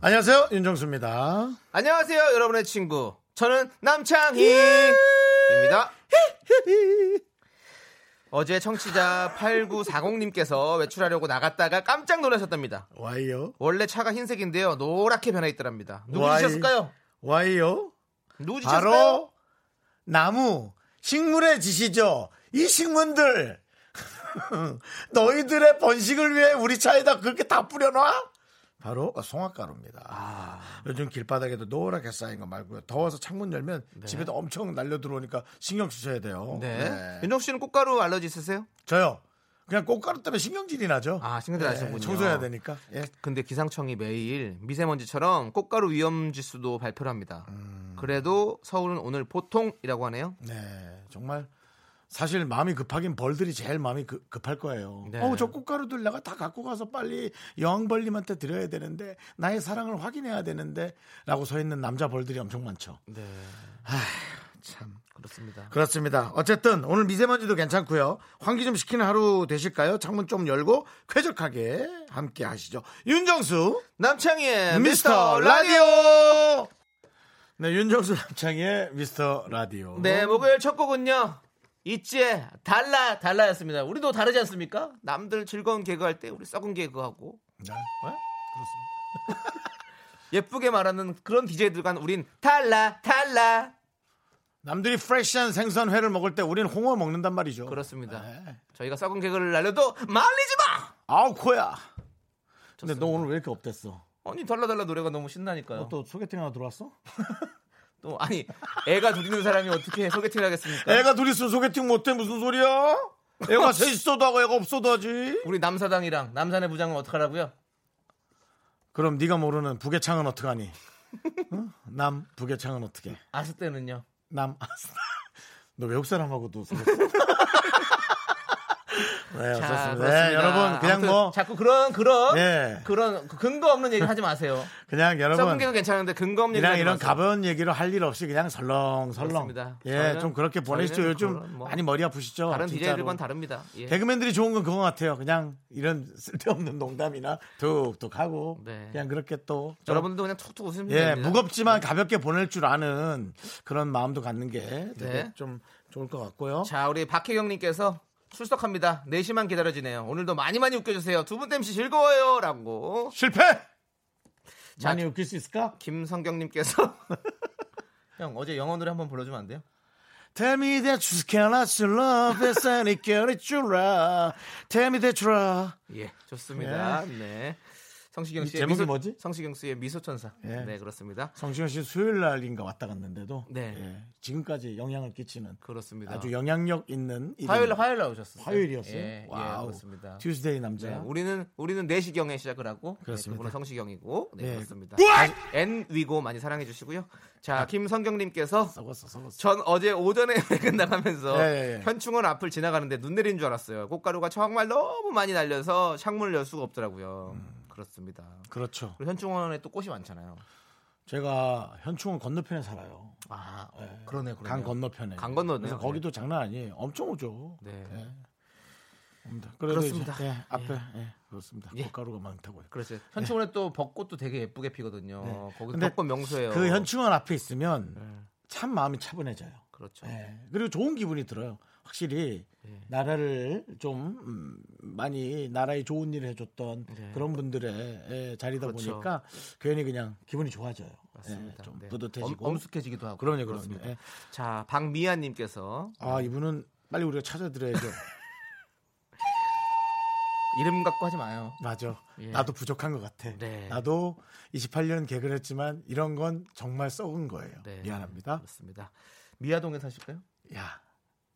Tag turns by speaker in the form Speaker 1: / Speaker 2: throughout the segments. Speaker 1: 안녕하세요 윤정수입니다.
Speaker 2: 안녕하세요, 여러분의 친구. 저는
Speaker 1: 예!
Speaker 2: 남창희입니다. 어제 청취자 8940님께서 외출하려고 나갔다가 깜짝 놀라셨답니다.
Speaker 1: 와이요
Speaker 2: 원래 차가 흰색인데요. 노랗게 변해있더랍니다.
Speaker 1: 와이.
Speaker 2: 누구지셨을까요?
Speaker 1: 와이요
Speaker 2: 누구지셨을까요?
Speaker 1: 바로 나무 식물의 짓이죠. 이 식물들 너희들의 번식을 위해 우리 차에다 그렇게 다 뿌려놔? 바로 송화가루입니다.
Speaker 2: 아.
Speaker 1: 요즘 길바닥에도 노랗게 쌓인 거 말고요. 더워서 창문 열면 집에도 엄청 날려 들어오니까 신경 쓰셔야 돼요.
Speaker 2: 네.
Speaker 1: 네.
Speaker 2: 윤정 씨는 꽃가루 알러지 있으세요?
Speaker 1: 저요. 그냥 꽃가루 때문에 신경질이 나죠. 네.
Speaker 2: 아, 신경질 나시는군요.
Speaker 1: 청소해야 되니까. 예.
Speaker 2: 근데 기상청이 매일 미세먼지처럼 꽃가루 위험 지수도 발표를 합니다.
Speaker 1: 음.
Speaker 2: 그래도 서울은 오늘 보통이라고 하네요.
Speaker 1: 네, 정말 사실 마음이 급하긴 벌들이 제일 마음이 급- 급할 거예요.
Speaker 2: 네.
Speaker 1: 어우 저 꽃가루들 내가 다 갖고 가서 빨리 여왕벌님한테 드려야 되는데 나의 사랑을 확인해야 되는데라고 서 있는 남자 벌들이 엄청 많죠.
Speaker 2: 네.
Speaker 1: 참
Speaker 2: 그렇습니다.
Speaker 1: 그렇습니다. 어쨌든 오늘 미세먼지도 괜찮고요. 환기 좀 시키는 하루 되실까요? 창문 좀 열고 쾌적하게 함께 하시죠. 윤정수
Speaker 2: 남창희의
Speaker 1: 미스터
Speaker 2: 미스터
Speaker 1: 라디오. 네, 윤정수 남창의 미스터 라디오.
Speaker 2: 네, 목요일 첫 곡은요. 있지의 달라 달라였습니다. 우리도 다르지 않습니까? 남들 즐거운 개그할 때 우리 썩은 개그하고
Speaker 1: 네. 네? 그렇습니다.
Speaker 2: 예쁘게 말하는 그런 DJ들과는 우린 달라 달라
Speaker 1: 남들이 프레시한 생선회를 먹을 때 우린 홍어 먹는단 말이죠.
Speaker 2: 그렇습니다.
Speaker 1: 네.
Speaker 2: 저희가 썩은 개그를 날려도 말리지 마.
Speaker 1: 아우 코야. 근데
Speaker 2: 좋습니다.
Speaker 1: 너 오늘 왜 이렇게 업됐어?
Speaker 2: 아니 달라 달라 노래가 너무 신나니까요.
Speaker 1: 너 또 소개팅 하나 들어왔어?
Speaker 2: 또 아니 애가 둘 있는 사람이 어떻게 소개팅을 하겠습니까?
Speaker 1: 애가 둘이 있으면 소개팅 못해 무슨 소리야? 애가 셋 있어도 하고 애가 없어도 하지.
Speaker 2: 우리 남사당이랑 남산의 부장은 어떡하라고요?
Speaker 1: 그럼 네가 모르는 북해창은 어떡하니? 응? 남 북해창은 어떻게?
Speaker 2: 아스 때는요.
Speaker 1: 남 아싸. 너 외국 사람하고도 소개팅. 네,
Speaker 2: 자,
Speaker 1: 어쨌습니다.
Speaker 2: 그렇습니다.
Speaker 1: 네, 여러분 그냥
Speaker 2: 아무튼
Speaker 1: 뭐
Speaker 2: 자꾸 그런 그런
Speaker 1: 예.
Speaker 2: 그런 근거 없는 얘기 하지 마세요.
Speaker 1: 그냥
Speaker 2: 썩은
Speaker 1: 여러분
Speaker 2: 개그 괜찮은데 근거 없는 얘기
Speaker 1: 이랑
Speaker 2: 하지
Speaker 1: 이런
Speaker 2: 마세요.
Speaker 1: 가벼운 얘기로 할 일 없이 그냥 설렁설렁.
Speaker 2: 그렇습니다.
Speaker 1: 예,
Speaker 2: 저희는-
Speaker 1: 좀 그렇게 보내시죠.
Speaker 2: 저희는
Speaker 1: 요즘
Speaker 2: 그런 뭐
Speaker 1: 많이 머리 아프시죠?
Speaker 2: 다른
Speaker 1: 진짜로.
Speaker 2: DJ들과는 다릅니다. 예.
Speaker 1: 개그맨들이 좋은 건 그거 같아요. 그냥 이런 쓸데없는 농담이나 툭툭 하고
Speaker 2: 네.
Speaker 1: 그냥 그렇게 또 좀-
Speaker 2: 여러분도 그냥 툭툭 웃으면
Speaker 1: 예,
Speaker 2: 됩니다. 네.
Speaker 1: 무겁지만 가볍게 보낼 줄 아는 그런 마음도 갖는 게 되게
Speaker 2: 네.
Speaker 1: 좀 좋을 것 같고요.
Speaker 2: 자, 우리 박혜경님께서 출석합니다. 4시만 기다려지네요. 오늘도 많이 많이 웃겨주세요. 두 분 땜시 즐거워요. 라고.
Speaker 1: 실패.
Speaker 2: 자,
Speaker 1: 많이 웃길 수 있을까?
Speaker 2: 김성경님께서. 형, 어제 영어 노래 한번 불러주면 안 돼요?
Speaker 1: Tell me that you cannot love is any girl it's your love. Tell me that you love.
Speaker 2: 예, 좋습니다. 네. 성시경 씨의
Speaker 1: 제목이
Speaker 2: 미소,
Speaker 1: 뭐지?
Speaker 2: 성시경 씨의 미소천사.
Speaker 1: 예.
Speaker 2: 네, 그렇습니다.
Speaker 1: 성시경 씨 수요일 날인가 왔다 갔는데도
Speaker 2: 네.
Speaker 1: 예, 지금까지 영향을 끼치는
Speaker 2: 그렇습니다.
Speaker 1: 아주 영향력 있는 이름.
Speaker 2: 화요일 화요일 나오셨어요.
Speaker 1: 화요일이었어요.
Speaker 2: 예,
Speaker 1: 와우.
Speaker 2: 예, 그렇습니다.
Speaker 1: 튜스데이 남자.
Speaker 2: 네, 우리는 우리는 내시경에 시작을 하고
Speaker 1: 그렇습니다.
Speaker 2: 네, 그분은 성시경이고 네,
Speaker 1: 네.
Speaker 2: 그렇습니다. N 위고 많이 사랑해 주시고요. 자 김성경님께서
Speaker 1: 썩었어, 썩었어.
Speaker 2: 전 어제 오전에 외근 나가면서
Speaker 1: 예, 예, 예.
Speaker 2: 현충원 앞을 지나가는데 눈 내린 줄 알았어요. 꽃가루가 정말 너무 많이 날려서 창문을 열 수가 없더라고요. 그렇습니다.
Speaker 1: 그렇죠.
Speaker 2: 그리고 현충원에 또 꽃이 많잖아요.
Speaker 1: 제가 현충원 건너편에 살아요.
Speaker 2: 아, 그러네, 그러네.
Speaker 1: 강 건너편에.
Speaker 2: 강 건너네요.
Speaker 1: 그래서 거기도 장난 아니에요. 엄청 오죠.
Speaker 2: 네.
Speaker 1: 예. 옵니다. 그래도
Speaker 2: 그렇습니다.
Speaker 1: 이제, 예, 앞에 예, 그렇습니다.
Speaker 2: 예.
Speaker 1: 꽃가루가 많다고요.
Speaker 2: 그렇죠. 현충원에 또 벚꽃도 되게 예쁘게 피거든요. 거기서
Speaker 1: 근데
Speaker 2: 벚꽃 명소예요.
Speaker 1: 그 현충원 앞에 있으면
Speaker 2: 네,
Speaker 1: 참 마음이 차분해져요.
Speaker 2: 그렇죠. 예.
Speaker 1: 예. 그리고 좋은 기분이 들어요. 확실히 나라를 좀 음, 많이 나라에 좋은 일을 해줬던
Speaker 2: 네.
Speaker 1: 그런 분들의 예, 자리다
Speaker 2: 그렇죠.
Speaker 1: 보니까 괜히 그냥 기분이 좋아져요.
Speaker 2: 맞습니다.
Speaker 1: 예, 좀
Speaker 2: 네.
Speaker 1: 뿌듯해지고.
Speaker 2: 엄, 숙해지기도 하고.
Speaker 1: 그럼요, 그럼요.
Speaker 2: 그렇습니다. 네.
Speaker 1: 예.
Speaker 2: 자, 박미아님께서
Speaker 1: 아 이분은 빨리 우리가 찾아드려야죠.
Speaker 2: 이름 갖고 하지 마요.
Speaker 1: 맞아.
Speaker 2: 예.
Speaker 1: 나도 부족한 것 같아.
Speaker 2: 네.
Speaker 1: 나도 28년 개그를 했지만 이런 건 정말 썩은 거예요.
Speaker 2: 네.
Speaker 1: 미안합니다.
Speaker 2: 그렇습니다. 미아동에 사실까요?
Speaker 1: 야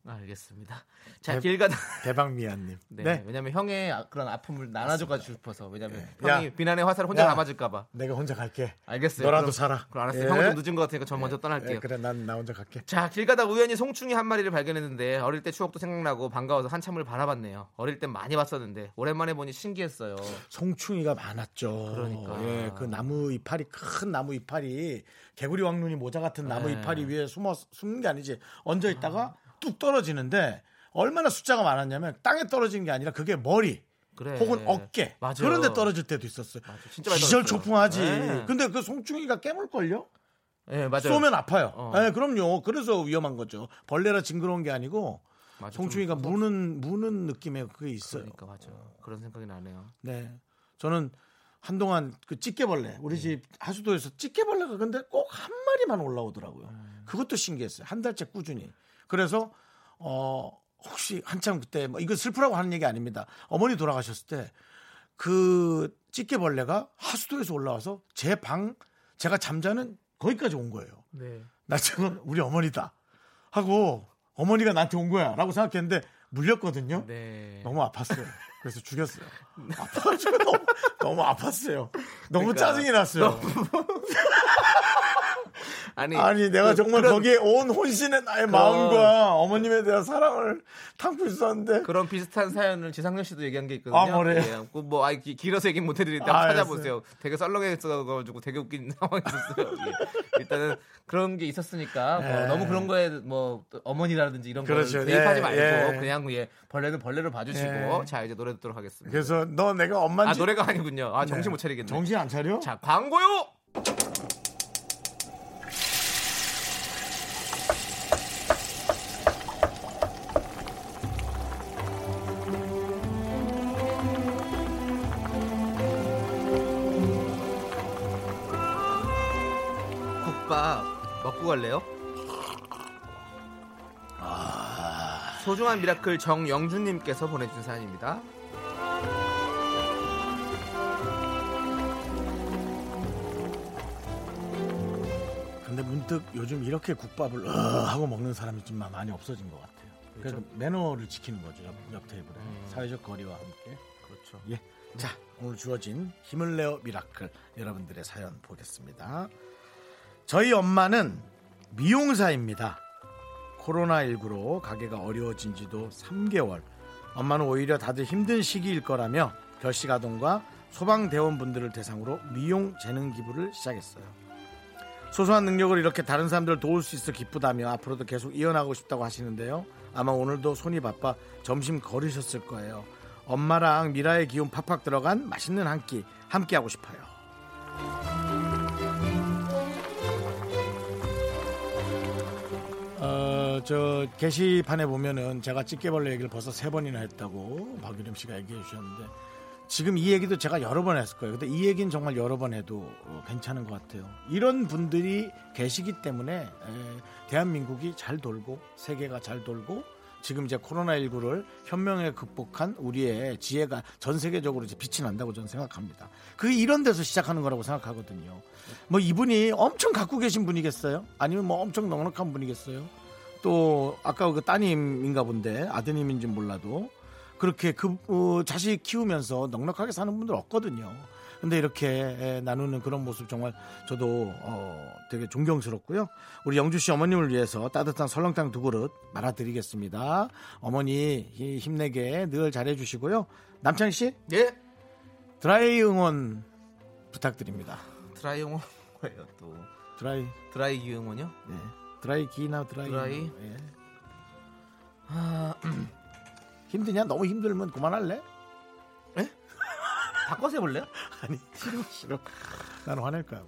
Speaker 2: 알겠습니다. 자,
Speaker 1: 대-
Speaker 2: 길 가다.
Speaker 1: 대박미아님.
Speaker 2: 네,
Speaker 1: 네.
Speaker 2: 왜냐면 형의 아- 그런 아픔을 나눠줘가지고 싶어서. 왜냐면
Speaker 1: 예.
Speaker 2: 형이
Speaker 1: 야.
Speaker 2: 비난의 화살을 혼자
Speaker 1: 야.
Speaker 2: 감아줄까봐.
Speaker 1: 내가 혼자 갈게.
Speaker 2: 알겠어요.
Speaker 1: 너라도
Speaker 2: 그럼-
Speaker 1: 살아.
Speaker 2: 그럼 알았어요.
Speaker 1: 예.
Speaker 2: 형은 좀 늦은 것 같으니까 저 먼저 떠날게요.
Speaker 1: 예, 그래, 난 나 혼자 갈게.
Speaker 2: 자, 길 가다 우연히 송충이 한 마리를 발견했는데 어릴 때 추억도 생각나고 반가워서 한참을 바라봤네요. 어릴 땐 많이 봤었는데 오랜만에 보니 신기했어요.
Speaker 1: 송충이가 많았죠.
Speaker 2: 그러니까.
Speaker 1: 예, 그 나무 이파리 큰 나무 이파리 개구리 왕눈이 모자 같은 나무
Speaker 2: 네.
Speaker 1: 이파리 위에 숨어 숨는 게 아니지 얹어 있다가 뚝 떨어지는데 얼마나 숫자가 많았냐면 땅에 떨어지는 게 아니라 그게 머리
Speaker 2: 그래.
Speaker 1: 혹은 어깨
Speaker 2: 맞아요.
Speaker 1: 그런데 떨어질 때도 있었어요.
Speaker 2: 맞아, 진짜 많이
Speaker 1: 기절
Speaker 2: 떨어졌어요.
Speaker 1: 초풍하지.
Speaker 2: 네.
Speaker 1: 근데 그 송충이가 깨물 걸요?
Speaker 2: 예, 맞아요.
Speaker 1: 쏘면 아파요.
Speaker 2: 어.
Speaker 1: 예, 그럼요. 그래서 위험한 거죠. 벌레라 징그러운 게 아니고
Speaker 2: 맞아, 좀
Speaker 1: 송충이가
Speaker 2: 무섭-
Speaker 1: 무는 무는 느낌의 그게 있어요.
Speaker 2: 그러니까 맞아. 그런 생각이 나네요.
Speaker 1: 네. 저는 한동안 그 찌개벌레 우리 집 하수도에서 찌개벌레가 근데 꼭 한 마리만 올라오더라고요. 그것도 신기했어요. 한 달째 꾸준히. 그래서 어 혹시 한참 그때 뭐 이거 슬프라고 하는 얘기 아닙니다. 어머니 돌아가셨을 때 그 찌개벌레가 하수도에서 올라와서 제 방 제가 잠자는 거기까지 온 거예요.
Speaker 2: 네.
Speaker 1: 나 지금 우리 어머니다 하고 어머니가 나한테 온 거야라고 생각했는데 물렸거든요.
Speaker 2: 네.
Speaker 1: 너무 아팠어요. 그래서 죽였어요. 아파가지고 너무, 너무 아팠어요. 너무
Speaker 2: 그러니까
Speaker 1: 짜증이 났어요.
Speaker 2: 아니,
Speaker 1: 아니 내가
Speaker 2: 그-
Speaker 1: 정말
Speaker 2: 그런,
Speaker 1: 거기에 온 혼신의 나의 마음과 어머님에 대한 사랑을 담고 있었는데
Speaker 2: 그런 비슷한 사연을 지상렬 씨도 얘기한 게 있거든요.
Speaker 1: 아, 뭐래요?
Speaker 2: 예, 그뭐 아이 기- 길어서 얘기 못 해드리는데
Speaker 1: 아,
Speaker 2: 한번 찾아보세요. 되게 썰렁했어가지고 되게 웃긴 상황이었어요. 예. 일단은 그런 게 있었으니까 뭐
Speaker 1: 예.
Speaker 2: 너무 그런 거에 뭐또 어머니라든지 이런 걸
Speaker 1: 그렇죠.
Speaker 2: 대입하지
Speaker 1: 예,
Speaker 2: 말고
Speaker 1: 예.
Speaker 2: 그냥 예 벌레는 벌레로 봐주시고
Speaker 1: 예.
Speaker 2: 자 이제 노래 듣도록 하겠습니다.
Speaker 1: 그래서 너 내가 엄마인지
Speaker 2: 아 노래가 아니군요. 아 정신 못 차리겠네.
Speaker 1: 정신 안 차려?
Speaker 2: 자 광고요. 국밥 먹고 갈래요? 아, 소중한 미라클 정영준님께서 보내주신 사연입니다.
Speaker 1: 근데 문득 요즘 이렇게 국밥을 어 하고 먹는 사람이 좀 많이 없어진 것 같아요. 그래서
Speaker 2: 그렇죠.
Speaker 1: 매너를 지키는 거죠 옆, 옆 테이블에 사회적 거리와 함께.
Speaker 2: 음. 그렇죠.
Speaker 1: 예. 자, 오늘 주어진 힘을 내어 미라클 여러분들의 사연 보겠습니다. 저희 엄마는 미용사입니다. 코로나19로 가게가 어려워진 지도 3개월. 엄마는 오히려 다들 힘든 시기일 거라며 결식아동과 소방대원분들을 대상으로 미용 재능 기부를 시작했어요. 소소한 능력을 이렇게 다른 사람들을 도울 수 있어 기쁘다며 앞으로도 계속 이어나가고 싶다고 하시는데요. 아마 오늘도 손이 바빠 점심 거르셨을 거예요. 엄마랑 미라의 기운 팍팍 들어간 맛있는 한 끼 함께 하고 싶어요. 어, 저 게시판에 보면은 제가 찌개벌레 얘기를 벌써 세 번이나 했다고 박유림 씨가 얘기해 주셨는데 지금 이 얘기도 제가 여러 번 했을 거예요. 근데 이 얘기는 정말 여러 번 해도 어, 괜찮은 것 같아요. 이런 분들이 계시기 때문에 에, 대한민국이 잘 돌고 세계가 잘 돌고 지금 이제 코로나19를 현명하게 극복한 우리의 지혜가 전 세계적으로 이제 빛이 난다고 저는 생각합니다. 그게 이런 데서 시작하는 거라고 생각하거든요. 뭐 이분이 엄청 갖고 계신 분이겠어요? 아니면 뭐 엄청 넉넉한 분이겠어요? 또 아까 그 따님인가 본데 아드님인지 몰라도 그렇게 그 어, 자식 키우면서 넉넉하게 사는 분들 없거든요. 근데 이렇게 에, 나누는 그런 모습 정말 저도 어, 되게 존경스럽고요. 우리 영주 씨 어머님을 위해서 따뜻한 설렁탕 두 그릇 말아드리겠습니다. 어머니 히- 힘내게 늘 잘해주시고요. 남창희 씨
Speaker 2: 예.
Speaker 1: 드라이 응원 부탁드립니다.
Speaker 2: 드라이 용어 뭐예요 또?
Speaker 1: 드라이
Speaker 2: 드라이 기용은요?
Speaker 1: 예. 드라이 기나 드라이,
Speaker 2: 드라이?
Speaker 1: 예. 아, 힘드냐? 너무 힘들면 그만할래?
Speaker 2: 바꿔서 해볼래요?
Speaker 1: 아니 싫어 싫어 난 화낼 거야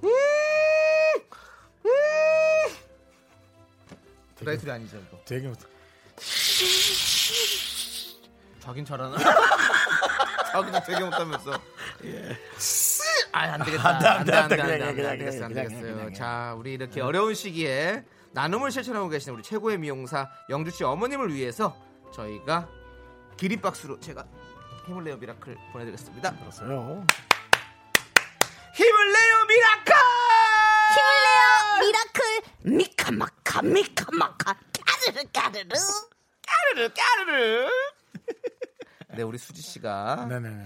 Speaker 2: 드라이 툴이 아니죠 이거
Speaker 1: 되게
Speaker 2: 자긴 잘하나? 자기도 되게 못하면서 아안 되겠다
Speaker 1: 안 돼, 안
Speaker 2: 안
Speaker 1: 돼,
Speaker 2: 돼
Speaker 1: 안
Speaker 2: 안
Speaker 1: 돼,
Speaker 2: 돼
Speaker 1: 그냥,
Speaker 2: 안돼
Speaker 1: 그냥,
Speaker 2: 안 되겠어 안
Speaker 1: 그냥,
Speaker 2: 되겠어요
Speaker 1: 그냥,
Speaker 2: 자 우리 이렇게 어려운 시기에 나눔을 실천하고 계신 우리 최고의 미용사 영주 씨 어머님을 위해서 저희가 기립박수로 제가 힘을 내요 미라클 보내드리겠습니다
Speaker 1: 그렇어요
Speaker 2: 힘을 내요 미라클
Speaker 3: 미라클 미카마카 미카마카 까르르 까르르
Speaker 2: 아 까르르 까르르. 네, 우리 수지 씨가
Speaker 1: 네네네.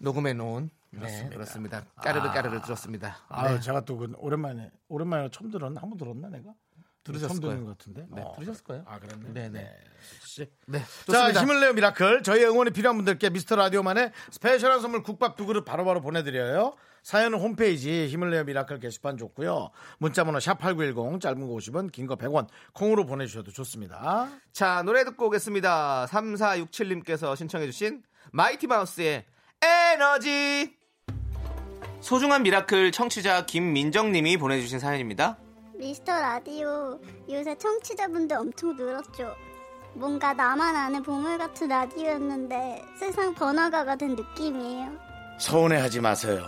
Speaker 2: 녹음해 놓은 네,
Speaker 1: 그렇습니다.
Speaker 2: 그렇습니다. 까르르 까르르 들었습니다. 네,
Speaker 1: 아유 제가 또그 오랜만에 오랜만에 처음 들었나 한 번 들었나 내가 처음
Speaker 2: 들으셨을 거예요.
Speaker 1: 듣는 것 같은데.
Speaker 2: 네, 들으셨을 거예요.
Speaker 1: 아 그렇네.
Speaker 2: 네네.
Speaker 1: 씨.
Speaker 2: 네,
Speaker 1: 자,
Speaker 2: 좋습니다.
Speaker 1: 힘을 내요 미라클. 저희 응원이 필요한 분들께 미스터 라디오만의 스페셜한 선물 국밥 두 그릇 바로바로 보내드려요. 사연은 홈페이지 힘을 내요 미라클 게시판 좋고요. 문자번호 샵 #8910 짧은 거 50원, 긴 거 100원 콩으로 보내주셔도 좋습니다.
Speaker 2: 자, 노래 듣고 오겠습니다. 3467님께서 신청해주신 마이티 마우스의 에너지. 소중한 미라클 청취자 김민정님이 보내주신 사연입니다.
Speaker 3: 미스터 라디오 요새 청취자분들 엄청 늘었죠. 뭔가 나만 아는 보물 같은 라디오였는데 세상 번화가가 된 느낌이에요.
Speaker 1: 서운해하지 마세요.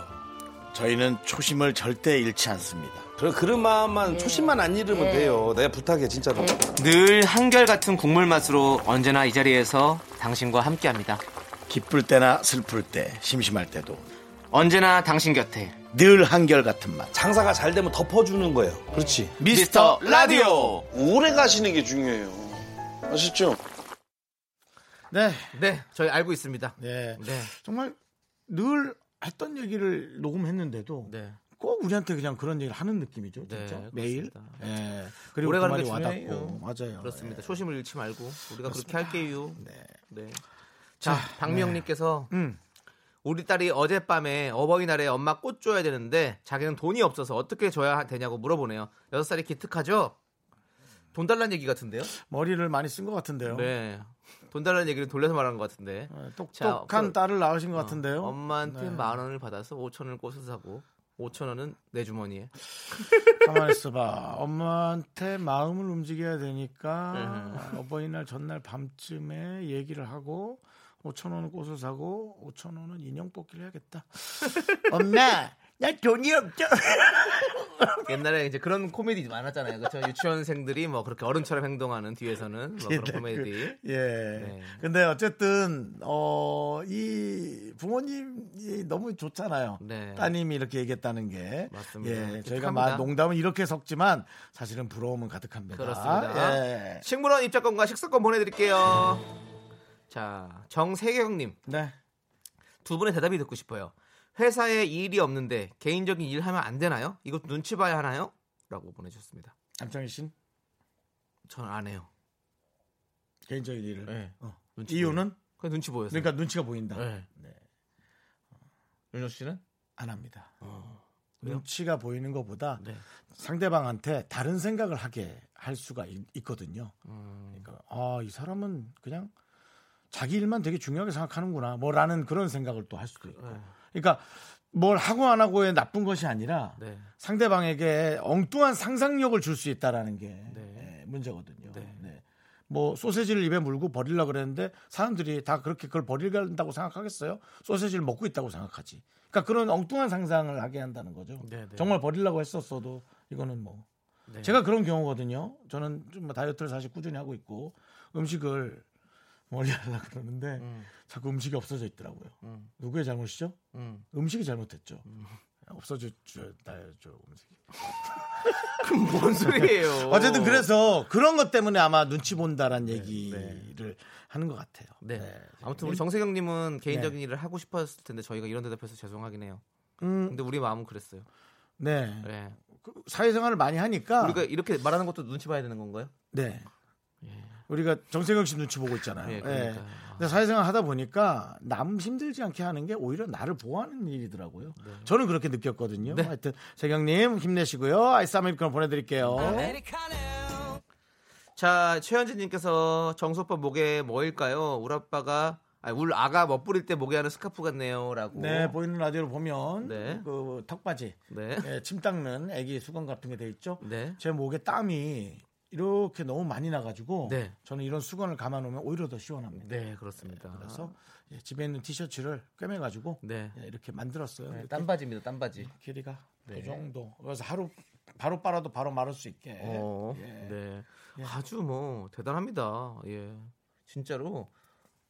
Speaker 1: 저희는 초심을 절대 잃지 않습니다.
Speaker 4: 그런 그런
Speaker 5: 네.
Speaker 4: 마음만 초심만 안 잃으면 돼요. 내가 부탁해 진짜로.
Speaker 2: 늘 한결같은 국물 맛으로 언제나 이 자리에서 당신과 함께합니다.
Speaker 1: 기쁠 때나 슬플 때, 심심할 때도
Speaker 2: 언제나 당신 곁에
Speaker 1: 늘 한결 같은 맛.
Speaker 4: 장사가 잘 되면 덮어주는 거예요. 그렇지.
Speaker 2: 미스터 라디오.
Speaker 6: 오래 가시는 게 중요해요. 아셨죠?
Speaker 1: 네,
Speaker 2: 네, 저희 알고 있습니다.
Speaker 1: 네.
Speaker 2: 네,
Speaker 1: 정말 늘 했던 얘기를 녹음했는데도
Speaker 2: 네.
Speaker 1: 꼭 우리한테 그냥 그런 얘기를 하는 느낌이죠.
Speaker 2: 네,
Speaker 1: 진짜
Speaker 2: 그렇습니다.
Speaker 1: 매일. 예. 그리고
Speaker 2: 오래
Speaker 1: 그
Speaker 2: 가는
Speaker 1: 말이
Speaker 2: 게
Speaker 1: 와닿고
Speaker 2: 중요해요.
Speaker 1: 맞아요. 예.
Speaker 2: 그렇습니다. 초심을 잃지 말고 우리가 그렇게 할게요. 네. 자,
Speaker 1: 자,
Speaker 2: 박미영님께서
Speaker 1: 음.
Speaker 2: 우리 딸이 어젯밤에 어버이날에 엄마 꽃 줘야 되는데 자기는 돈이 없어서 어떻게 줘야 되냐고 물어보네요. 여섯 살이 기특하죠? 돈 달란 얘기 같은데요?
Speaker 1: 예. 머리를 많이 쓴 것 같은데요.
Speaker 2: 네. 돈 달란 얘기를 돌려서 말한 것 같은데.
Speaker 1: 예,
Speaker 2: 자,
Speaker 1: 똑똑한
Speaker 2: 그럼- 어,
Speaker 1: 딸을 낳으신 것 같은데요.
Speaker 2: 엄마한테
Speaker 1: 네.
Speaker 2: 만 원을 받아서 오천 원을 꽃을 사고 오천 원은 내 주머니에.
Speaker 1: 가만히 있어봐. 엄마한테 마음을 움직여야
Speaker 2: 네.
Speaker 1: 되니까 어버이날 전날 밤쯤에 얘기를 하고 5천 원은 꽃을 사고 5천 원은 인형 뽑기를 해야겠다. 엄마, 나 돈이 없죠.
Speaker 2: 옛날에 이제 그런 코미디 많았잖아요. 그렇죠? 유치원생들이 뭐 그렇게 어른처럼 행동하는 뒤에서는 뭐 그런
Speaker 1: 그-
Speaker 2: 코미디.
Speaker 1: 예.
Speaker 2: 네.
Speaker 1: 근데 어쨌든 어 이 부모님이 너무 좋잖아요.
Speaker 2: 네.
Speaker 1: 따님이 이렇게 얘기했다는 게 예,
Speaker 2: 맞습니다.
Speaker 1: 저희가
Speaker 2: 기특합니다.
Speaker 1: 막 농담은 이렇게 섞지만 사실은 부러움은 가득합니다.
Speaker 2: 그렇습니다.
Speaker 1: 예.
Speaker 2: 식물원 입장권과 식사권 보내드릴게요. 자, 정세경님
Speaker 1: 네.
Speaker 2: 두 분의 대답이 듣고 싶어요. 회사에 일이 없는데 개인적인 일 하면 안 되나요? 이것도 눈치 봐야 하나요? 라고 보내주셨습니다.
Speaker 1: 남창희 씨는
Speaker 2: 저는 안 해요.
Speaker 1: 개인적인 일을.
Speaker 2: 네.
Speaker 1: 어.
Speaker 2: 눈치
Speaker 1: 이유는
Speaker 2: 그 눈치 보여서.
Speaker 1: 그러니까 눈치가 보인다.
Speaker 2: 네. 윤정 씨는?
Speaker 1: 안 합니다.
Speaker 2: 어, 왜요?
Speaker 1: 눈치가 보이는 것보다
Speaker 2: 네.
Speaker 1: 상대방한테 다른 생각을 하게 할 수가 있, 거든요
Speaker 2: 음.
Speaker 1: 그러니까 아 이 사람은 그냥 자기 일만 되게 중요하게 생각하는구나 뭐라는 그런 생각을 또 할 수도 있고.
Speaker 2: 네.
Speaker 1: 그러니까 뭘 하고 안 하고의 나쁜 것이 아니라
Speaker 2: 네.
Speaker 1: 상대방에게 엉뚱한 상상력을 줄 수 있다라는 게
Speaker 2: 네.
Speaker 1: 예, 문제거든요. 네. 뭐 소세지를 입에 물고 버리려 그랬는데 사람들이 다 그렇게 그걸 버리려고 생각하겠어요? 소세지를 먹고 있다고 생각하지. 그러니까 그런 엉뚱한 상상을 하게 한다는 거죠.
Speaker 2: 네, 네.
Speaker 1: 정말 버리려고 했었어도 이거는 뭐 제가 그런 경우거든요. 저는 좀뭐 다이어트를 사실 꾸준히 하고 있고 음식을 멀리 하려고 그러는데 자꾸 음식이 없어져 있더라고요. 누구의 잘못이죠?
Speaker 2: 음.
Speaker 1: 음식이 잘못했죠. 없어졌죠. 나죠 음식이.
Speaker 2: 뭔 소리예요?
Speaker 1: 어쨌든 그래서 그런 것 때문에 아마 눈치 본다라는 얘기를 하는 것 같아요. 음,
Speaker 2: 네. 아무튼 우리 정세경님은 개인적인 일을 하고 싶었을 텐데 저희가 이런 대답해서 죄송하긴 해요.
Speaker 1: 음,
Speaker 2: 근데 우리 마음은 그랬어요.
Speaker 1: 네.
Speaker 2: 네.
Speaker 1: 그 사회생활을 많이 하니까
Speaker 2: 우리가 이렇게 말하는 것도 눈치 봐야 되는 건가요?
Speaker 1: 네. 우리가 정세경 씨 눈치 보고 있잖아요.
Speaker 2: 예,
Speaker 1: 예.
Speaker 2: 그러니까요.
Speaker 1: 근데 사회생활 하다 보니까 남 힘들지 않게 하는 게 오히려 나를 보호하는 일이더라고요.
Speaker 2: 네.
Speaker 1: 저는 그렇게 느꼈거든요. 하여튼 세경님 힘내시고요. 아이스 네, 아메리카노 보내드릴게요.
Speaker 2: 자 최현진님께서 정소빠 목에 뭐일까요? 울 아빠가 아니, 울 아가 멋부릴 때 목에 하는 스카프 같네요라고. 뭐.
Speaker 1: 네 보이는 라디오를 보면
Speaker 2: 네.
Speaker 1: 그 턱받이
Speaker 2: 네.
Speaker 1: 예, 침 닦는 애기 수건 같은 게 돼 있죠.
Speaker 2: 네.
Speaker 1: 제 목에 땀이 이렇게 너무 많이 나가지고
Speaker 2: 네.
Speaker 1: 저는 이런 수건을 감아 놓으면 오히려 더 시원합니다.
Speaker 2: 네, 그렇습니다.
Speaker 1: 그래서 예, 집에 있는 티셔츠를 꿰매가지고
Speaker 2: 네.
Speaker 1: 예, 이렇게 만들었어요. 이렇게
Speaker 2: 땀바지입니다. 땀바지.
Speaker 1: 길이가
Speaker 2: 네.
Speaker 1: 그 정도. 그래서 하루 바로 빨아도 바로 마를 수 있게.
Speaker 2: 어,
Speaker 1: 예.
Speaker 2: 네. 아주 뭐 대단합니다. 예. 진짜로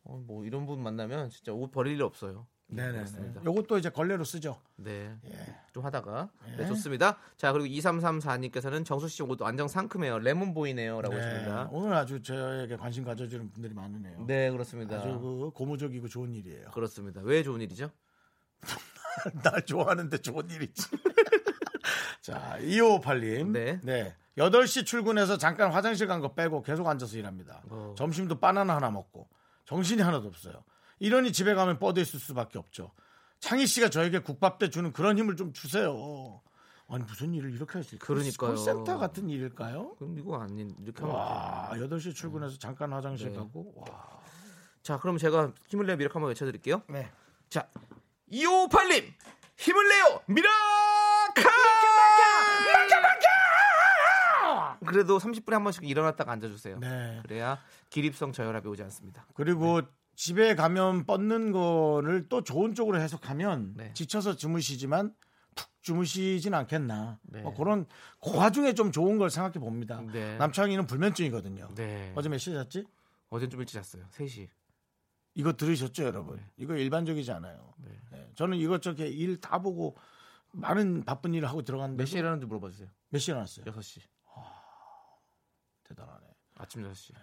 Speaker 2: 어, 뭐 이런 분 만나면 진짜 옷 버릴 일 없어요.
Speaker 1: 네네.
Speaker 2: 그렇습니다.
Speaker 1: 요것도 이제 걸레로 쓰죠. 예.
Speaker 2: 네. 좀 하다가. 네, 좋습니다. 자, 그리고 2334님께서는 정수 씨 옷도 완전 상큼해요. 레몬 보이네요라고
Speaker 1: 네.
Speaker 2: 하십니다.
Speaker 1: 오늘 아주 저에게 관심 가져주는 분들이 많으네요.
Speaker 2: 네, 그렇습니다.
Speaker 1: 아주 그 고무적이고 좋은 일이에요.
Speaker 2: 그렇습니다. 왜 좋은 일이죠?
Speaker 1: 날 좋아하는데 좋은 일이지. 자, 2558님.
Speaker 2: 네.
Speaker 1: 네. 8시 출근해서 잠깐 화장실 간 거 빼고 계속 앉아서 일합니다.
Speaker 2: 어.
Speaker 1: 점심도 바나나 하나 먹고 정신이 하나도 없어요. 이러니 집에 가면 뻗어 있을 수밖에 없죠. 창희 씨가 저에게 국밥 때 주는 그런 힘을 좀 주세요. 아니 무슨 일을 이렇게 할수 있을까요?
Speaker 2: 그러니까요.
Speaker 1: 콜센터 같은 일일까요?
Speaker 2: 그럼 이거 아닌 이렇게 하면 안 돼요.
Speaker 1: 와, 8시 출근해서 잠깐 화장실
Speaker 2: 네.
Speaker 1: 가고 와.
Speaker 2: 자, 그럼 제가 힘을 내요 미라클 한번 외쳐 드릴게요.
Speaker 1: 네.
Speaker 2: 자, 2558님. 힘을 내요. 미라클! 그래도 30분에 한 번씩 일어났다가 앉아 주세요.
Speaker 1: 네.
Speaker 2: 그래야 기립성 저혈압이 오지 않습니다. 네.
Speaker 1: 그리고 집에 가면 뻗는 거를 또 좋은 쪽으로 해석하면
Speaker 2: 네.
Speaker 1: 지쳐서 주무시지만 푹 주무시진 않겠나
Speaker 2: 네.
Speaker 1: 뭐 그런 그 와중에 좀 좋은 걸 생각해 봅니다
Speaker 2: 네.
Speaker 1: 남창희는 불면증이거든요
Speaker 2: 네.
Speaker 1: 어제 몇 시에 잤지?
Speaker 2: 어젠 좀 일찍 잤어요. 3시.
Speaker 1: 이거 들으셨죠 여러분
Speaker 2: 네.
Speaker 1: 이거 일반적이지 않아요 네. 저는 이것저것 일 다 보고 많은 바쁜 일을 하고 들어갔는데
Speaker 2: 몇 시에 일어났는지 물어봐 주세요.
Speaker 1: 몇 시에 일어났어요?
Speaker 2: 6시.
Speaker 1: 대단하네
Speaker 2: 아침 6시.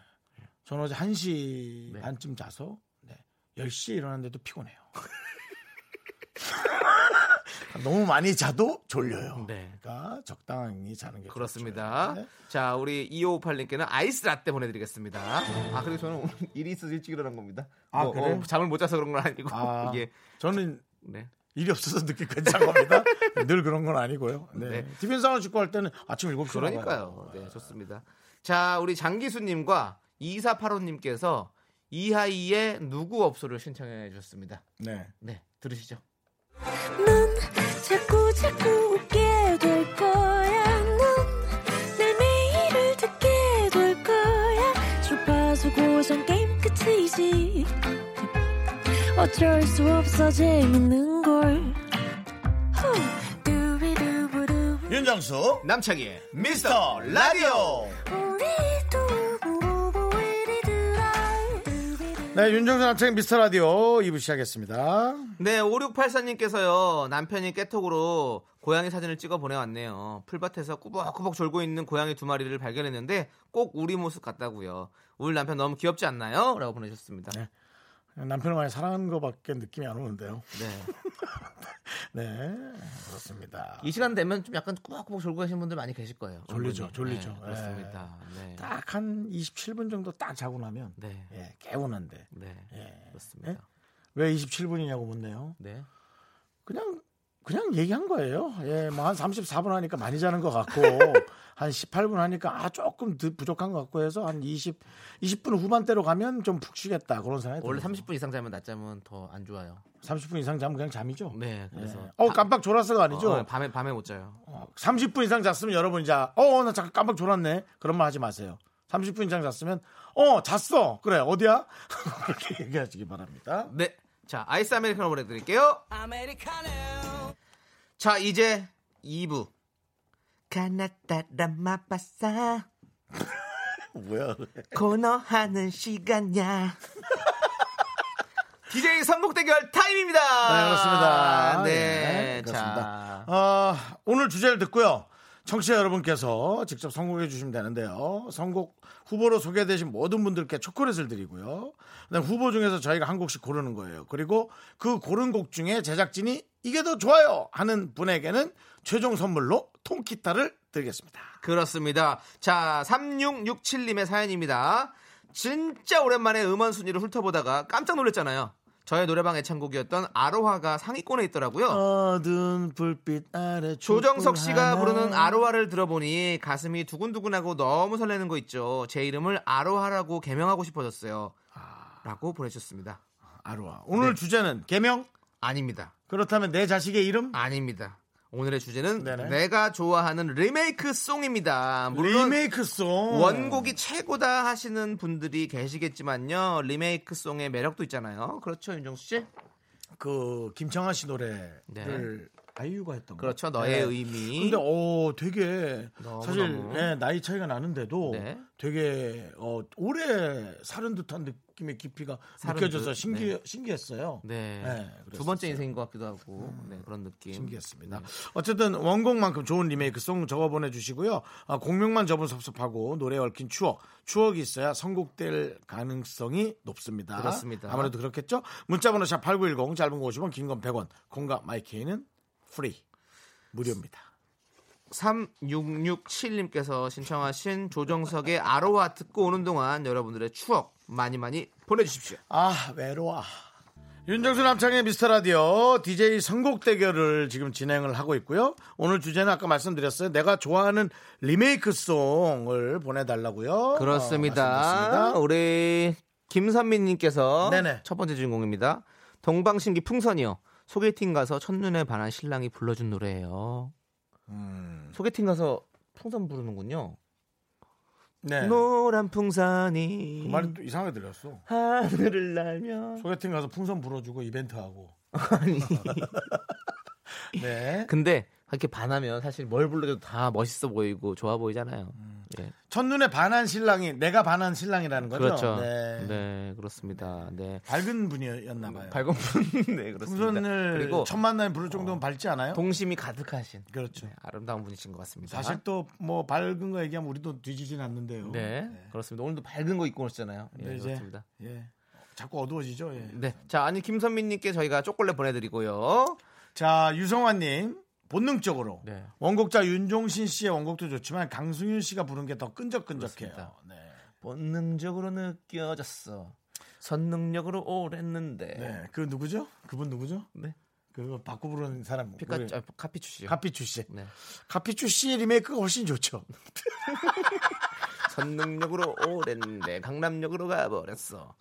Speaker 1: 저는 어제 1시
Speaker 2: 네.
Speaker 1: 반쯤 자서 네. 10시에 일어났는데도 피곤해요. 너무 많이 자도 졸려요.
Speaker 2: 네.
Speaker 1: 그러니까 적당히 자는 게
Speaker 2: 그렇습니다.
Speaker 1: 좋죠. 네.
Speaker 2: 자, 우리 2558님께는 아이스 라떼 보내드리겠습니다. 아, 그리고 저는 오늘 일이 있어서 일찍 일어난 겁니다.
Speaker 1: 아, 그래요?
Speaker 2: 어, 잠을 못 자서 그런 건 아니고.
Speaker 1: 아,
Speaker 2: 이게,
Speaker 1: 저는
Speaker 2: 네.
Speaker 1: 일이 없어서 늦게까지 잔 겁니다. 늘 그런 건 아니고요. 네.
Speaker 2: 네.
Speaker 1: 디펜스하나 축구 할 때는 아침 7시
Speaker 2: 그러니까요. 네, 좋습니다. 자, 우리 장기수님과 2485님께서 이하이의 누구 업소를 신청해 주셨습니다.
Speaker 1: 네.
Speaker 2: 네, 들으시죠.
Speaker 7: 넌 자꾸 자꾸 웃게 될 거야. 넌내 매일을 듣게 될 거야. 주파수 고정 게임 끝이지. 어쩔 수 없어 재밌는 걸. 후. 두비두부두.
Speaker 1: 윤정수
Speaker 2: 남창희의
Speaker 1: 미스터 라디오.
Speaker 7: 우리 두부부부 우리 두라. 두비두부.
Speaker 1: 네, 윤정수 남창 미스터 라디오 2부 시작했습니다.
Speaker 2: 네, 5684님께서요. 남편이 깨톡으로 고양이 사진을 찍어 보내왔네요. 풀밭에서 꾸벅꾸벅 졸고 있는 고양이 두 마리를 발견했는데 꼭 우리 모습 같다고요. 우리 남편 너무 귀엽지 않나요? 라고 보내셨습니다. 네.
Speaker 1: 네. 남편을 많이 사랑하는 것밖에 느낌이 안 오는데요. 네. 그렇습니다.
Speaker 2: 이 시간 되면 좀 약간 꾸벅꾸벅 졸고 계신 분들 많이 계실 거예요.
Speaker 1: 졸리죠,
Speaker 2: 은근히.
Speaker 1: 졸리죠.
Speaker 2: 네, 그렇습니다. 네.
Speaker 1: 딱 한 27분 정도 딱 자고 나면
Speaker 2: 네.
Speaker 1: 예, 개운한데
Speaker 2: 네.
Speaker 1: 예. 아,
Speaker 2: 그렇습니다.
Speaker 1: 왜 27분이냐고 묻네요.
Speaker 2: 네.
Speaker 1: 그냥 그냥 얘기한 거예요. 예, 뭐 한 34분 하니까 많이 자는 것 같고 한 18분 하니까 아 조금 더 부족한 것 같고 해서 한 20, 20분 후반대로 가면 좀 푹 쉬겠다 그런 생각이
Speaker 2: 원래
Speaker 1: 들어요.
Speaker 2: 30분 이상 자면 낮잠은 더 안 좋아요.
Speaker 1: 30분 이상 자면 그냥 잠이죠.
Speaker 2: 네. 그래서
Speaker 1: 예. 어 깜빡 졸았어가 아니죠.
Speaker 2: 어, 밤에 밤에 못 자요.
Speaker 1: 어, 30분 이상 잤으면 여러분 이제 어나 잠깐 깜빡 졸았네 그런 말 하지 마세요. 30분 이상 잤으면 어 잤어 그래 어디야 그렇게 얘기하시기 바랍니다.
Speaker 2: 네. 자, 아이스 아메리카노 보내드릴게요. 자, 이제 2부. 가나타라마바사
Speaker 1: 뭐야?
Speaker 2: 코너하는 시간야. DJ 선곡 대결 타임입니다.
Speaker 1: 네, 그렇습니다.
Speaker 2: 네,
Speaker 1: 예,
Speaker 2: 자.
Speaker 1: 그렇습니다. 어, 오늘 주제를 듣고요. 청취자 여러분께서 직접 선곡해 주시면 되는데요. 선곡 후보로 소개되신 모든 분들께 초콜릿을 드리고요. 그다음 후보 중에서 저희가 한 곡씩 고르는 거예요. 그리고 그 고른 곡 중에 제작진이 이게 더 좋아요 하는 분에게는 최종 선물로 통기타를 드리겠습니다.
Speaker 2: 그렇습니다. 자, 3667님의 사연입니다. 진짜 오랜만에 음원 순위를 훑어보다가 깜짝 놀랐잖아요. 저의 노래방 애창곡이었던 아로하가 상위권에 있더라고요.
Speaker 1: 어, 어두운 불빛 아래
Speaker 2: 조정석 씨가
Speaker 1: 촛불 하나.
Speaker 2: 부르는 아로하를 들어보니 가슴이 두근두근하고 너무 설레는 거 있죠. 제 이름을 아로하라고 개명하고 싶어졌어요.
Speaker 1: 아.
Speaker 2: 라고 보내주셨습니다.
Speaker 1: 아로하. 오늘 주제는 개명
Speaker 2: 아닙니다.
Speaker 1: 그렇다면 내 자식의 이름
Speaker 2: 아닙니다. 오늘의 주제는
Speaker 1: 네네.
Speaker 2: 내가 좋아하는 리메이크 송입니다. 물론
Speaker 1: 리메이크 송
Speaker 2: 원곡이 최고다 하시는 분들이 계시겠지만요. 리메이크 송의 매력도 있잖아요. 그렇죠, 윤정수 씨?
Speaker 1: 그 김청아 씨 노래를 아이유가 했던 거.
Speaker 2: 그렇죠. 너의
Speaker 1: 네.
Speaker 2: 의미.
Speaker 1: 근데 어 되게
Speaker 2: 너무너무.
Speaker 1: 사실 네, 나이 차이가 나는데도
Speaker 2: 네.
Speaker 1: 되게 어 오래 사른 듯한 느낌의 깊이가
Speaker 2: 사른
Speaker 1: 느껴져서
Speaker 2: 듯,
Speaker 1: 신기
Speaker 2: 네.
Speaker 1: 신기했어요.
Speaker 2: 네.
Speaker 1: 네,
Speaker 2: 두 번째 인생인 것 같기도 하고. 네, 그런 느낌.
Speaker 1: 신기했습니다. 어쨌든 원곡만큼 좋은 리메이크 송 적어 보내주시고요. 아, 공명만 접은 섭섭하고 노래 얽힌 추억, 추억이 있어야 선곡될 가능성이 높습니다.
Speaker 2: 그렇습니다.
Speaker 1: 아무래도 그렇겠죠. 문자번호 샵 #8910 짧은 거 50원, 긴 건 100원. 공과 마이케이는 프리 무료입니다.
Speaker 2: 3667님께서 신청하신 조정석의 아로하 듣고 오는 동안 여러분들의 추억 많이 많이 보내주십시오.
Speaker 1: 아 외로워. 윤정수 남창의 미스터 라디오 DJ 선곡 대결을 지금 진행을 하고 있고요. 오늘 주제는 아까 말씀드렸어요. 내가 좋아하는 리메이크 송을 보내달라고요. 어,
Speaker 2: 그렇습니다.
Speaker 1: 말씀드렸습니다.
Speaker 2: 아, 우리 김선민님께서
Speaker 1: 네네.
Speaker 2: 첫 번째 주인공입니다. 동방신기 풍선이요. 소개팅 가서 첫눈에 반한 신랑이 불러준 노래예요. 소개팅 가서 풍선 부르는군요.
Speaker 1: 네.
Speaker 2: 노란
Speaker 1: 그
Speaker 2: 풍선이
Speaker 1: 말이 또 이상하게 들렸어.
Speaker 2: 하늘을 날면
Speaker 1: 소개팅 가서 풍선 불어주고 이벤트 하고.
Speaker 2: 아니
Speaker 1: 네.
Speaker 2: 근데 이렇게 반하면 사실 뭘 불러도 다 멋있어 보이고 좋아 보이잖아요.
Speaker 1: 음.
Speaker 2: 예.
Speaker 1: 첫눈에 반한 신랑이 내가 반한 신랑이라는 거죠.
Speaker 2: 그렇죠.
Speaker 1: 네.
Speaker 2: 네. 그렇습니다. 네.
Speaker 1: 밝은 분이었나 봐요.
Speaker 2: 밝은 분, 네 그렇습니다.
Speaker 1: 풍선을
Speaker 2: 그리고 어.
Speaker 1: 첫 만남에 부를 정도면 밝지 않아요?
Speaker 2: 동심이 가득하신
Speaker 1: 그렇죠.
Speaker 2: 네, 아름다운 분이신 것 같습니다.
Speaker 1: 사실 또 뭐 밝은 거 얘기하면 우리도 뒤지진 않는데요.
Speaker 2: 네, 그렇습니다. 오늘도 밝은 거 입고 오셨잖아요. 예,
Speaker 1: 네, 이제
Speaker 2: 그렇습니다.
Speaker 1: 예. 자꾸 어두워지죠. 예.
Speaker 2: 네, 자 아니 김선민님께 저희가 초콜릿 보내드리고요.
Speaker 1: 자 유성환님 본능적으로
Speaker 2: 네.
Speaker 1: 원곡자 윤종신 씨의 원곡도 좋지만 강승윤 씨가 부른 게 더 끈적끈적해요.
Speaker 2: 그렇습니다.
Speaker 1: 네.
Speaker 2: 본능적으로 느껴졌어. 선능력으로 오랬는데.
Speaker 1: 네. 그 누구죠? 그분 누구죠?
Speaker 2: 네.
Speaker 1: 그거 바꾸 부르는 사람.
Speaker 2: 피카
Speaker 1: 우리
Speaker 2: 아, 카피 주시죠.
Speaker 1: 카피추 씨.
Speaker 2: 네.
Speaker 1: 카피추 씨의 리메이크가 훨씬 좋죠.
Speaker 2: 전능력으로 오랬는데 강남역으로 가버렸어.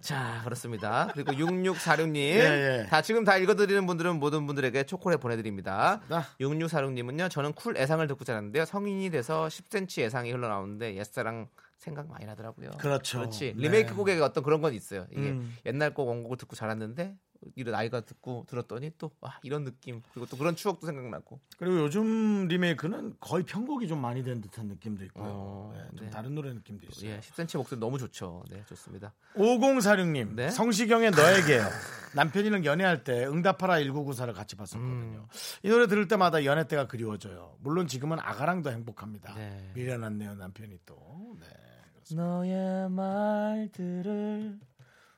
Speaker 2: 자 그렇습니다. 그리고 6646님
Speaker 1: 예, 예.
Speaker 2: 다 지금 다 읽어드리는 분들은 모든 분들에게 초콜릿 보내드립니다.
Speaker 1: 아.
Speaker 2: 6646님은요 저는 쿨 애상을 듣고 자랐는데요 성인이 돼서 10cm 애상이 흘러나오는데 옛사랑 생각 많이 나더라고요.
Speaker 1: 그렇죠.
Speaker 2: 그렇지
Speaker 1: 네. 음.
Speaker 2: 리메이크 곡에 어떤 그런 건 있어요. 이게 옛날 곡 원곡을 듣고 자랐는데 이런 나이가 듣고 들었더니 또 아, 이런 느낌 그리고 또 그런 추억도 생각나고
Speaker 1: 그리고 요즘 리메이크는 거의 편곡이 좀 많이 된 듯한 느낌도 있고요.
Speaker 2: 어,
Speaker 1: 예, 좀
Speaker 2: 네.
Speaker 1: 다른 노래 느낌도 있어요.
Speaker 2: 예 10cm 목소리 너무 좋죠. 네 좋습니다.
Speaker 1: 5046님,
Speaker 2: 네?
Speaker 1: 성시경의 너에게요. 남편이랑 연애할 때 응답하라 1994를 같이 봤었거든요.
Speaker 2: 음.
Speaker 1: 이 노래 들을 때마다 연애 때가 그리워져요. 물론 지금은 아가랑 더 행복합니다.
Speaker 2: 네.
Speaker 1: 미련한네요 남편이 또. 네.
Speaker 2: 너의 말들을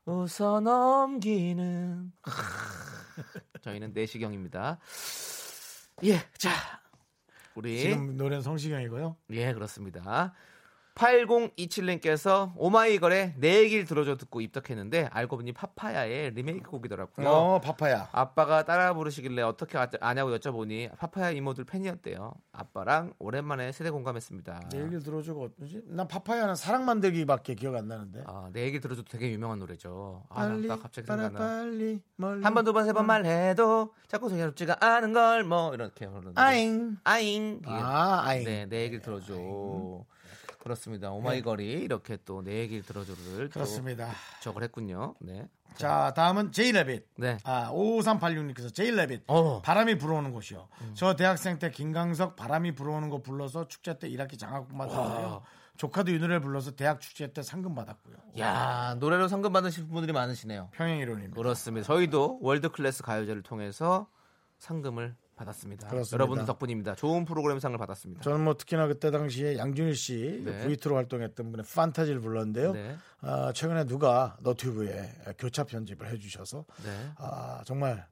Speaker 2: 웃어 넘기는 저희는 내시경입니다. 예, 자 우리
Speaker 1: 지금 노래는 성시경이고요.
Speaker 2: 예 그렇습니다. 8027님께서 오마이걸의 내 얘기를 들어줘 듣고 입덕했는데 알고 보니 파파야의 리메이크 곡이더라고요.
Speaker 1: 어, 파파야.
Speaker 2: 아빠가 따라 부르시길래 어떻게 아- 아냐고 여쭤보니 파파야 이모들 팬이었대요. 아빠랑 오랜만에 세대 공감했습니다.
Speaker 1: 내 얘기를 들어주고 어쩌지? 난 파파야는 사랑 만들기밖에 기억 안 나는데.
Speaker 2: 아, 내 얘기 들어줘도 되게 유명한 노래죠. 아, 나- 나 갑자기
Speaker 1: 빨아,
Speaker 2: 생각나.
Speaker 1: 빨리 멀리.
Speaker 2: 한 번, 두 번, 세 번 말해도 자꾸 생각지가 않은 걸 뭐 이렇게 부르는
Speaker 1: 아잉.
Speaker 2: 아잉. 이게
Speaker 1: 아, 아잉.
Speaker 2: 네, 내 얘기를 들어줘. 그렇습니다. 오마이걸이 이렇게 또 내 얘기를 들어줘를 또
Speaker 1: 그렇습니다.
Speaker 2: 적을 했군요. 네.
Speaker 1: 자, 다음은 제이레빗.
Speaker 2: 네.
Speaker 1: 아, 5386님께서 제이레빗.
Speaker 2: 어.
Speaker 1: 바람이 불어오는 곳이요. 저 대학생 때 김강석 바람이 불어오는 거 불러서 축제 때 1학기 장학금 받았고요. 조카도 이 노래를 불러서 대학 축제 때 상금 받았고요.
Speaker 2: 야, 노래로 상금 받으신 분들이 많으시네요.
Speaker 1: 평행이론입니다.
Speaker 2: 그렇습니다. 저희도 월드 클래스 가요제를 통해서 상금을 받았습니다.
Speaker 1: 그렇습니다.
Speaker 2: 여러분들 덕분입니다. 좋은 프로그램상을 받았습니다.
Speaker 1: 저는 뭐 특히나 그때 당시에 양준일 씨
Speaker 2: 네.
Speaker 1: V2로 활동했던 분의 판타지를 불렀는데요.
Speaker 2: 네.
Speaker 1: 아, 최근에 누가 너튜브에 교차 편집을 해주셔서
Speaker 2: 네.
Speaker 1: 아, 정말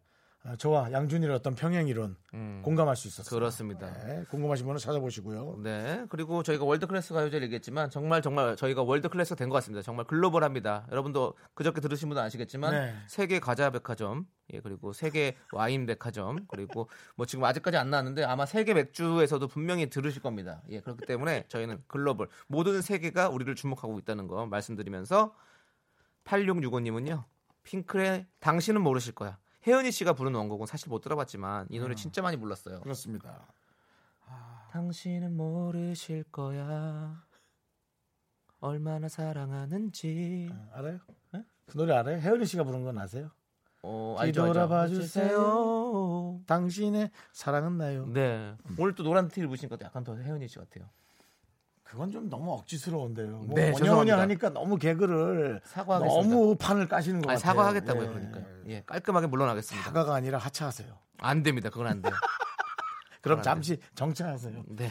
Speaker 1: 아, 저와 양준일의 어떤 평행이론 공감할 수 있었어요.
Speaker 2: 음. 그렇습니다.
Speaker 1: 네, 궁금하신 분은 찾아보시고요.
Speaker 2: 네. 그리고 저희가 월드클래스 가요제를 얘기했지만 정말 정말 저희가 월드클래스가 된 것 같습니다. 정말 글로벌합니다. 여러분도 그저께 들으신 분은 아시겠지만
Speaker 1: 네.
Speaker 2: 세계 과자 백화점 예, 그리고 세계 와인 백화점 그리고 뭐 지금 아직까지 안 나왔는데 아마 세계 맥주에서도 분명히 들으실 겁니다. 예, 그렇기 때문에 저희는 글로벌 모든 세계가 우리를 주목하고 있다는 거 말씀드리면서 8665님은요. 핑클의 당신은 모르실 거야. 혜은이 씨가 부른 원곡은 사실 못 들어봤지만 이 노래 진짜 많이 불렀어요.
Speaker 1: 그렇습니다.
Speaker 2: 당신은 모르실 거야 얼마나 사랑하는지
Speaker 1: 알아요? 그 노래 알아요? 혜은이 씨가 부른 건 아세요?
Speaker 2: 어, 알죠, 알죠.
Speaker 1: 뒤돌아봐 주세요. 당신의 사랑은 나요.
Speaker 2: 네. 오늘 또 노란 티를 입으시니까 또 약간 더 혜연이 씨 같아요.
Speaker 1: 그건 좀 너무 억지스러운데요. 뭐
Speaker 2: 네,
Speaker 1: 원영원영
Speaker 2: 죄송합니다.
Speaker 1: 하니까 너무 개그를
Speaker 2: 사과하겠습니다.
Speaker 1: 너무 판을 까시는 것
Speaker 2: 아,
Speaker 1: 같아요.
Speaker 2: 사과하겠다고요,
Speaker 1: 예.
Speaker 2: 그러니까. 예, 깔끔하게 물러나겠습니다.
Speaker 1: 사과가 아니라 하차하세요.
Speaker 2: 안 됩니다. 그건 안 돼요.
Speaker 1: 그럼
Speaker 2: 안
Speaker 1: 잠시 정차하세요.
Speaker 2: 네.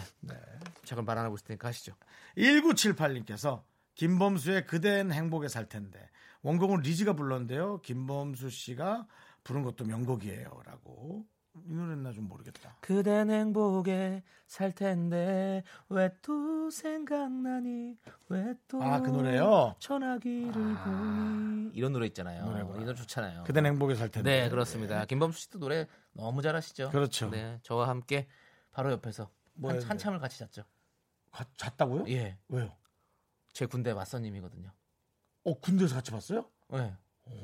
Speaker 2: 자, 그럼 말 안 하고 있을 테니까 하시죠.
Speaker 1: 1978님께서 김범수의 그댄 행복에 살 텐데 원곡은 리즈가 불렀는데요. 김범수 씨가 부른 것도 명곡이에요라고 이 노래는 나 좀 모르겠다.
Speaker 2: 그댄 행복에 살 텐데 왜 또 생각나니 왜또
Speaker 1: 아, 그
Speaker 2: 음.
Speaker 1: 노래요?
Speaker 2: 전화기를 보니 아, 이런 노래 있잖아요.
Speaker 1: 노래구나.
Speaker 2: 이 노래 좋잖아요.
Speaker 1: 그댄 행복에 살 텐데. 예.
Speaker 2: 네, 그렇습니다. 김범수 씨도 노래 너무 잘하시죠.
Speaker 1: 그렇죠.
Speaker 2: 네, 저와 함께 바로 옆에서
Speaker 1: 뭐
Speaker 2: 한,
Speaker 1: 했는데?
Speaker 2: 한참을 같이 잤죠.
Speaker 1: 어? 가- 잤다고요?
Speaker 2: 예,
Speaker 1: 왜요?
Speaker 2: 제 군대 맞선님이거든요.
Speaker 1: 어 군대에서 같이 봤어요?
Speaker 2: 예,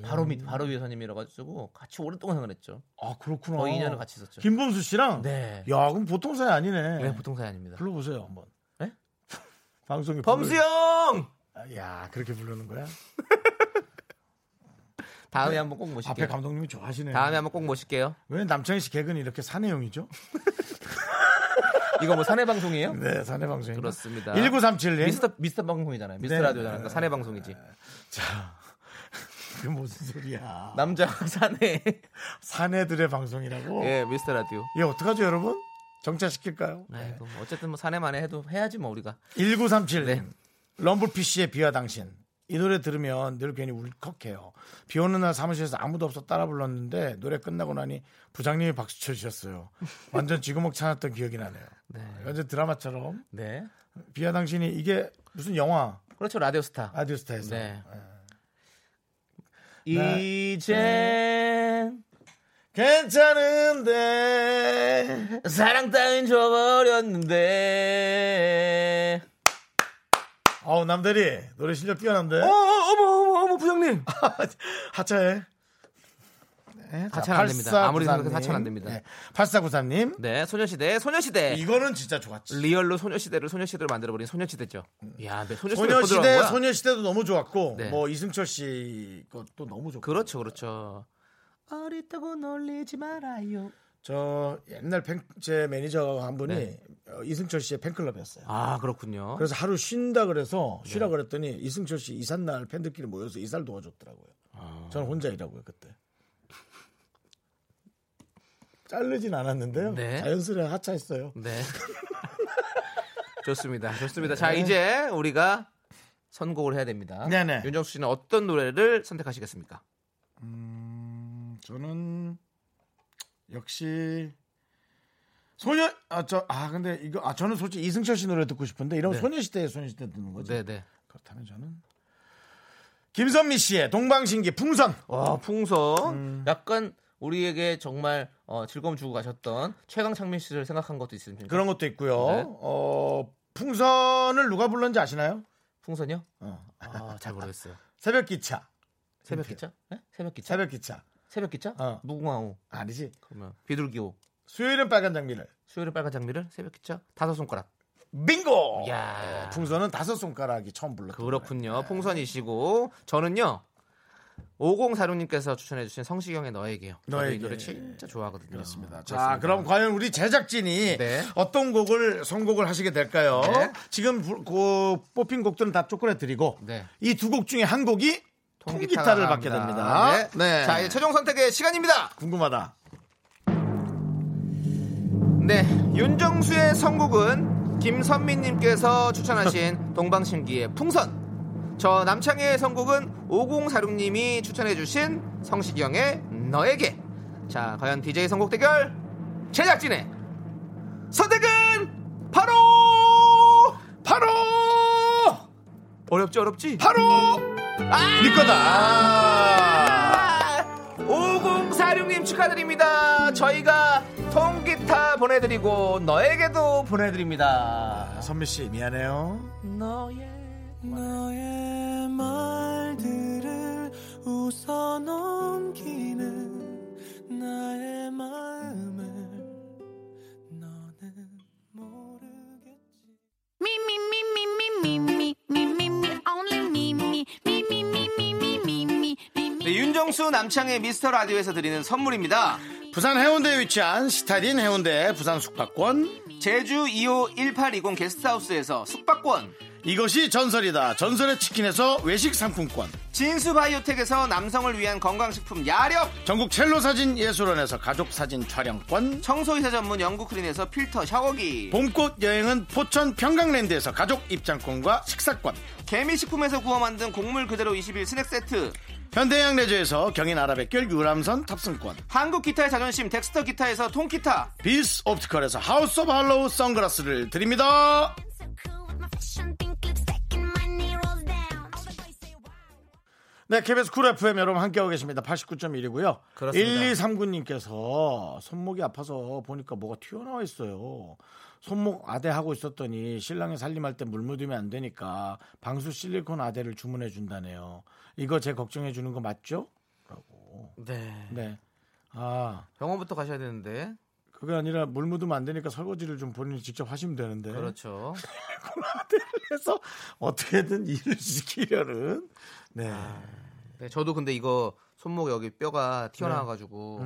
Speaker 2: 바로 밑 바로 위에 선님이라 가지고 같이 오랫동안 생활 했죠.
Speaker 1: 아 그렇구나.
Speaker 2: 거의 2년을 같이 있었죠.
Speaker 1: 김범수 씨랑.
Speaker 2: 네,
Speaker 1: 야 그럼 보통 사이 아니네.
Speaker 2: 네, 보통 사이 아닙니다.
Speaker 1: 불러보세요 한번.
Speaker 2: 예?
Speaker 1: 방송에
Speaker 2: 범수
Speaker 1: 불러-
Speaker 2: 형
Speaker 1: 아, 야 그렇게 부르는 거야?
Speaker 2: 다음에 한번 꼭
Speaker 1: 네. 앞에
Speaker 2: 모실게요.
Speaker 1: 감독님이 좋아하시네.
Speaker 2: 다음에 한번 꼭 모실게요.
Speaker 1: 왜 남창희 씨 개그는 이렇게 사내용이죠?
Speaker 2: 이거 뭐 사내 방송이에요?
Speaker 1: 네, 사내 방송입니다.
Speaker 2: 그렇습니다.
Speaker 1: 1937님.
Speaker 2: 미스터 미스터 방송이잖아요. 미스터
Speaker 1: 네.
Speaker 2: 라디오잖아요. 그러니까 사내 방송이지.
Speaker 1: 자. 그 무슨 소리야?
Speaker 2: 남자 사내.
Speaker 1: 사내들의 방송이라고?
Speaker 2: 예, 미스터 라디오.
Speaker 1: 예, 어떡하죠, 여러분? 정차시킬까요?
Speaker 2: 아이고, 뭐 어쨌든 뭐 사내만에 해도 해야지 뭐 우리가.
Speaker 1: 1937님.
Speaker 2: 네.
Speaker 1: 럼블피쉬의 비와 당신. 이 노래 들으면 늘 괜히 울컥해요. 비 오는 날 사무실에서 아무도 없어 따라 불렀는데 노래 끝나고 나니 부장님이 박수 쳐주셨어요. 완전 쥐구멍 차놨던 기억이 나네요. 완전 드라마처럼.
Speaker 2: 네.
Speaker 1: 비와 당신이 이게 무슨 영화,
Speaker 2: 그렇죠. 라디오 스타.
Speaker 1: 라디오스타에서.
Speaker 2: 네.
Speaker 1: 나-
Speaker 2: 이젠
Speaker 1: 괜찮은데.
Speaker 2: 사랑 따윈 줘버렸는데.
Speaker 1: 아우 남대리 노래 실력 뛰어난데.
Speaker 2: 어, 어머, 어머, 어머, 부장님.
Speaker 1: 하차해. 네, 자,
Speaker 2: 하차는 안 됩니다.
Speaker 1: 8493
Speaker 2: 아무리 생각해도
Speaker 1: 님.
Speaker 2: 하차는 안 됩니다.
Speaker 1: 네, 8493님.
Speaker 2: 네, 소녀시대, 소녀시대.
Speaker 1: 이거는 진짜 좋았지.
Speaker 2: 리얼로 소녀시대를 소녀시대로 만들어버린 소녀시대죠. 이야, 네, 소녀시대.
Speaker 1: 소녀시대 소녀시대도 너무 좋았고
Speaker 2: 네.
Speaker 1: 뭐 이승철 씨 것도 너무 좋고.
Speaker 2: 그렇죠, 그렇죠. 어리다고 놀리지 말아요.
Speaker 1: 저 옛날 팬, 제 매니저 한 분이
Speaker 2: 네.
Speaker 1: 어, 이승철 씨의 팬클럽이었어요.
Speaker 2: 아, 네. 그렇군요.
Speaker 1: 그래서 하루 쉰다 그래서 쉬라 그랬더니 이승철 씨 이삿날 팬들끼리 모여서 이사를 도와줬더라고요.
Speaker 2: 아.
Speaker 1: 저는 혼자 일하고요 그때. 자르진 않았는데요.
Speaker 2: 네.
Speaker 1: 자연스레 하차했어요.
Speaker 2: 네. 좋습니다. 좋습니다. 자, 이제 우리가 선곡을 해야 됩니다.
Speaker 1: 네네.
Speaker 2: 윤정수 씨는 어떤 노래를 선택하시겠습니까?
Speaker 1: 저는 역시 소녀 아 저 아 근데 이거 아 저는 솔직히 이승철 씨 노래 듣고 싶은데 이런 소녀시대의 소녀시대 듣는 거죠.
Speaker 2: 네. 네네.
Speaker 1: 그렇다면 저는 김선미 씨의 동방신기 풍선.
Speaker 2: 와, 어, 풍선. 약간 우리에게 정말 어, 즐거움 주고 가셨던 최강창민 씨를 생각한 것도 있습니다.
Speaker 1: 그런 것도 있고요.
Speaker 2: 네.
Speaker 1: 어, 풍선을 누가 불렀는지 아시나요?
Speaker 2: 풍선이요?
Speaker 1: 어.
Speaker 2: 아, 잘 모르겠어요.
Speaker 1: 새벽 기차.
Speaker 2: 새벽 기차? 네? 새벽 기차?
Speaker 1: 새벽 기차.
Speaker 2: 새벽 기차?
Speaker 1: 어.
Speaker 2: 무궁화호.
Speaker 1: 아니지.
Speaker 2: 그러면 비둘기호.
Speaker 1: 수요일은 빨간 장미를.
Speaker 2: 수요일에 빨간 장미를 새벽 기차 다섯 손가락.
Speaker 1: 빙고.
Speaker 2: 야.
Speaker 1: 풍선은 다섯 손가락이 처음 불렀던 네.
Speaker 2: 그렇군요. 풍선이시고 저는요. 5046님께서 추천해주신 성시경의 너에게요. 저도
Speaker 1: 너에게.
Speaker 2: 이 노래 진짜 좋아하거든요.
Speaker 1: 그렇습니다. 자, 그럼 과연 우리 제작진이
Speaker 2: 네.
Speaker 1: 어떤 곡을 선곡을 하시게 될까요?
Speaker 2: 네.
Speaker 1: 지금 부- 그 뽑힌 곡들은 다 초콜릿 드리고
Speaker 2: 네.
Speaker 1: 이 두 곡 중에 한 곡이 통기타를 받게 됩니다.
Speaker 2: 네. 자 이제 최종 선택의 시간입니다.
Speaker 1: 궁금하다.
Speaker 2: 네, 윤정수의 선곡은 김선미님께서 추천하신 동방신기의 풍선. 저 남창희의 선곡은 5046님이 추천해주신 성시경의 너에게. 자, 과연 DJ 선곡 대결 제작진의 선택은 바로 바로 어렵지 어렵지 아!
Speaker 1: 바로 네 거다.
Speaker 2: 5046님 축하드립니다. 저희가 통기타 보내드리고 너에게도 보내드립니다.
Speaker 1: 선미 씨 미안해요.
Speaker 2: 너의
Speaker 8: 너의 말들을 웃어 넘기는 나의 마음을 너는 모르겠지.
Speaker 7: Me, me, me, me, me, me, me, me, me, me, only me, me, me, me, me, me, me, me, me, me, me.
Speaker 2: 네, 윤정수 남창의 미스터 라디오에서 드리는 선물입니다.
Speaker 1: 부산 해운대에 위치한 시타딘 해운대 부산 숙박권
Speaker 2: 제주 2호 1820 게스트하우스에서 숙박권,
Speaker 1: 이것이 전설이다 전설의 치킨에서 외식 상품권
Speaker 2: 진수 바이오텍에서 남성을 위한 건강식품 야력,
Speaker 1: 전국 첼로 사진 예술원에서 가족 사진 촬영권
Speaker 2: 청소이사 전문 영국 크린에서 필터 샤워기,
Speaker 1: 봄꽃 여행은 포천 평강랜드에서 가족 입장권과 식사권
Speaker 2: 개미식품에서 구워 만든 곡물 그대로 21 스낵 세트,
Speaker 1: 현대양 레저에서 경인 아라뱃길 유람선 탑승권
Speaker 2: 한국 기타의 자존심 덱스터 기타에서 통기타,
Speaker 1: 비스 옵티컬에서 하우스 오브 할로우 선글라스를 드립니다
Speaker 7: So cool with my fashion, pink lipstick, and my knee rolls down. All the boys say, wow.
Speaker 1: 네, KBS 쿨 FM 여러분 함께하고 계십니다. 89.1이고요.
Speaker 2: 그렇습니다.
Speaker 1: 1239님께서 손목이 아파서 보니까 뭐가 튀어나와 있어요. 손목 아대 하고 있었더니 신랑이 살림할 때 물 묻으면 안 되니까 방수 실리콘 아대를 주문해 준다네요. 이거 제 걱정해 주는 거 맞죠? 라고.
Speaker 2: 네.
Speaker 1: 네. 아,
Speaker 2: 병원부터 가셔야 되는데.
Speaker 1: 그게 아니라 물 묻으면 안 되니까 설거지를 좀 본인이 직접 하시면 되는데.
Speaker 2: 그렇죠.
Speaker 1: 실리콘 아대를 해서 어떻게든 일을 시키려는. 네.
Speaker 2: 네, 저도 근데 이거 손목 여기 뼈가 튀어나와가지고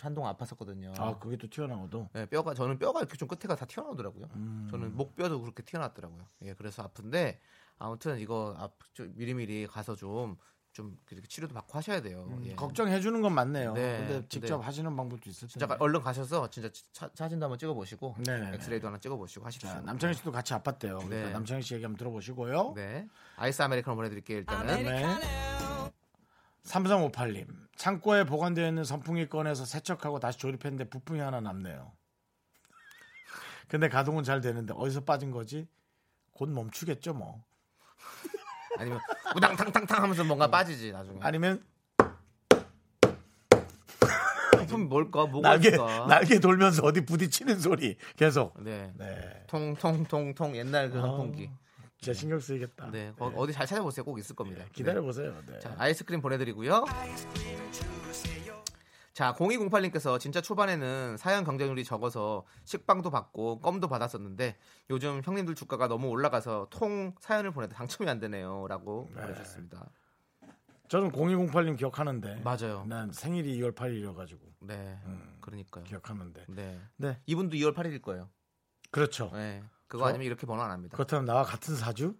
Speaker 2: 한동 네. 음. 아팠었거든요.
Speaker 1: 아, 그게 또 튀어나오도.
Speaker 2: 네, 뼈가 저는 뼈가 이렇게 좀 끝에가 다 튀어나오더라고요.
Speaker 1: 음.
Speaker 2: 저는 목뼈도 그렇게 튀어나왔더라고요. 예, 그래서 아픈데 아무튼 이거 앞, 좀 미리미리 가서 좀좀 이렇게 치료도 받고 하셔야 돼요.
Speaker 1: 음,
Speaker 2: 예.
Speaker 1: 걱정해 주는 건 맞네요.
Speaker 2: 네,
Speaker 1: 근데 직접
Speaker 2: 네.
Speaker 1: 하시는 방법도 있을
Speaker 2: 진짜
Speaker 1: 텐데.
Speaker 2: 가- 얼른 가셔서 진짜 차- 사진도 한번 찍어보시고
Speaker 1: 네네네.
Speaker 2: 엑스레이도 하나 찍어보시고 하십시오.
Speaker 1: 자, 남창희 씨도 같이 아팠대요. 그러니까
Speaker 2: 네.
Speaker 1: 남창희 씨 얘기 한번 들어보시고요.
Speaker 2: 네, 아이스 아메리카노 보내드릴게요 일단은.
Speaker 1: 네. 3358님. 창고에 보관되어 있는 선풍기 꺼내서 세척하고 다시 조립했는데 부품이 하나 남네요. 근데 가동은 잘 되는데 어디서 빠진 거지? 곧 멈추겠죠 뭐.
Speaker 2: 아니면 우당탕탕탕 하면서 뭔가 빠지지 나중에.
Speaker 1: 아니면
Speaker 2: 품이 뭘까? 뭐가
Speaker 1: 날개
Speaker 2: 있을까?
Speaker 1: 날개 돌면서 어디 부딪히는 소리 계속.
Speaker 2: 네.
Speaker 1: 네.
Speaker 2: 통통통통 옛날 그
Speaker 1: 아,
Speaker 2: 선풍기.
Speaker 1: 진짜 신경 쓰이겠다.
Speaker 2: 네. 거- 어디 잘 찾아보세요. 꼭 있을 겁니다.
Speaker 1: 기다려
Speaker 2: 네.
Speaker 1: 보세요. 네.
Speaker 2: 자, 아이스크림 보내드리고요. 자, 0208님께서 진짜 초반에는 사연 경쟁률이 적어서 식빵도 받고 껌도 받았었는데 요즘 형님들 주가가 너무 올라가서 통 사연을 보내도 당첨이 안 되네요. 라고 보내주셨습니다.
Speaker 1: 저는 0208님 기억하는데.
Speaker 2: 맞아요.
Speaker 1: 난 생일이 2월 8일이어가지고
Speaker 2: 네. 그러니까요.
Speaker 1: 네. 음. 기억하는데.
Speaker 2: 네.
Speaker 1: 네,
Speaker 2: 이분도 2월 8일일 거예요.
Speaker 1: 그렇죠.
Speaker 2: 네. 그거
Speaker 1: 저-
Speaker 2: 아니면 이렇게 번호 안 합니다.
Speaker 1: 그렇다면 나와 같은 사주,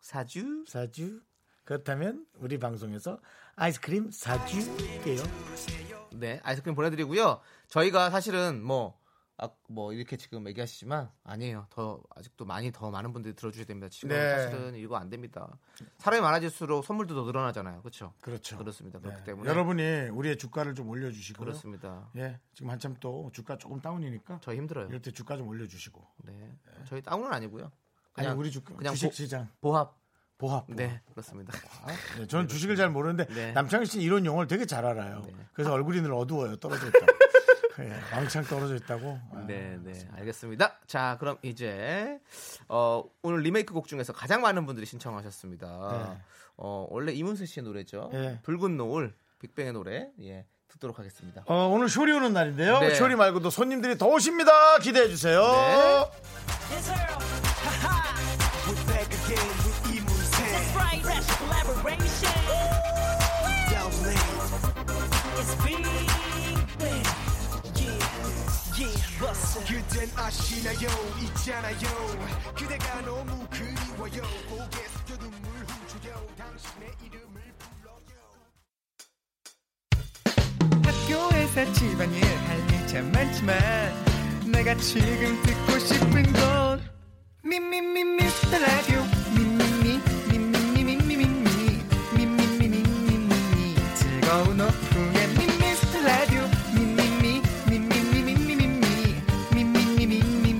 Speaker 2: 사주?
Speaker 1: 사주. 그렇다면 우리 방송에서 아이스크림 사주게요.
Speaker 2: 네, 아이스크림 보내드리고요. 저희가 사실은 뭐, 아, 뭐 이렇게 지금 얘기하시지만 아니에요. 더 아직도 많이 더 많은 분들이 들어주셔야 됩니다. 지금
Speaker 1: 네.
Speaker 2: 사실은 이거 안 됩니다. 사람이 많아질수록 선물도 더 늘어나잖아요. 그렇죠?
Speaker 1: 그렇죠.
Speaker 2: 그렇습니다.
Speaker 1: 네.
Speaker 2: 그렇기 때문에
Speaker 1: 여러분이 우리의 주가를 좀 올려주시고요.
Speaker 2: 그렇습니다.
Speaker 1: 예, 지금 한참 또 주가 조금 다운이니까
Speaker 2: 저희 힘들어요.
Speaker 1: 이럴 때 주가 좀 올려주시고.
Speaker 2: 네, 저희 다운은 아니고요.
Speaker 1: 아니
Speaker 2: 그냥
Speaker 1: 우리 주가
Speaker 2: 그냥
Speaker 1: 주식
Speaker 2: 보-
Speaker 1: 시장
Speaker 2: 보합.
Speaker 1: 보합.
Speaker 2: 네, 그렇습니다.
Speaker 1: 보합. 네, 저는 주식을 잘 모르는데
Speaker 2: 네.
Speaker 1: 남창희 씨는 이런 용어를 되게 잘 알아요. 그래서 얼굴이 늘 어두워요. 떨어져 있다. 예, 왕창 떨어져 있다고. 아,
Speaker 2: 네, 네, 알겠습니다. 자, 그럼 이제 어, 오늘 리메이크 곡 중에서 가장 많은 분들이 신청하셨습니다.
Speaker 1: 네.
Speaker 2: 어, 원래 이문세 씨의 노래죠.
Speaker 1: 예.
Speaker 2: 붉은 노을, 빅뱅의 노래, 예, 듣도록 하겠습니다.
Speaker 1: 어, 오늘 쇼리 오는 날인데요.
Speaker 2: 네.
Speaker 1: 쇼리 말고도 손님들이 더 오십니다. 기대해 주세요.
Speaker 2: 네.
Speaker 5: 학교에서 집안일 할 일 참 많지만 내가 지금 듣고 싶은 건 미미미 미스터 라디오 미미미 미미미미미미 미미미미미미 즐거운 오후에 미스터 라디오 미미미 미미미미미미 미미미미미미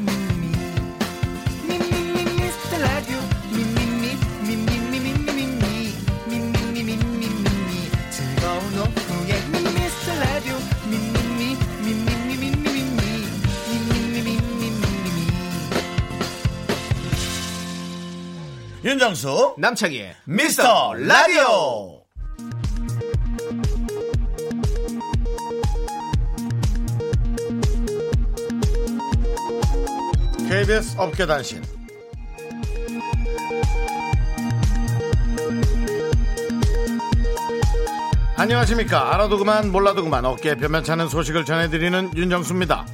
Speaker 5: 미미미 미스터 라디오 미미미 미미미미미미 미미미미미미 즐거운 오후에 미스터 라디오 미미미 미미미미미미 미미미미미미
Speaker 1: 윤정수
Speaker 2: 남창희의
Speaker 1: 미스터 라디오. KBS 업계 단신. 안녕하십니까. 알아도 그만 몰라도 그만 어깨에 변변찮은 소식을 전해드리는 윤정수입니다.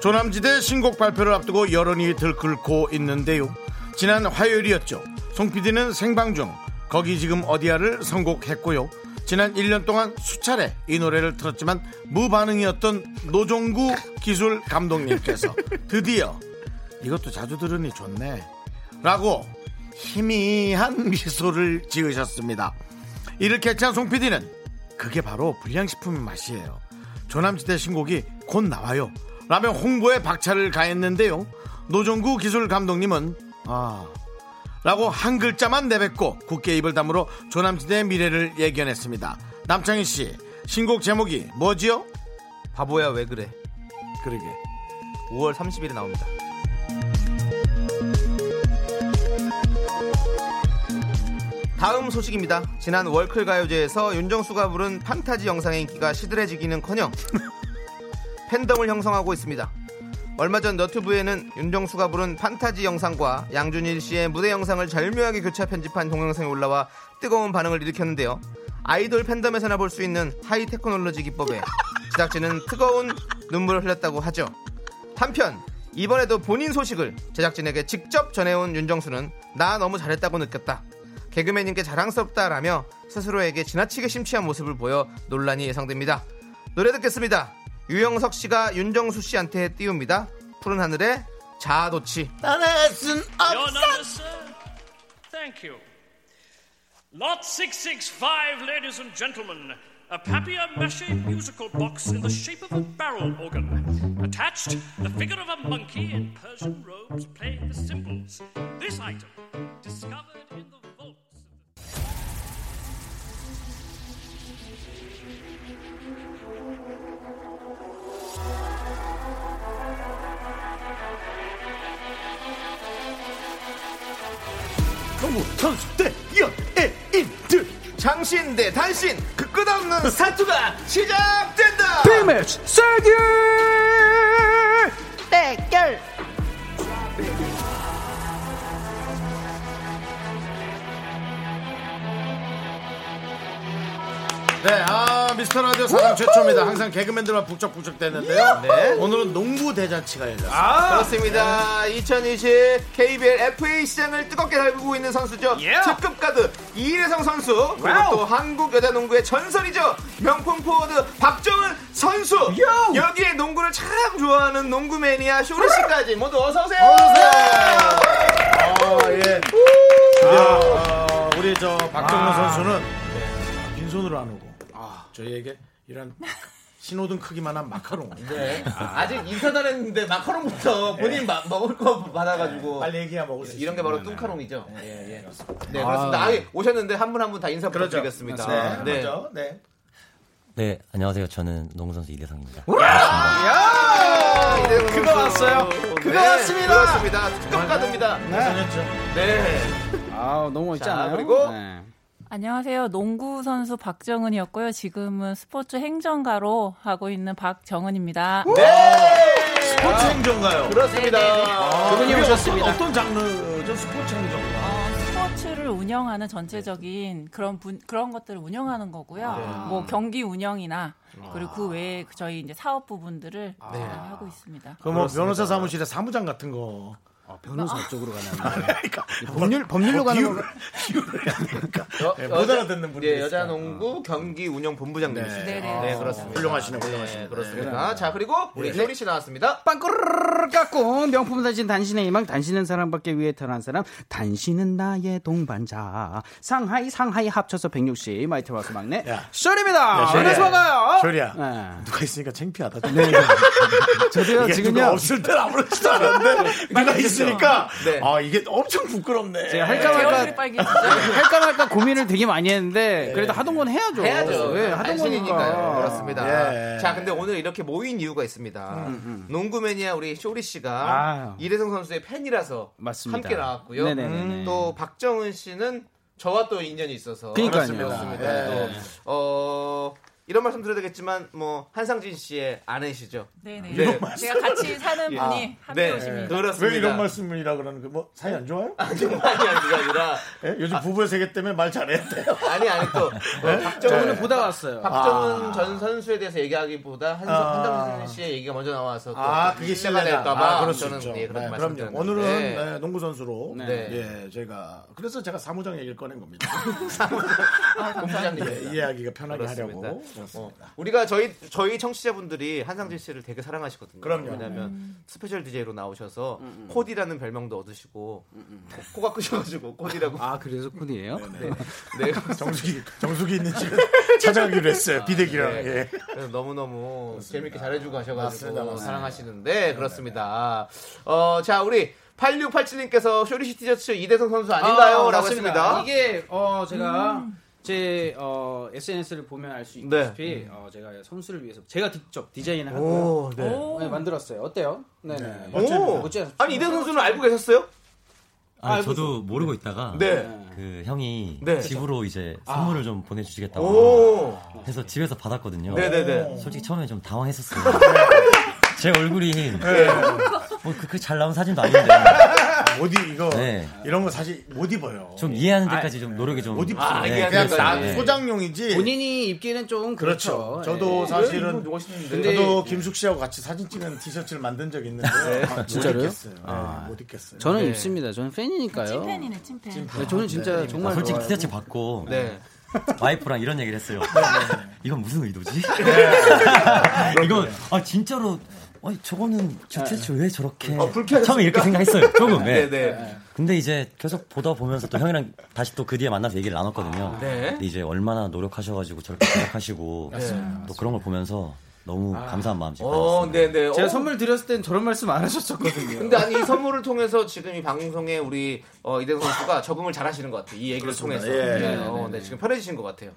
Speaker 1: 조남지대 신곡 발표를 앞두고 여론이 들끓고 있는데요. 지난 화요일이었죠. 송 PD는 생방 중 거기 지금 어디야를 선곡했고요. 지난 1년 동안 수차례 이 노래를 틀었지만 무반응이었던 노종구 기술 감독님께서 드디어 이것도 자주 들으니 좋네. 라고 희미한 미소를 지으셨습니다. 이를 캐치한 송 PD는 그게 바로 불량식품의 맛이에요. 조남지대 신곡이 곧 나와요. 라며 홍보에 박차를 가했는데요. 노종구 기술 감독님은 아 라고 한 글자만 내뱉고 굳게 입을 다물어 조남지대의 미래를 예견했습니다. 남창희 씨 신곡 제목이 뭐지요?
Speaker 2: 바보야 왜 그래?
Speaker 1: 그러게
Speaker 2: 5월 30일에 나옵니다. 다음 소식입니다. 지난 월클 가요제에서 윤정수가 부른 판타지 영상의 인기가 시들해지기는커녕 팬덤을 형성하고 있습니다. 얼마 전 너튜브에는 윤정수가 부른 판타지 영상과 양준일 씨의 무대 영상을 절묘하게 교차 편집한 동영상이 올라와 뜨거운 반응을 일으켰는데요. 아이돌 팬덤에서나 볼 수 있는 하이 테크놀로지 기법에 제작진은 뜨거운 눈물을 흘렸다고 하죠. 한편 이번에도 본인 소식을 제작진에게 직접 전해온 윤정수는 나 너무 잘했다고 느꼈다. 개그맨님께 자랑스럽다라며 스스로에게 지나치게 심취한 모습을 보여 논란이 예상됩니다. 노래 듣겠습니다. 유영석 씨가 윤정수 씨한테 띄웁니다. 푸른 하늘의 자아도치.
Speaker 9: Your number, sir. Thank you. Lot 665, ladies and gentlemen. A papier-mâché musical box in the shape of a barrel organ. Attached, the figure of a monkey in Persian robes playing the cymbals. This item, discovered in the vaults... of the-
Speaker 2: 장신 대 단신 그 끝없는 사투가 시작된다.
Speaker 1: 네, 아 미스터 라디오 사상 최초입니다. 항상 개그맨들만 북적북적 되는데요.
Speaker 2: 네.
Speaker 1: 오늘은 농구 대잔치가 열렸어요.
Speaker 2: 그렇습니다. 2020 KBL FA 시장을 뜨겁게 달구고 있는 선수죠. 특급 가드 이래성 선수 그리고 또 한국 여자 농구의 전설이죠. 명품 포워드 박정은 선수. 여기에 농구를 참 좋아하는 농구 매니아 쇼리 씨까지 모두 어서 오세요.
Speaker 1: 아, 예. 아, 어, 우리 저 박정현 선수는 빈손으로 안 오고 저희에게 이런 신호등 크기만 한 마카롱
Speaker 2: 네. 아직 인사도 했는데 마카롱부터 본인 먹을 거 받아가지고
Speaker 1: 빨리 얘기야 먹을 수
Speaker 2: 예. 이런 게
Speaker 1: 있습니다.
Speaker 2: 바로 뚱카롱이죠. 네, 그렇습니다. 아, 예. 오셨는데 한 분 한 분 다 인사 부탁드리겠습니다.
Speaker 1: 네,
Speaker 2: 네.
Speaker 1: 그렇죠. 네.
Speaker 10: 네, 안녕하세요. 저는 농구선수 이대성입니다.
Speaker 2: 그거 왔어요. 그거 왔습니다. 네, 그렇습니다. 특급 카드입니다.
Speaker 5: 아 너무 멋있지
Speaker 2: 자,
Speaker 5: 않아요?
Speaker 2: 그리고
Speaker 5: 네.
Speaker 8: 안녕하세요. 농구 선수 박정은이었고요. 지금은 스포츠 행정가로 하고 있는 박정은입니다.
Speaker 1: 스포츠 행정가요.
Speaker 2: 그렇습니다.
Speaker 5: 네, 아, 그분이 오셨습니다.
Speaker 1: 어떤 장르죠? 스포츠 행정가.
Speaker 8: 어, 스포츠를 운영하는 전체적인 그런 분, 그런 것들을 운영하는 거고요. 뭐 경기 운영이나 그리고 그 외에 저희 이제 사업 부분들을 하고 있습니다.
Speaker 1: 그럼 뭐 변호사 사무실에 사무장 같은 거. 아!
Speaker 5: 변호사 쪽으로 가나요?
Speaker 1: 그러니까
Speaker 5: 법률 법률로 가는 거.
Speaker 1: 기울을 하니까
Speaker 2: 여-
Speaker 1: 네,
Speaker 2: 여자-
Speaker 1: 못 알아듣는 분이
Speaker 2: 예, 여자 농구 경기 운영 본부장님이시죠.
Speaker 8: 네,
Speaker 2: 네,
Speaker 8: 네.
Speaker 5: 아,
Speaker 2: 그렇습니다.
Speaker 1: 훌륭하시네,
Speaker 2: 네,
Speaker 1: 훌륭하시네.
Speaker 2: 그렇습니다. 자, 그리고 우리
Speaker 5: 네.
Speaker 2: 효리 씨 나왔습니다.
Speaker 5: 빵꾸르르 깎고 명품 단신 단신의 희망 단신은 사랑받기 위해 태어난 사람 단신은 나의 동반자 상하이 상하이 합쳐서 160 마이트 와스 막내
Speaker 1: 야.
Speaker 5: 쇼리입니다
Speaker 1: 야, 쇼리야.
Speaker 5: 그래서
Speaker 2: 어?
Speaker 5: 반가요
Speaker 1: 쇼리야.
Speaker 5: 네.
Speaker 1: 누가 있으니까 창피하다.
Speaker 2: 네.
Speaker 5: 저도요
Speaker 1: 이게
Speaker 5: 지금요
Speaker 1: 누가 없을 땐 아무렇지도 않은데 누가 있으니까
Speaker 2: 네.
Speaker 1: 아 이게 엄청 부끄럽네.
Speaker 5: 제가 할까
Speaker 8: 얼굴이
Speaker 5: 말까
Speaker 8: 빨개지죠.
Speaker 5: 할까 말까 고민을 되게 많이 했는데 그래도
Speaker 1: 네.
Speaker 5: 하던 건 해야죠
Speaker 2: 해야죠.
Speaker 5: 예, 하던
Speaker 2: 단신이니까요.
Speaker 5: 거니까 네.
Speaker 2: 그렇습니다.
Speaker 1: 예.
Speaker 2: 자, 근데 오늘 이렇게 모인 이유가 있습니다. 농구 매니아 우리 쇼리 씨가
Speaker 5: 음, 아유.
Speaker 2: 이대성 선수의 팬이라서
Speaker 5: 맞습니다.
Speaker 2: 함께 나왔고요.
Speaker 5: 네네네네.
Speaker 2: 음, 또 박정은 씨는 저와 또 인연이 있어서
Speaker 5: 그러니까요.
Speaker 1: 네.
Speaker 2: 그렇습니다. 또, 예, 어, 이런 말씀 드려야 되겠지만 뭐 한상진 씨의 아내시죠.
Speaker 8: 네네.
Speaker 2: 네.
Speaker 8: 제가 같이 사는 분이
Speaker 2: 아,
Speaker 8: 함께
Speaker 2: 네.
Speaker 8: 오십니다.
Speaker 2: 그렇습니다.
Speaker 1: 왜 이런 말씀이라 그러는 거뭐 사이 안 좋아요?
Speaker 2: 아니 아니 아니라
Speaker 1: 예? 요즘 부부의 세계 때문에 말 잘했대요.
Speaker 2: 아니 아니 또
Speaker 1: 네?
Speaker 2: 어, 박정훈은 보다
Speaker 5: 왔어요.
Speaker 2: 박정훈 전 선수에 대해서 얘기하기보다 한상,
Speaker 1: 아.
Speaker 2: 한상진 씨의 얘기가 먼저 나와서 또
Speaker 1: 아, 그게
Speaker 2: 신뢰가
Speaker 1: 신뢰가
Speaker 2: 될까봐
Speaker 1: 아, 그럴 수
Speaker 2: 저는
Speaker 1: 있죠.
Speaker 2: 예, 그렇게
Speaker 1: 네, 그럼요.
Speaker 2: 말씀드렸는데
Speaker 1: 오늘은 네, 농구 선수로
Speaker 2: 네.
Speaker 1: 예, 제가 그래서 제가 사무장 얘기를 꺼낸 겁니다.
Speaker 2: 본부장님
Speaker 1: 예, 이해하기가 편하게
Speaker 2: 네. 그렇습니다.
Speaker 1: 하려고. 어, 그렇습니다.
Speaker 2: 우리가 저희 저희 청취자분들이 한상진 씨를 되게 사랑하시거든요.
Speaker 1: 그럼요.
Speaker 2: 왜냐하면 스페셜 DJ로 나오셔서 코디라는 별명도 얻으시고 코, 가 끄셔가지고 코디라고.
Speaker 5: 아 그래서 쿤이에요?
Speaker 2: 네.
Speaker 1: 정수기 정수기 있는 집에 찾아가기로 했어요. 비대기랑.
Speaker 2: 네.
Speaker 1: 예.
Speaker 2: 그래서 너무너무 재밌게 잘해주고 하셔가지고
Speaker 1: 맞습니다, 맞습니다.
Speaker 2: 사랑하시는데
Speaker 5: 네,
Speaker 2: 그렇습니다. 어, 자 우리 8687님께서 쇼리시 티셔츠 이대성 선수 아닌가요? 라고
Speaker 5: 맞습니다.
Speaker 2: 했습니다.
Speaker 5: 이게 어 제가 제 어, SNS를 보면 알
Speaker 2: 네.
Speaker 5: 수 있다시피 어, 제가 선수를 위해서 제가 직접 디자인을 하고
Speaker 2: 오, 네.
Speaker 5: 네, 만들었어요. 어때요? 네네.
Speaker 2: 오.
Speaker 5: 어째
Speaker 2: 아니 이대성 선수는 알고 계셨어요?
Speaker 10: 아,
Speaker 5: 아,
Speaker 10: 저도 모르고 있다가
Speaker 2: 네.
Speaker 10: 그 형이
Speaker 2: 네.
Speaker 10: 집으로 이제
Speaker 5: 아.
Speaker 10: 선물을 좀 보내주시겠다고
Speaker 2: 오.
Speaker 10: 해서 집에서 받았거든요.
Speaker 2: 네네네.
Speaker 10: 솔직히 처음에 좀 당황했었어요. 제 얼굴이
Speaker 5: 아.
Speaker 10: 뭐그잘 나온 사진도 아닌데
Speaker 1: 못 이- 이거
Speaker 10: 네.
Speaker 1: 이런 거 사실 못 입어요.
Speaker 10: 좀 이해하는 데까지 좀 노력이 좀
Speaker 1: 못 입죠.
Speaker 2: 아, 이해하는
Speaker 1: 그냥
Speaker 2: 데까지.
Speaker 1: 나-
Speaker 10: 네.
Speaker 1: 소장용이지.
Speaker 5: 본인이 입기는 좀
Speaker 1: 그렇죠.
Speaker 5: 그렇죠.
Speaker 1: 저도
Speaker 5: 예.
Speaker 1: 사실은
Speaker 2: 이거 멋있는데.
Speaker 1: 저도 김숙 씨하고 같이 사진 찍는 티셔츠를 만든 적이 있는데 아,
Speaker 5: 진짜로요?
Speaker 1: 못 입겠어요. 네, 못 입겠어요.
Speaker 5: 저는
Speaker 2: 네.
Speaker 5: 입습니다. 저는 팬이니까요.
Speaker 8: 찐팬이네, 찐팬.
Speaker 5: 네, 저는 진짜
Speaker 10: 아,
Speaker 5: 정말
Speaker 10: 솔직히
Speaker 5: 좋아요.
Speaker 10: 티셔츠 받고
Speaker 2: 네.
Speaker 10: 와이프랑 이런 얘기를 했어요. 이건 무슨 의도지? 이건 아 진짜로 아니 저거는 티셔츠 왜 저렇게
Speaker 5: 어,
Speaker 10: 처음에 이렇게 생각했어요. 조금. 네.
Speaker 2: 네네.
Speaker 10: 근데 이제 계속 보다 보면서 또 형이랑 다시 또 그 뒤에 만나서 얘기를
Speaker 5: 아,
Speaker 10: 나눴거든요.
Speaker 2: 네.
Speaker 10: 근데 이제 얼마나 노력하셔가지고 저렇게 생각하시고 또 그런 걸 보면서 너무
Speaker 5: 아,
Speaker 10: 감사한 마음 지금
Speaker 2: 어, 네네.
Speaker 5: 제가
Speaker 2: 어,
Speaker 5: 선물 드렸을 땐 저런 말씀 안 하셨었거든요.
Speaker 2: 근데 아니 이 선물을 통해서 지금 이 방송에 우리 어, 이대성 선수가 적응을 잘하시는 것 같아요. 이 얘기를 통해서.
Speaker 1: 예.
Speaker 2: 네, 어, 네, 지금 편해지신 것 같아요.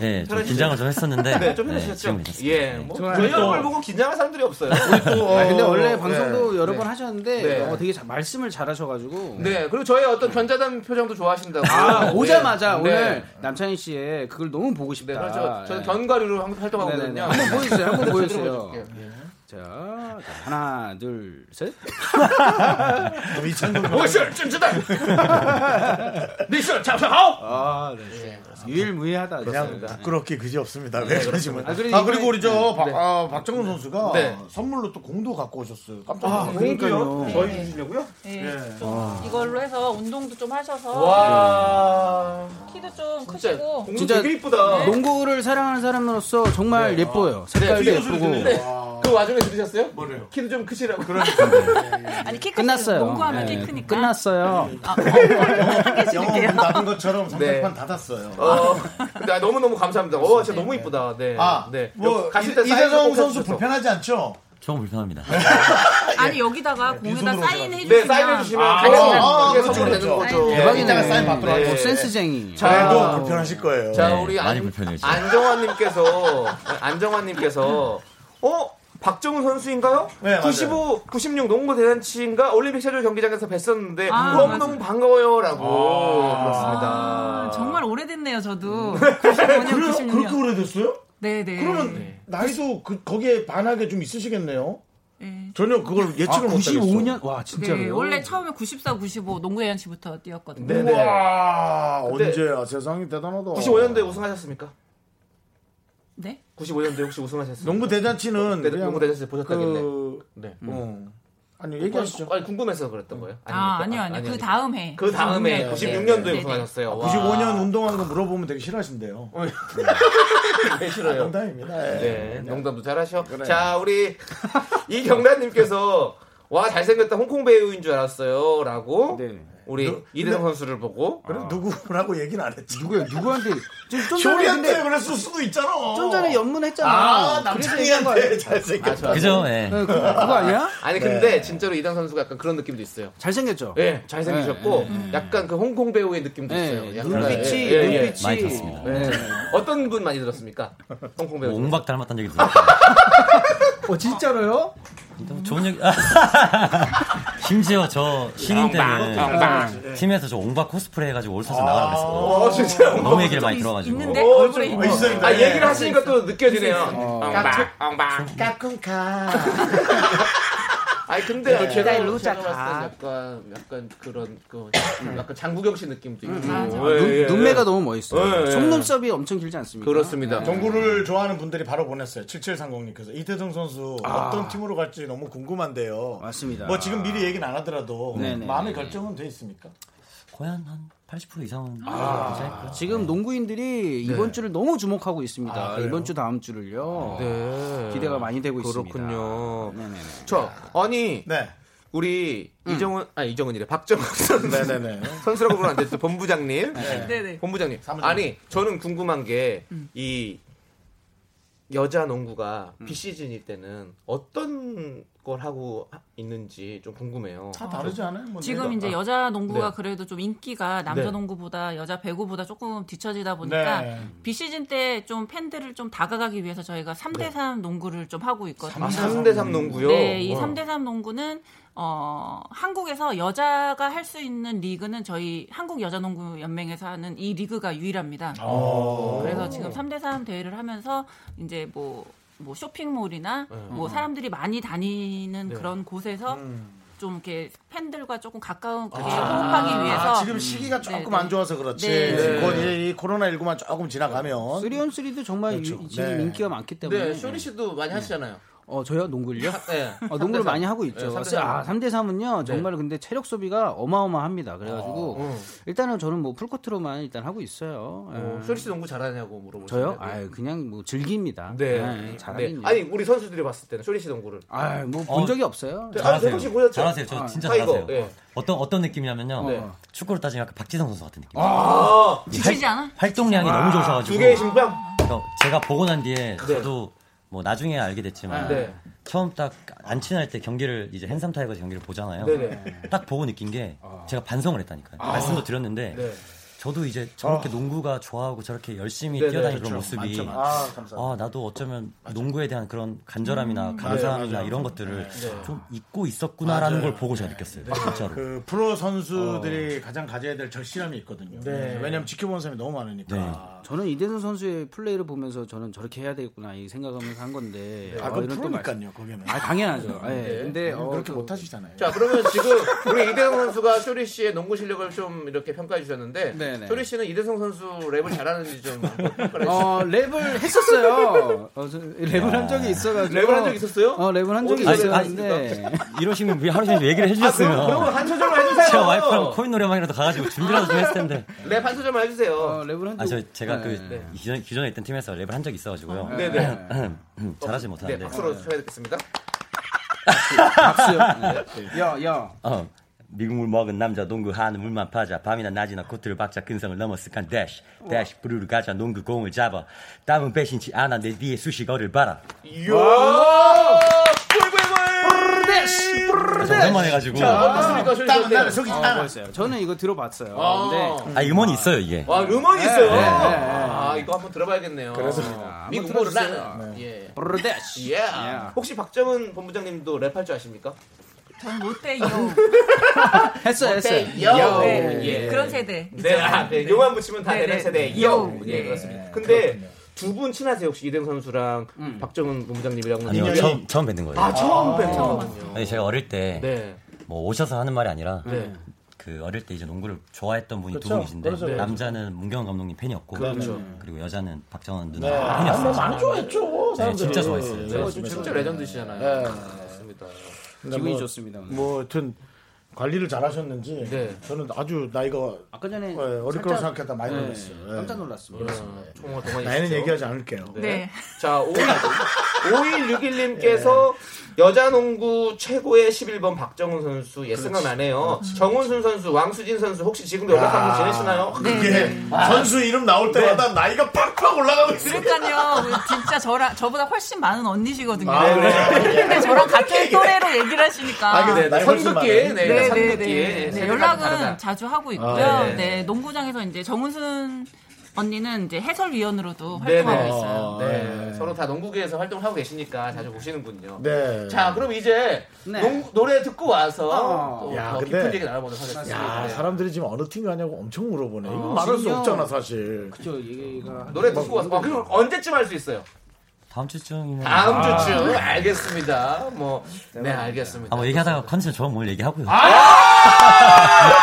Speaker 10: 네, 좀
Speaker 2: 편해지세요?
Speaker 10: 긴장을 좀 했었는데
Speaker 2: 네, 좀 편해지셨죠?
Speaker 10: 지금 괜찮습니다.
Speaker 2: 예,
Speaker 10: 네.
Speaker 2: 뭐
Speaker 5: 좋아요.
Speaker 2: 저희
Speaker 5: 또-
Speaker 2: 얼굴 보고 긴장한 사람들이 없어요.
Speaker 5: 아, 근데 원래
Speaker 1: 네.
Speaker 5: 방송도 여러 번 하셨는데
Speaker 2: 네.
Speaker 5: 어, 되게 잘- 말씀을 잘하셔가지고
Speaker 2: 네, 그리고 저희 어떤 견자단 표정도 좋아하신다고.
Speaker 5: 아, 오자마자
Speaker 2: 네.
Speaker 5: 오늘 남창희 씨의 그걸 너무 보고 싶다.
Speaker 2: 네, 그래서 저, 저는
Speaker 5: 네.
Speaker 2: 견과류로 항상 활동하거든요.
Speaker 5: 네네네. 한번 보여주세요. 한번 보여주세요.
Speaker 2: 보여줄게요.
Speaker 5: 자, 자, 하나, 둘, 셋.
Speaker 1: 그럼 뭐 이창동 감독-
Speaker 2: 我是甄子蛋，你是长生豪。
Speaker 5: 아, 네. 유일무이하다.
Speaker 1: 그냥
Speaker 5: 진짜.
Speaker 1: 부끄럽게 그지 없습니다. 왜 그러시면.
Speaker 5: 아,
Speaker 1: 아,
Speaker 5: 그리고
Speaker 1: 그리고 우리 저 박,
Speaker 2: 네.
Speaker 1: 아, 박정훈 선수가
Speaker 2: 네.
Speaker 1: 선물로 또 공도 갖고 오셨어요. 깜짝
Speaker 5: 아,
Speaker 1: 놀랐어요.
Speaker 5: 그러니까요.
Speaker 2: 저희 주시려고요?
Speaker 8: 네, 좀 이걸로 해서 운동도 좀 하셔서
Speaker 2: 와.
Speaker 8: 키도 좀
Speaker 2: 진짜
Speaker 8: 크시고
Speaker 2: 공주
Speaker 5: 네. 진짜 네.
Speaker 2: 되게 이쁘다.
Speaker 5: 농구를 사랑하는 사람으로서 정말 예뻐요. 색깔도
Speaker 2: 네,
Speaker 5: 예쁘고.
Speaker 2: 그 와중에 들으셨어요? 뭐래요? 키도 좀 크시라고.
Speaker 8: 아니 키
Speaker 5: 끝났어요.
Speaker 8: 농구하면
Speaker 5: 네,
Speaker 8: 키 크니까
Speaker 5: 끝났어요.
Speaker 1: 영어 문 닫은 것처럼
Speaker 2: 네.
Speaker 1: 상대판 닫았어요.
Speaker 2: 어, 근데 아, 너무너무 감사합니다. 어, 진짜 너무 이쁘다. 네.
Speaker 1: 아,
Speaker 2: 네.
Speaker 1: 뭐
Speaker 2: 여기 가실 때
Speaker 1: 이-
Speaker 2: 사인
Speaker 1: 이대성
Speaker 2: 꼭
Speaker 1: 선수
Speaker 2: 해주셔서.
Speaker 1: 불편하지 않죠?
Speaker 10: 조금 불편합니다.
Speaker 8: 아니 여기다가 공에다
Speaker 1: 빈손으로
Speaker 8: 사인해 주시면
Speaker 2: 네, 사인해주시면 같이
Speaker 1: 어,
Speaker 2: 그냥
Speaker 1: 어,
Speaker 2: 그게
Speaker 1: 그렇죠,
Speaker 2: 선물이 되는
Speaker 1: 그렇죠.
Speaker 2: 거죠.
Speaker 5: 대박이네.
Speaker 1: 이따가 사인 받도록
Speaker 2: 네.
Speaker 5: 어, 센스쟁이.
Speaker 1: 그래도
Speaker 2: 자,
Speaker 1: 불편하실 거예요.
Speaker 2: 자,
Speaker 10: 네,
Speaker 2: 우리
Speaker 10: 많이
Speaker 2: 안,
Speaker 10: 불편해요, 진짜.
Speaker 2: 안정환님께서, 안정환님께서, 어? 박정훈 선수인가요?
Speaker 1: 네, 맞아요.
Speaker 2: 95, 96 농구 대잔치인가? 올림픽 체조 경기장에서 뵀었는데,
Speaker 8: 아,
Speaker 2: 너무너무 반가워요. 라고. 그렇습니다.
Speaker 8: 아, 정말 오래됐네요 저도 95년
Speaker 1: 그래, 그렇게
Speaker 8: 96년
Speaker 1: 오래됐어요?
Speaker 8: 네네
Speaker 1: 그러면 나이도 그, 거기에 반하게 좀 있으시겠네요.
Speaker 8: 네.
Speaker 1: 전혀 그걸 예측을 못하겠어.
Speaker 5: 95년? 와,
Speaker 8: 네,
Speaker 5: 진짜로.
Speaker 8: 원래 처음에 94, 95 농구 대잔치부터 뛰었거든요
Speaker 2: 네네.
Speaker 1: 와
Speaker 2: 근데-
Speaker 1: 아, 언제야 세상이 대단하다.
Speaker 2: 95년도에 우승하셨습니까?
Speaker 8: 네?
Speaker 2: 95년도에 혹시 우승하셨어요?
Speaker 1: 농구 대잔치는
Speaker 2: 네,
Speaker 1: 그냥
Speaker 2: 농구 대잔치 보셨다길래.
Speaker 1: 그
Speaker 2: 네. 어,
Speaker 1: 어. 아니 얘기하시죠.
Speaker 2: 아니, 궁금해서 그랬던 거예요?
Speaker 8: 아 아니요
Speaker 2: 아닙니까?
Speaker 8: 아니요 그 다음 해
Speaker 2: 그 다음에
Speaker 8: 네.
Speaker 2: 96년도에
Speaker 8: 네네.
Speaker 2: 우승하셨어요.
Speaker 1: 아, 95년 운동한 거 물어보면 되게 싫어하신대요. 네.
Speaker 2: 왜 싫어요?
Speaker 1: 농담입니다. 예.
Speaker 2: 네, 농담도 잘하셔. 자, 우리 이경란님께서 와 잘생겼다 홍콩 배우인 줄 알았어요. 라고
Speaker 5: 네.
Speaker 2: 우리 이대성 선수를 보고
Speaker 1: 그래 누구라고 얘기는 안 했지.
Speaker 5: 누구야, 누구한테. 지금 좀 전에,
Speaker 1: 효리한테
Speaker 5: 근데,
Speaker 1: 그랬을 수도 있잖아.
Speaker 5: 좀 전에 연문했잖아.
Speaker 1: 아
Speaker 5: 그래서 얘기한 거 아니야?
Speaker 1: 남창이한테 잘생겼다.
Speaker 10: 그죠? 예.
Speaker 5: 네, 그- 그거 아니야?
Speaker 2: 아니 근데 진짜로 이대성 선수가 약간 그런 느낌도 있어요.
Speaker 5: 네. 잘생겼죠?
Speaker 2: 예, 잘생기셨고 약간 그 홍콩 배우의 느낌도 있어요.
Speaker 5: 네,
Speaker 2: 약간.
Speaker 5: 눈빛이
Speaker 2: 예, 예, 예.
Speaker 5: 눈빛이
Speaker 10: 많이 들었습니다.
Speaker 5: 네.
Speaker 2: 어떤 분 많이 들었습니까? 홍콩 배우.
Speaker 10: 뭐
Speaker 2: 중에.
Speaker 10: 옹박 닮았다는 얘기 들었어요.
Speaker 5: 어 진짜로요?
Speaker 10: 너무 좋은 얘기. 심지어 저 신인 때는
Speaker 5: 네.
Speaker 1: 예.
Speaker 10: 팀에서 저 옹바 코스프레 해가지고 올타서
Speaker 1: 아,
Speaker 10: 나가라고
Speaker 1: 아,
Speaker 10: 했어요.
Speaker 1: 진짜요?
Speaker 10: 너무 얘기를 많이 들어가지고.
Speaker 11: 있는데 얼굴에 있는 거.
Speaker 2: 아, 얘기를 하시니까 또 느껴지네요.
Speaker 5: 어.
Speaker 2: 엉박, 엉박.
Speaker 1: 까꿍카.
Speaker 2: 아니, 근데
Speaker 11: 네.
Speaker 2: 제가,
Speaker 11: 스타일로
Speaker 2: 제가
Speaker 11: 다.
Speaker 2: 봤을 때 약간, 약간 그런, 그, 약간 장국영 씨 느낌도 있고.
Speaker 8: 아,
Speaker 5: 눈, 눈매가 너무 멋있어요.
Speaker 2: 예, 예.
Speaker 5: 속눈썹이 엄청 길지 않습니까?
Speaker 2: 그렇습니다.
Speaker 5: 음.
Speaker 1: 정구를 좋아하는 분들이 바로 보냈어요. 7730님께서 이태성 선수
Speaker 5: 아.
Speaker 1: 어떤 팀으로 갈지 너무 궁금한데요.
Speaker 5: 맞습니다.
Speaker 1: 뭐 지금 미리 얘기는 안 하더라도
Speaker 5: 네네.
Speaker 1: 마음의 결정은 돼 있습니까?
Speaker 10: 거의 한, 한 80% 이상은.
Speaker 5: 아,
Speaker 10: 네.
Speaker 5: 지금 농구인들이 이번 주를 너무 주목하고 있습니다.
Speaker 2: 아, 그래요?
Speaker 5: 이번 주 다음 주를요.
Speaker 2: 네.
Speaker 5: 기대가 많이 되고
Speaker 2: 아,
Speaker 5: 있습니다.
Speaker 2: 그렇군요. 저 아니
Speaker 5: 네.
Speaker 2: 우리 이정은 아 이정은이래 박정은 선수
Speaker 1: 네네네.
Speaker 2: 선수라고 부르면 안 됐어 본부장님
Speaker 1: 네.
Speaker 11: 네네.
Speaker 2: 본부장님 음.
Speaker 11: 사무장님.
Speaker 2: 아니 저는 궁금한 게 이 여자 농구가 비시즌일 때는 어떤 걸 하고 있는지 좀 궁금해요.
Speaker 1: 다 다르지 않아요? 뭐
Speaker 8: 지금
Speaker 1: 내가-
Speaker 8: 이제
Speaker 1: 아.
Speaker 8: 여자 농구가
Speaker 2: 네.
Speaker 8: 그래도 좀 인기가 남자
Speaker 2: 네.
Speaker 8: 농구보다 여자 배구보다 조금 뒤처지다 보니까
Speaker 1: 네.
Speaker 8: 비시즌 때 좀 팬들을 좀 다가가기 위해서 저희가 3대3 농구를 좀 하고 있거든요.
Speaker 2: 아, 3대3 농구요?
Speaker 8: 네, 이
Speaker 2: 어.
Speaker 8: 3대3 농구는 어, 한국에서 여자가 할 수 있는 리그는 저희 한국 여자 농구 연맹에서 하는 이 리그가 유일합니다.
Speaker 1: 아.
Speaker 11: 오.
Speaker 8: 그래서 지금 3대3 대회를 하면서 이제 뭐, 뭐 쇼핑몰이나
Speaker 11: 네.
Speaker 8: 뭐
Speaker 11: 음.
Speaker 8: 사람들이 많이 다니는
Speaker 11: 네.
Speaker 8: 그런 곳에서 좀 이렇게 팬들과 조금 가까운 그게
Speaker 1: 아,
Speaker 8: 호흡하기 위해서 음,
Speaker 1: 지금 시기가 조금 안 좋아서 그렇지.
Speaker 8: 네, 네.
Speaker 1: 곧이 코로나 19만 조금 지나가면
Speaker 5: 3on3도 정말
Speaker 10: 그렇죠.
Speaker 5: 유- 지금
Speaker 1: 네.
Speaker 5: 인기가 많기 때문에.
Speaker 2: 네, 쇼리 씨도 많이 하시잖아요.
Speaker 5: 어, 저요? 농구를요?
Speaker 2: 네.
Speaker 5: 어, 농구를
Speaker 2: 3대3.
Speaker 5: 많이 하고 있죠.
Speaker 2: 네, 3대3.
Speaker 5: 아, 3대3은요,
Speaker 2: 네.
Speaker 5: 정말 근데 체력 소비가 어마어마합니다. 그래가지고,
Speaker 10: 아,
Speaker 5: 일단은 저는 뭐 풀코트로만 일단 하고 있어요.
Speaker 2: 어,
Speaker 5: 예.
Speaker 2: 쇼리 씨 농구 잘하냐고 물어보시는
Speaker 5: 저요? 아 그냥 뭐 즐깁니다.
Speaker 2: 네.
Speaker 5: 예,
Speaker 2: 네.
Speaker 5: 잘하긴.
Speaker 2: 아니 우리 선수들이 봤을 때는 쇼리 씨 농구를
Speaker 5: 아, 뭐본 적이 없어요.
Speaker 2: 아,
Speaker 10: 잘하세요. 잘하세요. 저 진짜 잘하세요.
Speaker 2: 예.
Speaker 10: 어떤 어떤 느낌이냐면요.
Speaker 2: 네.
Speaker 10: 축구로 따지면 약간 박지성 선수 같은 느낌.
Speaker 2: 아,
Speaker 10: 이 활- 활동량이 너무 좋으셔가지고.
Speaker 2: 두 개의 심방.
Speaker 10: 그래서 제가 보고 난 뒤에 저도 뭐 나중에 알게 됐지만
Speaker 2: 네.
Speaker 10: 처음 딱 안 친할 때 경기를 이제 핸섬 타이거 경기를 보잖아요.
Speaker 2: 네네.
Speaker 10: 딱 보고 느낀 게 제가 반성을 했다니까요.
Speaker 2: 아.
Speaker 10: 말씀도 드렸는데
Speaker 2: 네.
Speaker 10: 저도 이제 저렇게 농구가 좋아하고 저렇게 열심히
Speaker 2: 네네.
Speaker 10: 뛰어다니는 그런
Speaker 2: 그렇죠.
Speaker 10: 모습이
Speaker 2: 맞죠, 맞죠. 아, 감사합니다.
Speaker 10: 아, 나도 어쩌면 농구에 대한 그런
Speaker 5: 음,
Speaker 10: 간절함이나 감사함이나
Speaker 1: 맞아요, 맞아요.
Speaker 10: 이런 것들을
Speaker 1: 네.
Speaker 10: 좀 잊고 있었구나라는
Speaker 1: 맞아요.
Speaker 10: 걸 보고 제가 느꼈어요.
Speaker 1: 네.
Speaker 10: 진짜로.
Speaker 1: 그 프로 선수들이 가장 가져야 될 절실함이 있거든요.
Speaker 5: 네.
Speaker 1: 왜냐하면 지켜본 사람이 너무 많으니까.
Speaker 5: 저는 이대선 선수의 플레이를 보면서 저는 저렇게 해야 되겠구나 이 생각하면서 한 건데.
Speaker 1: 아,
Speaker 5: 이런
Speaker 1: 그건
Speaker 5: 또
Speaker 1: 프로니까요,
Speaker 5: 말씀-
Speaker 1: 거기는.
Speaker 5: 아, 당연하죠. 예.
Speaker 2: 네.
Speaker 5: 근데 어,
Speaker 1: 그렇게
Speaker 5: 또-
Speaker 1: 못 하시잖아요.
Speaker 2: 자,
Speaker 10: 그렇죠.
Speaker 2: 그러면 지금 우리 이대성 선수가 쇼리 씨의 농구 실력을 좀 이렇게 평가해 주셨는데
Speaker 5: 네네.
Speaker 2: 쇼리 씨는 이대성 선수 랩을 잘하는지 좀 평가해 주세요.
Speaker 5: 어, 랩을 했었어요. 어, 저 랩을 한 적이 있어가지고.
Speaker 2: 랩을 한 적이 있었어요?
Speaker 5: 어, 랩을 한 적이
Speaker 10: 아니,
Speaker 5: 네. 있었는데.
Speaker 10: 이러시면 왜 하루 종일 얘기를 해주셨으면.
Speaker 5: 아, 그럼- 그럼 한 소절만 해주세요.
Speaker 10: 제가 와이프랑 코인 노래방이라도 가가지고 준비라도 좀 했을 텐데.
Speaker 2: 랩 한 소절만 해주세요.
Speaker 5: 어, 랩을 한
Speaker 10: 아, 저 제가 그
Speaker 2: 네.
Speaker 10: 기존, 기존에 있던 팀에서 랩을 한 적이 있어가지고요.
Speaker 2: 네네.
Speaker 10: 잘하지
Speaker 2: 네,
Speaker 10: 못하는데.
Speaker 2: 박수로 쳐야 되겠습니다.
Speaker 10: 박수요?
Speaker 5: 야, 야.
Speaker 10: 어, 미국물 먹은 남자 농구 하는 물만 파자 밤이나 낮이나 코트를 박자 근성을 넘어 스칸 대쉬 대쉬 부르르 가자 농구 공을 잡아 땀은 배신치 않아 내 뒤에 수식어를 봐라
Speaker 2: 이야!
Speaker 10: 오랜만에
Speaker 1: 그렇죠.
Speaker 10: 해가지고
Speaker 5: 자,
Speaker 2: 어떻습니까, 쇼리 씨? 어때요?
Speaker 5: 아, 멋있어요. 저는 이거 들어봤어요.
Speaker 2: 아.
Speaker 5: 근데
Speaker 10: 아 음원이 있어요 이게
Speaker 2: 와, 음원이 있어요.
Speaker 10: 네, 네, 네.
Speaker 2: 아, 이거 한번 들어봐야겠네요.
Speaker 10: 그래서-
Speaker 2: 미국
Speaker 5: 한번
Speaker 2: 모를
Speaker 5: 들어주세요. 네.
Speaker 2: 나는. 예.
Speaker 5: 브르데시.
Speaker 2: 예. 혹시 박정은 본부장님도 랩할 줄 아십니까?
Speaker 8: 저는 못돼요.
Speaker 5: 했어요,
Speaker 2: 어때?
Speaker 5: 했어요.
Speaker 2: 요.
Speaker 5: 요.
Speaker 2: 네.
Speaker 5: 예.
Speaker 8: 그런 세대.
Speaker 2: 네, 아, 네. 요만 붙이면 다
Speaker 8: 네,
Speaker 2: 되는
Speaker 8: 네.
Speaker 2: 세대. 요.
Speaker 8: 요.
Speaker 2: 예,
Speaker 8: 네.
Speaker 2: 그렇습니다. 음. 근데 두 분 친하세요? 혹시 이대성 선수랑 박정은 본부장님이랑
Speaker 10: 아니요 처음, 처음 뵙는 거예요
Speaker 2: 아, 처음 뵙는 거군요.
Speaker 10: 아니, 제가 어릴 때 뭐
Speaker 2: 네.
Speaker 10: 오셔서 하는 말이 아니라
Speaker 2: 네.
Speaker 10: 그 어릴 때 이제 농구를 좋아했던 분이 두
Speaker 1: 그렇죠.
Speaker 10: 분이신데
Speaker 5: 네.
Speaker 10: 네.
Speaker 1: 그렇죠, 그렇죠.
Speaker 10: 남자는 문경 감독님 팬이었고
Speaker 1: 그렇죠.
Speaker 10: 리고 여자는 박정원 누나
Speaker 1: 네. 아,
Speaker 10: 팬이었어요.
Speaker 1: 뭐 많이 좋아했죠.
Speaker 10: 네,
Speaker 1: 사람들이.
Speaker 10: 진짜 좋아했어요.
Speaker 1: 네,
Speaker 2: 저거
Speaker 1: 맞습니다.
Speaker 2: 진짜 레전드시잖아요.
Speaker 1: 네.
Speaker 2: 그렇습니다.
Speaker 1: 근데
Speaker 5: 기분이 좋습니다, 오늘.
Speaker 1: 뭐 하여튼 관리를 잘하셨는지
Speaker 2: 네.
Speaker 1: 저는 아주 나이가
Speaker 5: 아까 그 전에
Speaker 1: 어릴 거라고
Speaker 5: 살짝-
Speaker 1: 생각했다 많이
Speaker 5: 네.
Speaker 1: 놀랐어요. 예.
Speaker 5: 깜짝 놀랐습니다.
Speaker 1: 그렇습니다. 예.
Speaker 2: 네. 총어 동안이
Speaker 1: 나이는
Speaker 2: 있죠?
Speaker 1: 얘기하지 않을게요.
Speaker 2: 네. 자, 5161님께서 여자 농구 최고의 11번 박정훈 선수 예 생각나네요. 정훈순 선수, 왕수진 선수 혹시 지금도 연락하고 지내시나요?
Speaker 1: 그게
Speaker 5: 네.
Speaker 1: 선수 이름 나올
Speaker 2: 네.
Speaker 1: 때마다 나이가 팍팍 올라가고 있어요.
Speaker 8: 그러니까요. 우리 진짜 저랑 저보다 훨씬 많은 언니시거든요.
Speaker 2: 네.
Speaker 1: 아, 그래요?
Speaker 8: 근데 저랑 같은 또래로 얘기를 하시니까.
Speaker 2: 아, 근데 나 선긋기, 네,
Speaker 8: 네,
Speaker 2: 선긋기.
Speaker 8: 네, 네. 네,
Speaker 2: 생각이
Speaker 8: 연락은
Speaker 2: 다르다.
Speaker 8: 자주 하고 있고요.
Speaker 2: 아, 네.
Speaker 8: 네. 농구장에서 이제 정훈순 언니는 이제 해설위원으로도
Speaker 2: 네네.
Speaker 8: 활동하고 있어요.
Speaker 2: 네. 서로 다 농구계에서 활동을 하고 계시니까 자주 보시는군요.
Speaker 1: 네.
Speaker 2: 자, 그럼 이제
Speaker 12: 네.
Speaker 2: 농- 노래 듣고 와서
Speaker 12: 어.
Speaker 2: 또
Speaker 1: 야,
Speaker 2: 더
Speaker 1: 근데-
Speaker 2: 깊은 얘기 나눠보도록 하겠습니다.
Speaker 1: 야,
Speaker 2: 네.
Speaker 1: 사람들이 지금 어느 팀 가냐고 엄청 물어보네. 이거
Speaker 2: 아,
Speaker 1: 말할 수
Speaker 2: 진짜.
Speaker 1: 없잖아, 사실.
Speaker 12: 그죠, 얘기가.
Speaker 2: 노래 듣고 와서 아, 그럼 언제쯤 할 수 있어요?
Speaker 10: 다음 주쯤이면
Speaker 2: 다음
Speaker 10: 아.
Speaker 2: 주쯤 알겠습니다. 뭐, 네 알겠습니다. 아!
Speaker 10: 아, 뭐 얘기하다가 컨셉 저뭘 얘기하고요.
Speaker 1: 야, 야,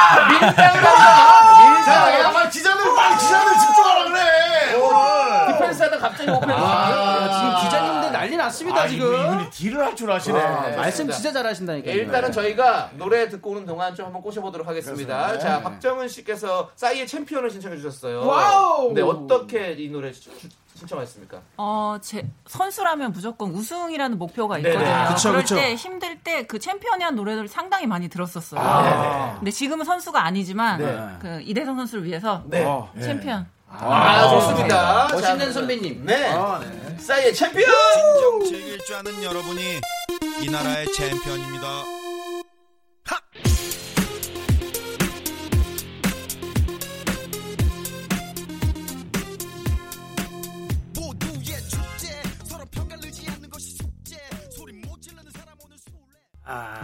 Speaker 1: 빨리 기자들, 빨리 기자들 집중하라 그래! 오늘.
Speaker 2: 디펜스 하다 갑자기 오펜스.
Speaker 12: 지금 기자님들 난리 났습니다,
Speaker 1: 아,
Speaker 12: 지금.
Speaker 1: 이분이, 이분이 딜을 할 줄 아시네.
Speaker 12: 아, 말씀 진짜
Speaker 10: 네.
Speaker 12: 잘하신다니까.
Speaker 2: 일단은 저희가 노래 듣고 오는 동안 좀 한번 꼬셔보도록 하겠습니다.
Speaker 12: 그렇습니다.
Speaker 2: 자,
Speaker 12: 네.
Speaker 2: 박정은 씨께서 싸이의 챔피언을 신청해 주셨어요.
Speaker 12: 와우!
Speaker 2: 네, 어떻게 이 노래 시- 신청하셨습니까?
Speaker 8: 어, 제 선수라면 무조건 우승이라는 목표가
Speaker 2: 네네.
Speaker 8: 있거든요.
Speaker 2: 그쵸,
Speaker 8: 럴
Speaker 2: 그쵸.
Speaker 8: 때 힘들 때 그 챔피언이 한 노래를 상당히 많이 들었었어요.
Speaker 2: 아, 네네.
Speaker 8: 근데 지금은 선수가 아니지만
Speaker 2: 네.
Speaker 8: 그 이대성 선수를 위해서
Speaker 2: 네.
Speaker 8: 어, 챔피언.
Speaker 2: 아,
Speaker 10: 네.
Speaker 2: 좋습니다. 멋있는 선배님. 네.
Speaker 1: 아,
Speaker 2: 싸이의 챔피언!
Speaker 13: 진정 즐길 줄 아는 여러분이 이 나라의 챔피언입니다.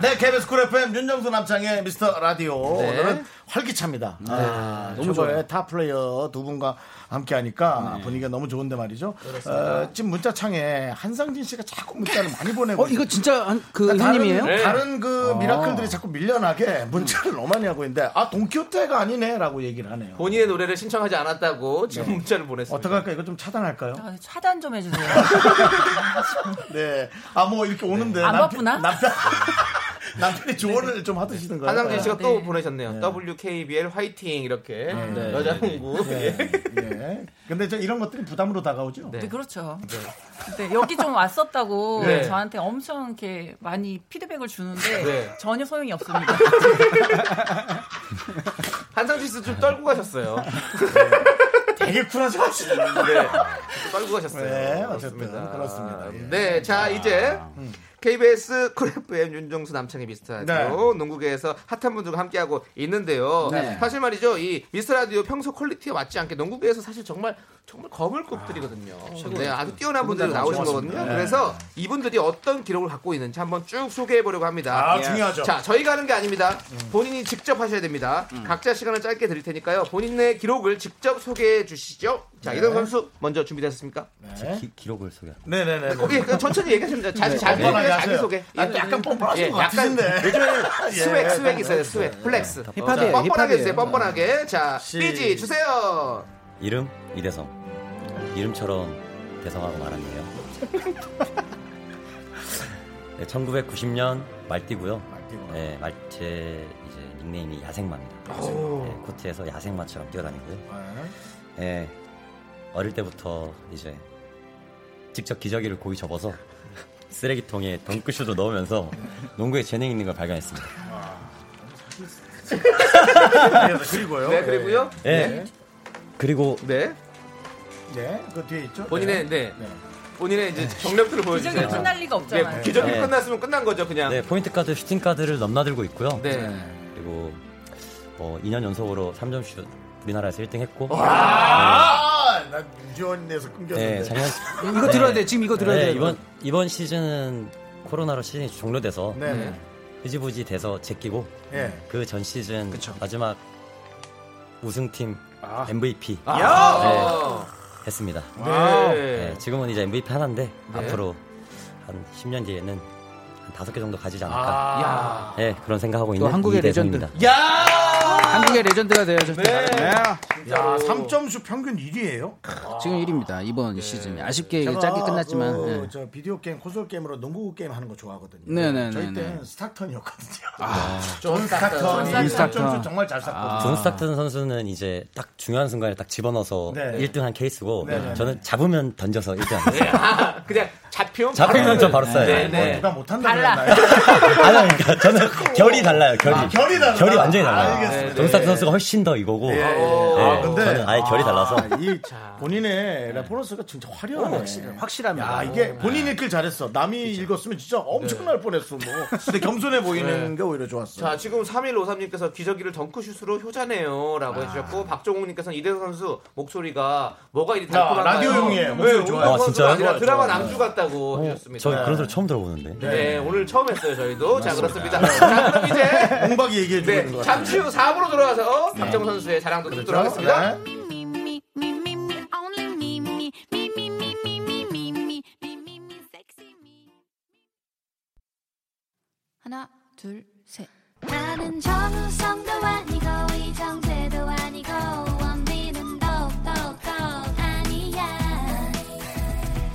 Speaker 1: 네, KBS 쿨 FM 윤정수 남창의 미스터 라디오.
Speaker 2: 네.
Speaker 1: 오늘은 활기차입니다.
Speaker 2: 네.
Speaker 1: 아, 초보의
Speaker 2: 너무 좋아요. 네.
Speaker 1: 타 플레이어 두 분과 함께 하니까 분위기가 너무 좋은데 말이죠.
Speaker 2: 그렇습니다.
Speaker 1: 어, 지금 문자창에 한상진 씨가 자꾸 문자를 많이 보내고.
Speaker 12: 어, 이거 진짜 한, 그
Speaker 1: 그러니까 다른-
Speaker 12: 형님이에요?
Speaker 2: 네.
Speaker 1: 다른,
Speaker 2: 아.
Speaker 1: 그 미라클들이 자꾸 밀려나게
Speaker 2: 음.
Speaker 1: 문자를 너무 많이 하고 있는데, 아, 돈키호테가 아니네라고 얘기를 하네요.
Speaker 2: 본인의 노래를 신청하지 않았다고 지금
Speaker 10: 네.
Speaker 2: 문자를 보냈습니다.
Speaker 1: 어떡할까? 이거 좀 차단할까요?
Speaker 8: 아, 차단 좀 해주세요.
Speaker 2: 아,
Speaker 1: 네. 아, 뭐 이렇게
Speaker 2: 네.
Speaker 1: 오는데.
Speaker 8: 안
Speaker 1: 남편-
Speaker 8: 바쁘나?
Speaker 1: 남편, 남편이 조언을 좀 하드시는 거예요.
Speaker 2: 한상진 씨가
Speaker 1: 네.
Speaker 2: 또 보내셨네요. WKBL 화이팅 이렇게
Speaker 1: 네.
Speaker 2: 여자 농구
Speaker 1: 네. 네. 근데 저 이런 것들이 부담으로 다가오죠.
Speaker 8: 네, 그렇죠. 근데 여기 좀 왔었다고
Speaker 1: 네.
Speaker 8: 저한테 엄청 이렇게 많이 피드백을 주는데
Speaker 2: 네.
Speaker 8: 전혀 소용이 없습니다.
Speaker 2: 한상진 씨 좀 떨고 가셨어요.
Speaker 1: 되게 쿨하지 않습니다.
Speaker 2: 네. 좀 떨고 가셨어요.
Speaker 1: 네, 어쨌든 예. 아.
Speaker 2: 그렇습니다. 네, 자 이제
Speaker 1: 음.
Speaker 2: KBS 쿨FM 윤종수 남창희
Speaker 1: 네.
Speaker 2: 미스터라디오 농구계에서 핫한 분들과 함께하고 있는데요.
Speaker 12: 네.
Speaker 2: 사실 말이죠, 이 미스터라디오 평소 퀄리티에 맞지 않게 농구계에서 사실 정말 정말 거물급들이거든요. 네, 아주 뛰어난 분들이
Speaker 12: 그분들
Speaker 2: 나오신
Speaker 12: 고맙습니다.
Speaker 2: 거거든요.
Speaker 12: 네.
Speaker 2: 그래서 이분들이 어떤 기록을 갖고 있는지 한번 쭉 소개해 보려고 합니다.
Speaker 12: 아, 예. 중요하죠.
Speaker 2: 자, 저희가 하는 게 아닙니다. 본인이 직접 하셔야 됩니다.
Speaker 10: 음.
Speaker 2: 각자 시간을 짧게 드릴 테니까요. 본인의 기록을 직접 소개해 주시죠. 자,
Speaker 10: 네.
Speaker 2: 이동 선수 먼저 준비되셨습니까?
Speaker 10: 제 기, 기록을 소개.
Speaker 1: 네네네.
Speaker 2: 거기 그냥 천천히 얘기하시면 돼요. 자기
Speaker 10: 네.
Speaker 2: 자기
Speaker 10: 뻔뻔하게
Speaker 2: 자기
Speaker 10: 하세요.
Speaker 2: 소개.
Speaker 1: 아, 또 약간
Speaker 12: 예,
Speaker 1: 뻔뻔하신 것 같으신데.
Speaker 2: 요즘에는
Speaker 1: 예,
Speaker 2: 스웩 스웩
Speaker 1: 약간
Speaker 2: 있어요.
Speaker 1: 네.
Speaker 2: 스웩 플렉스.
Speaker 10: 힙합이에요,
Speaker 2: 자,
Speaker 10: 힙합이에요. 네.
Speaker 2: 뻔뻔하게 주세요. 뻔뻔하게. 자,
Speaker 10: 시-
Speaker 2: 삐지 주세요.
Speaker 10: 이름 이대성. 이름처럼 대성하고 말았네요. 네, 1990년 말띠고요. 네, 말- 제 이제 닉네임이 야생마입니다.
Speaker 1: 오.
Speaker 2: 어.
Speaker 10: 네, 코트에서 야생마처럼 뛰어다니고요.
Speaker 2: 네.
Speaker 10: 예. 어릴 때부터 이제 직접 기저귀를 고이 접어서 쓰레기통에 덩크슛을 넣으면서 농구에 재능 있는 걸 발견했습니다.
Speaker 2: 아.
Speaker 1: 네, 그리고요.
Speaker 2: 네, 그리고요.
Speaker 10: 예.
Speaker 2: 네.
Speaker 10: 그리고
Speaker 2: 네.
Speaker 1: 네, 그 뒤에 있죠.
Speaker 2: 본인의 네. 본인의 이제 경력들을 보여주세요.
Speaker 8: 기적이 끝날 리가 그 없잖아요.
Speaker 2: 네, 기적이
Speaker 10: 네.
Speaker 2: 끝났으면 끝난 거죠, 그냥.
Speaker 10: 네, 포인트 카드, 슈팅 카드를 넘나들고 있고요.
Speaker 2: 네.
Speaker 10: 그리고 어, 2년 연속으로 3점 슛 우리나라에서 1등 했고.
Speaker 1: 아, 난 유지원에서 끊겼는데.
Speaker 10: 네, 작년 네,
Speaker 12: 이거 들어야 돼, 지금 이거 들어야 돼,
Speaker 10: 이번 이번 시즌은 코로나로 시즌이 종료돼서
Speaker 1: 네.
Speaker 10: 흐지부지 돼서 제끼고
Speaker 12: 네.
Speaker 1: 예.
Speaker 10: 그 전 시즌 마지막 우승팀 MVP
Speaker 2: 아.
Speaker 10: 네,
Speaker 2: 야!
Speaker 10: 했습니다.
Speaker 2: 와우.
Speaker 10: 네, 지금은 이제 MVP 하나인데
Speaker 2: 네.
Speaker 10: 앞으로 한 10년 뒤에는 한 다섯 개 정도 가지지
Speaker 2: 아.
Speaker 10: 않을까. 네, 그런 생각하고
Speaker 12: 또
Speaker 10: 있는
Speaker 12: 한국의 레전드.
Speaker 10: 이대성입니다.
Speaker 12: 야! 한국의 레전드가 되어졌
Speaker 1: 야, 아, 3점슛 평균 1위예요
Speaker 12: 아, 지금 1위입니다. 이번 시즌에 아쉽게
Speaker 1: 네. 제가
Speaker 12: 짧게 끝났지만.
Speaker 1: 그,
Speaker 12: 예.
Speaker 1: 저 비디오 게임 콘솔 게임으로 농구 게임 하는 거 좋아하거든요.
Speaker 12: 네네네네.
Speaker 1: 저희 때는 스타턴이었거든요.
Speaker 12: 아.
Speaker 1: 존
Speaker 12: 존
Speaker 1: 스타턴이
Speaker 12: 스타턴. 아,
Speaker 1: 스타턴 정말 잘 쐈거든요. 뭐
Speaker 10: 존 스타튼 선수는 이제 딱 중요한 순간에 딱 집어넣어서
Speaker 1: 네.
Speaker 10: 1등한 케이스고
Speaker 1: 네, 네,
Speaker 10: 저는 잡으면 던져서 1등한 케이스.
Speaker 2: 아, 그냥 잡히면
Speaker 10: 잡히면 좀 바로 써요.
Speaker 2: 네,
Speaker 10: 뭐
Speaker 2: 네.
Speaker 10: 누가
Speaker 1: 못한다
Speaker 10: 아니, 그러니까 저는 결이 달라요. 결이.
Speaker 1: 결이 달라?
Speaker 10: 완전히 달라요.
Speaker 1: 알겠습니다. 맞습니다.
Speaker 10: 동스타트
Speaker 1: 예.
Speaker 10: 선수가 훨씬 더 이거고.
Speaker 1: 예, 예.
Speaker 10: 예,
Speaker 1: 아, 근데
Speaker 10: 저는 아예 결이
Speaker 1: 아,
Speaker 10: 달라서.
Speaker 1: 이 본인의 래퍼런스가 진짜 화려하네.
Speaker 5: 어, 확실해. 확실합니다.
Speaker 1: 야, 이게 본인 읽길 잘했어. 남이 읽었으면 진짜 엄청날 뻔했어. 뭐. 네. 근데 겸손해 보이는
Speaker 2: 네.
Speaker 1: 게 오히려 좋았어.
Speaker 2: 자, 지금 3153님께서 기저귀를 덩크슛으로 효자네요.
Speaker 10: 아.
Speaker 2: 라고 해주셨고, 박종욱님께서는 이대성 선수 목소리가 뭐가 이리
Speaker 1: 야,
Speaker 2: 달콤한가요?
Speaker 1: 라디오용이에요. 목소리
Speaker 2: 네,
Speaker 1: 좋아요. 어,
Speaker 2: 운동
Speaker 10: 아,
Speaker 2: 선수가
Speaker 10: 진짜요?
Speaker 2: 아니라
Speaker 10: 좋아요,
Speaker 2: 드라마
Speaker 10: 좋아요.
Speaker 2: 남주 같다고 해주셨습니다.
Speaker 10: 저 그런 소리 처음 들어보는데.
Speaker 2: 네. 네, 오늘 처음 했어요, 저희도. 자,
Speaker 10: 맞습니다.
Speaker 2: 그렇습니다. 자, 그럼 이제 네,
Speaker 1: 공박이 얘기해 주는 거 같아요. 그렇죠.
Speaker 2: 잠시 후 4부로 돌아와서
Speaker 10: 네.
Speaker 2: 박정우 선수의 자랑도 듣도록
Speaker 1: 네.
Speaker 2: 하겠습니다.
Speaker 14: 하나, 둘, 셋.
Speaker 7: 나는 정우성도 아니고 이정재도 아니고 원빈은 더욱더 아니야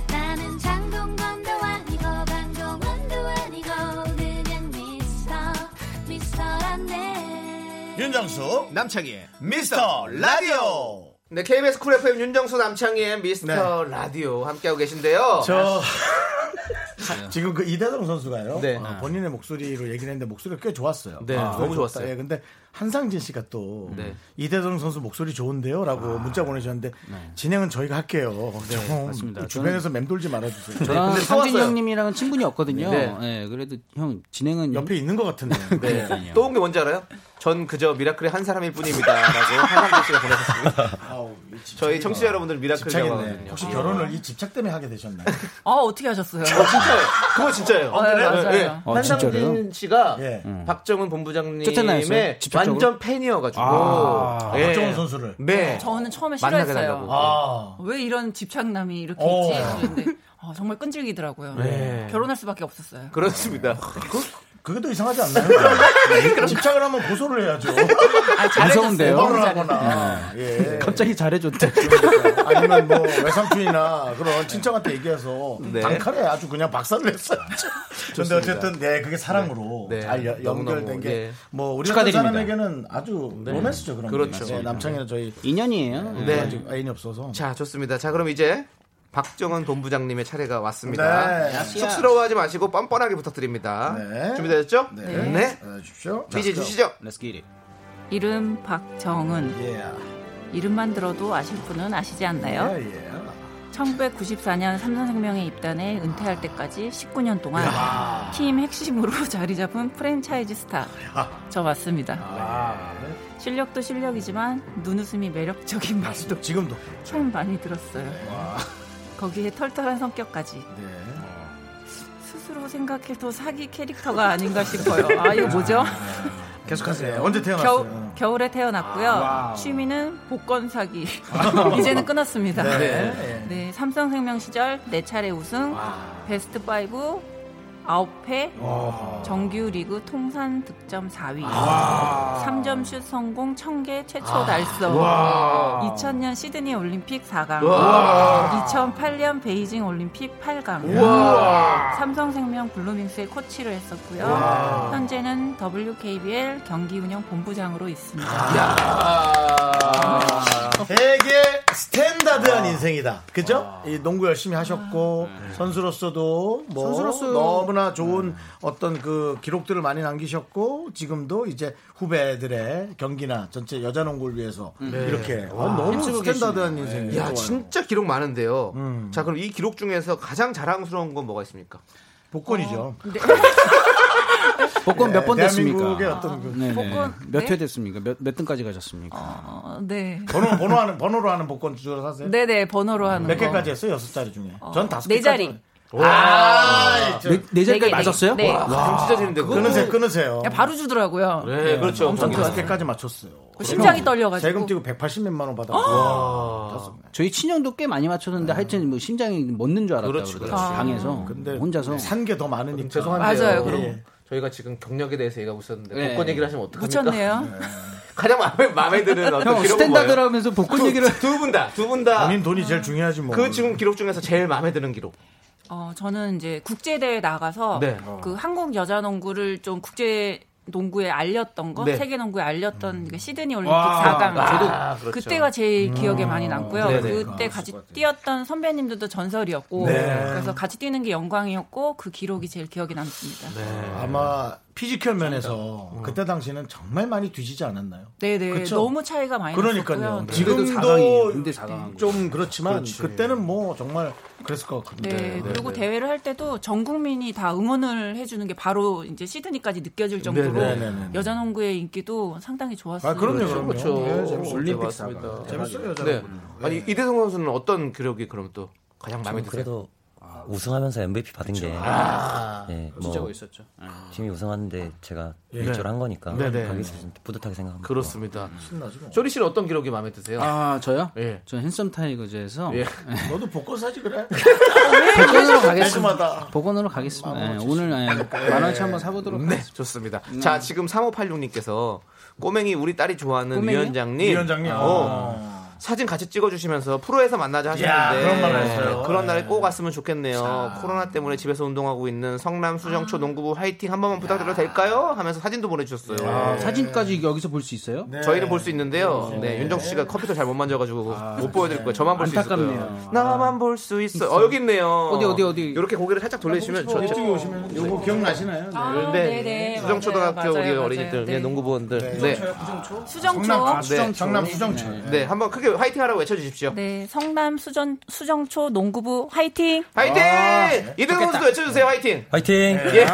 Speaker 7: 나는 장동건도 아니고 방종원도 아니고 그냥 미스터 미스터란데
Speaker 1: 윤정수
Speaker 2: 남창희의
Speaker 1: 미스터 라디오
Speaker 2: 네, KBS 쿨 FM 윤정수 남창희의 미스터 라디오 함께하고 계신데요.
Speaker 1: 네. 저 어, 지금 그 이대성 선수가요. 어, 본인의 목소리로 얘기를 했는데 목소리가 꽤 좋았어요.
Speaker 2: 아. 네,
Speaker 1: 아, 좋았다.
Speaker 2: 너무 좋았어요. 네.
Speaker 1: 예, 근데 한상진 씨가 또 이대성 선수 목소리 좋은데요라고
Speaker 2: 아.
Speaker 1: 문자 보내셨는데
Speaker 2: 네.
Speaker 1: 진행은 저희가 할게요. 좀
Speaker 5: 맞습니다.
Speaker 1: 주변에서
Speaker 5: 저는-
Speaker 1: 맴돌지 말아 주세요.
Speaker 5: 저랑 상진 형님이랑은 친분이 없거든요.
Speaker 2: 네.
Speaker 5: 예, 그래도 형 진행은
Speaker 1: 옆에 있는 것 같은데.
Speaker 2: 네. 또 온 게 뭔지 알아요? 전 그저 미라클의 한 사람일 뿐입니다. 라고 한상진 씨가 보내셨습니다. 저희 청취자 여러분들 미라클
Speaker 1: 집착했네.
Speaker 2: 대화거든요.
Speaker 1: 혹시
Speaker 2: 예.
Speaker 1: 결혼을 이 집착 때문에 하게 되셨나요?
Speaker 8: 아 어떻게 하셨어요?
Speaker 2: 그거 진짜예요.
Speaker 8: 아, 그래요? 맞아요.
Speaker 1: 아, 진짜로요?
Speaker 2: 한상진 씨가
Speaker 1: 예.
Speaker 5: 쫓아내셨어요?
Speaker 2: 박정은 본부장님의
Speaker 5: 집착적으로?
Speaker 2: 완전 팬이어가지고
Speaker 5: 아,
Speaker 2: 예.
Speaker 5: 박정은 선수를?
Speaker 2: 네.
Speaker 8: 저는 처음에
Speaker 2: 만나게
Speaker 8: 싫어했어요.
Speaker 2: 달라고.
Speaker 1: 아.
Speaker 8: 왜 이런 집착남이 이렇게
Speaker 2: 어.
Speaker 8: 있지? 했는데 아, 정말 끈질기더라고요.
Speaker 2: 네.
Speaker 8: 결혼할 수밖에 없었어요.
Speaker 2: 그렇습니다.
Speaker 1: 그게 더 이상하지 않나요? 집착을 하면 고소를 해야죠.
Speaker 5: 무서운데요? 네.
Speaker 1: 대박을 하거나. 예.
Speaker 5: 갑자기 잘해줬대.
Speaker 1: 아니면 뭐 외삼촌이나 그런 친척한테 얘기해서
Speaker 5: 네.
Speaker 1: 단칼에 아주 그냥 박살을 냈어요. 근데
Speaker 5: 좋습니다.
Speaker 1: 어쨌든 네 그게 사랑으로
Speaker 5: 네. 네.
Speaker 1: 잘 여-
Speaker 5: 너무너무,
Speaker 1: 연결된
Speaker 5: 예.
Speaker 1: 게 뭐 우리 같은
Speaker 5: 축하드립니다.
Speaker 1: 사람에게는 아주 로맨스죠 그런
Speaker 2: 그렇죠.
Speaker 1: 게. 네, 남창이는 저희
Speaker 5: 인연이에요.
Speaker 1: 네. 아직 애인이 없어서.
Speaker 2: 자, 좋습니다. 자, 그럼 이제 박정은 본부장님의 차례가 왔습니다.
Speaker 1: 네. 야시야.
Speaker 2: 쑥스러워하지 마시고 뻔뻔하게 부탁드립니다. 준비되셨죠?
Speaker 1: 네.
Speaker 2: 네.
Speaker 1: 주십시오.
Speaker 2: 퀴즈 주시죠.
Speaker 4: 네.
Speaker 5: Let's get it.
Speaker 8: 이름 박정은.
Speaker 1: 예.
Speaker 8: 이름만 들어도 아실 분은 아시지 않나요?
Speaker 2: 네.
Speaker 1: 예.
Speaker 8: 1994년 삼성생명에 입단해 은퇴할 때까지 19년 동안
Speaker 1: 아,
Speaker 8: 팀 핵심으로 자리 잡은 프랜차이즈 스타. 저 맞습니다.
Speaker 1: 네.
Speaker 8: 실력도 실력이지만 눈웃음이 매력적인 말도
Speaker 1: 지금도
Speaker 8: 참 많이 들었어요. 거기에 털털한 성격까지
Speaker 1: 네.
Speaker 8: 스스로 생각해도 사기 캐릭터가 아닌가 싶어요. 아 이거 뭐죠?
Speaker 1: 계속하세요. 네, 언제 네, 태어났어요?
Speaker 8: 겨울, 겨울에 태어났고요.
Speaker 1: 아, 와우.
Speaker 8: 취미는 복권 사기. 이제는 끊었습니다.
Speaker 1: 네.
Speaker 8: 네. 네, 삼성생명 시절 네 차례 우승, 베스트 5 9패,
Speaker 1: 와.
Speaker 8: 정규리그 통산 득점 4위,
Speaker 1: 아, 와.
Speaker 8: 3점슛 성공 1000개 최초
Speaker 1: 아.
Speaker 8: 달성,
Speaker 1: 와.
Speaker 8: 2000년 시드니 올림픽 4강,
Speaker 1: 와.
Speaker 8: 2008년 베이징 올림픽 8강,
Speaker 7: 우와.
Speaker 8: 삼성생명 블루밍스의 코치를 했었고요.
Speaker 7: 와.
Speaker 8: 현재는 WKBL 경기운영 본부장으로 있습니다.
Speaker 1: 되게 스탠다드한 인생이다. 그죠? 이 농구 열심히 하셨고 선수로서도 뭐
Speaker 5: 선수로서-
Speaker 1: 너무나 좋은 어떤 그 기록들을 많이 남기셨고 지금도 이제 후배들의 경기나 전체 여자 농구를 위해서
Speaker 2: 네.
Speaker 1: 이렇게 어,
Speaker 2: 와,
Speaker 1: 너무
Speaker 2: 힘쓰고
Speaker 1: 스탠다드한
Speaker 2: 계시네.
Speaker 1: 인생이에요.
Speaker 2: 야,
Speaker 1: 좋아요.
Speaker 2: 진짜 기록 많은데요. 자, 그럼 이 기록 중에서 가장 자랑스러운 건 뭐가 있습니까?
Speaker 1: 복권이죠.
Speaker 5: 복권 몇 번
Speaker 1: 네,
Speaker 5: 됐습니까?
Speaker 1: 대한민국의 어떤 그-
Speaker 5: 네네.
Speaker 1: 복권,
Speaker 5: 몇
Speaker 8: 네?
Speaker 5: 회 됐습니까? 몇, 몇 등까지 가셨습니까?
Speaker 8: 어, 네.
Speaker 1: 번호 번호 하는 번호로 하는 복권 주로 사세요.
Speaker 8: 네네 번호로 하는
Speaker 1: 몇
Speaker 8: 거.
Speaker 1: 개까지 했어요? 여섯 자리 중에.
Speaker 8: 어,
Speaker 1: 전 다섯
Speaker 8: 네
Speaker 1: 개까지.
Speaker 8: 자리.
Speaker 1: 아, 저-
Speaker 5: 네, 네 자리까지
Speaker 8: 네 개,
Speaker 5: 맞았어요?
Speaker 8: 네 개. 네.
Speaker 1: 와.
Speaker 2: 진짜 재밌는데 뭐? 그거.
Speaker 1: 끊으세요, 끊으세요.
Speaker 8: 그냥 바로 주더라고요.
Speaker 1: 네, 그렇죠. 엄청
Speaker 8: 아, 엄청
Speaker 1: 다섯
Speaker 8: 좋았어요. 그
Speaker 1: 개까지 맞췄어요.
Speaker 8: 심장이 떨려가지고. 아!
Speaker 1: 세금 띄고 180몇만 원 받았고.
Speaker 5: 저희 친형도 꽤 많이
Speaker 1: 음.
Speaker 5: 맞췄는데 하여튼 뭐 심장이 멎는 줄 알았다
Speaker 2: 그렇지,
Speaker 1: 그렇죠,
Speaker 5: 그러더라고요.
Speaker 8: 그렇죠.
Speaker 2: 그렇지.
Speaker 8: 아.
Speaker 5: 방에서 혼자서
Speaker 1: 산 게 더 많으니까
Speaker 2: 죄송한데요.
Speaker 5: 맞아요,
Speaker 2: 예.
Speaker 5: 그럼.
Speaker 2: 저희가 지금 경력에 대해서 얘기하고 있었는데
Speaker 5: 네.
Speaker 2: 복권 얘기를 하시면 어떡합니까?
Speaker 8: 붙였네요.
Speaker 2: 가장 마음에, 마음에 드는 어떤
Speaker 5: 형
Speaker 2: 기록은
Speaker 5: 스탠다드라면서 복권
Speaker 2: 뭐예요?
Speaker 5: 얘기를
Speaker 2: 두 분 다, 두 분 다.
Speaker 1: 본인 돈이 제일 중요하지 뭐.
Speaker 2: 그 지금 기록 중에서 제일 마음에 드는 기록.
Speaker 8: 어, 저는 이제 국제대회 나가서
Speaker 2: 네.
Speaker 8: 그 한국 여자 농구를 좀 국제 농구에 알렸던 거,
Speaker 2: 네.
Speaker 8: 세계 농구에 알렸던 그 시드니 올림픽
Speaker 2: 와.
Speaker 8: 4강.
Speaker 2: 아,
Speaker 8: 저도
Speaker 2: 그렇죠.
Speaker 8: 그때가 제일 기억에 많이 남고요.
Speaker 2: 네네.
Speaker 8: 그때
Speaker 2: 아,
Speaker 8: 같이 뛰었던 선배님들도 전설이었고,
Speaker 1: 네.
Speaker 2: 네.
Speaker 8: 그래서 같이 뛰는 게 영광이었고, 그 기록이 제일 기억에 남습니다.
Speaker 1: 네. 아마 피지컬 면에서
Speaker 2: 어.
Speaker 1: 그때 당시는 정말 많이 뒤지지 않았나요?
Speaker 8: 네네.
Speaker 1: 그쵸?
Speaker 8: 너무 차이가 많이
Speaker 1: 그러니까요.
Speaker 8: 났었고요.
Speaker 1: 지금도
Speaker 10: 근데 4강한
Speaker 1: 좀 그렇지만
Speaker 10: 그렇지.
Speaker 1: 그때는뭐 정말 그랬을 것 같은데.
Speaker 8: 네, 그리고 대회를 할 때도 전 국민이 다 응원을 해주는 게 바로 이제 시드니까지 느껴질 정도로
Speaker 1: 네, 네, 네, 네.
Speaker 8: 여자 농구의 인기도 상당히 좋았어요.
Speaker 2: 아, 그럼요, 그럼요. 그렇죠. 네, 재밌어요.
Speaker 10: 올림픽
Speaker 2: 네, 맞습니다.
Speaker 10: 사강.
Speaker 2: 재밌어요,
Speaker 10: 대박이다.
Speaker 2: 네. 아니 이대성 선수는 어떤 기록이 그럼 또 가장 마음에
Speaker 4: 저는
Speaker 2: 드세요?
Speaker 4: 그래도 아, 우승하면서 MVP 받은 게
Speaker 2: 아,
Speaker 4: 예,
Speaker 2: 진짜 그거 있었죠.
Speaker 4: 팀이 우승하는데 제가
Speaker 2: 예.
Speaker 4: 일조를 한 거니까
Speaker 2: 네네.
Speaker 4: 거기서좀 뿌듯하게 생각합니다. 뭐.
Speaker 2: 그렇습니다.
Speaker 1: 신나죠.
Speaker 2: 쇼리 씨는 어떤 기록이 마음에 드세요?
Speaker 10: 아 저요?
Speaker 2: 예.
Speaker 10: 저 핸섬 타이거즈에서
Speaker 2: 예.
Speaker 1: 너도 복권 사지 그래?
Speaker 10: 복권으로
Speaker 1: 매주마다.
Speaker 10: 가겠습니다. 복권으로 가겠습니다. 예, 오늘 예, 만 원치 한번 사보도록
Speaker 2: 네, 좋습니다.
Speaker 10: 음.
Speaker 2: 자, 지금 3586님께서 꼬맹이 우리 딸이 좋아하는
Speaker 10: 꼬맹이요?
Speaker 2: 위원장님.
Speaker 10: 위원장님,
Speaker 1: 아.
Speaker 2: 어, 사진 같이 찍어주시면서 프로에서 만나자 하셨는데
Speaker 10: 야, 그런 말
Speaker 1: 했어요.
Speaker 2: 그런 날에 꼭 왔으면 좋겠네요. 코로나 때문에 집에서 운동하고 있는 성남 수정초
Speaker 10: 아.
Speaker 2: 농구부 화이팅 한 번만 부탁드려도 될까요? 하면서 사진도 보내주셨어요.
Speaker 10: 아, 사진까지 여기서 볼 수 있어요?
Speaker 1: 네.
Speaker 2: 저희는 볼 수 있는데요. 네, 윤정수 씨가 컴퓨터 잘 못 만져가지고 못 보여드릴 거예요. 저만 볼 수 있을 거예요.
Speaker 10: 안타깝네요.
Speaker 2: 나만 볼 수 있어. 어, 여기 있네요.
Speaker 10: 어디, 어디, 어디?
Speaker 2: 이렇게 고개를 살짝 돌려주시면 저
Speaker 1: 이쪽에 오시면 요거 기억나시나요?
Speaker 8: 아,
Speaker 2: 네.
Speaker 8: 네네.
Speaker 2: 수정초등학교
Speaker 8: 맞아요, 맞아요,
Speaker 2: 우리
Speaker 8: 맞아요.
Speaker 2: 어린이들,
Speaker 8: 네.
Speaker 2: 네, 농구부원들. 네.
Speaker 8: 수정초.
Speaker 2: 아,
Speaker 1: 수정, 정남 수정초.
Speaker 2: 네. 네, 한번 크게 화이팅 하라고 외쳐주십시오.
Speaker 8: 네, 성남 수전 수정초 농구부 화이팅.
Speaker 2: 화이팅! 이대성 선수도 외쳐주세요, 화이팅!
Speaker 4: 화이팅!
Speaker 2: 예.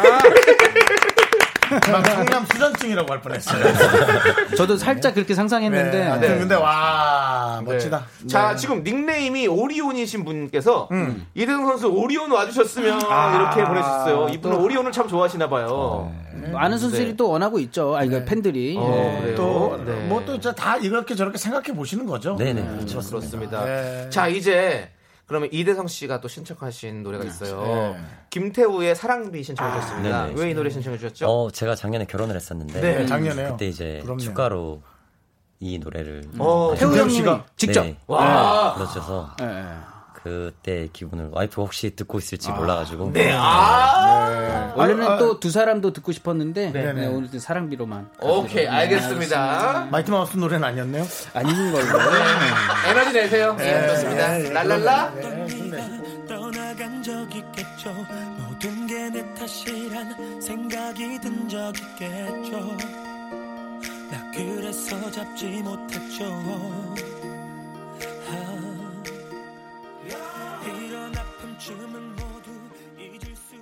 Speaker 1: 막 성남 수전증이라고 할 뻔했어요. 그렇죠.
Speaker 10: 저도 살짝 그렇게 상상했는데.
Speaker 1: 네. 아무튼 근데 와 멋지다.
Speaker 2: 네. 자, 지금 닉네임이 오리온이신 분께서
Speaker 1: 음.
Speaker 2: 이대성 선수 오리온 와주셨으면
Speaker 10: 아,
Speaker 2: 이렇게 보내주셨어요. 이분은
Speaker 10: 또.
Speaker 2: 오리온을 참 좋아하시나 봐요.
Speaker 10: 많은 선수들이
Speaker 2: 네.
Speaker 10: 또 원하고 있죠. 아, 이거
Speaker 2: 어,
Speaker 10: 팬들이. 예.
Speaker 1: 또뭐 또 다 이렇게 저렇게 생각해 보시는 거죠. 음.
Speaker 4: 네네.
Speaker 2: 그렇습니다.
Speaker 1: 네.
Speaker 2: 자, 이제 그러면 이대성 씨가 또 신청하신 노래가 있어요.
Speaker 4: 네.
Speaker 2: 김태우의 사랑비 신청해주셨습니다.
Speaker 4: 네네.
Speaker 2: 왜 이 노래 신청해 주셨죠?
Speaker 4: 어, 제가 작년에 결혼을 했었는데
Speaker 2: 네, 작년에요.
Speaker 4: 그때 이제
Speaker 2: 그럼요.
Speaker 4: 축가로 이 노래를
Speaker 2: 어,
Speaker 4: 네.
Speaker 2: 태우 형님이 직접?
Speaker 4: 네.
Speaker 10: 아,
Speaker 2: 와.
Speaker 4: 그러셔서 그때 기분을 와이프 혹시 듣고 있을지 몰라가지고
Speaker 2: 네, 아.
Speaker 10: 원래는
Speaker 2: 아, 아.
Speaker 10: 또 두 사람도 듣고 싶었는데
Speaker 2: 네.
Speaker 10: 네, 오늘 또 사랑비로만.
Speaker 2: 오케이, 알겠습니다.
Speaker 1: 마이트 마우스 노래는 아니었네요?
Speaker 10: 아닌 걸로.
Speaker 2: 에너지 내세요. 예,
Speaker 10: 예,
Speaker 2: 좋습니다.
Speaker 10: 예,
Speaker 2: 랄랄라.
Speaker 9: 떠나간 적 있겠죠 모든 게 내 탓이란 생각이 든 적 있겠죠 나 그래서 잡지 못했죠 아, 이런 아픔쯤은 모두 잊을 수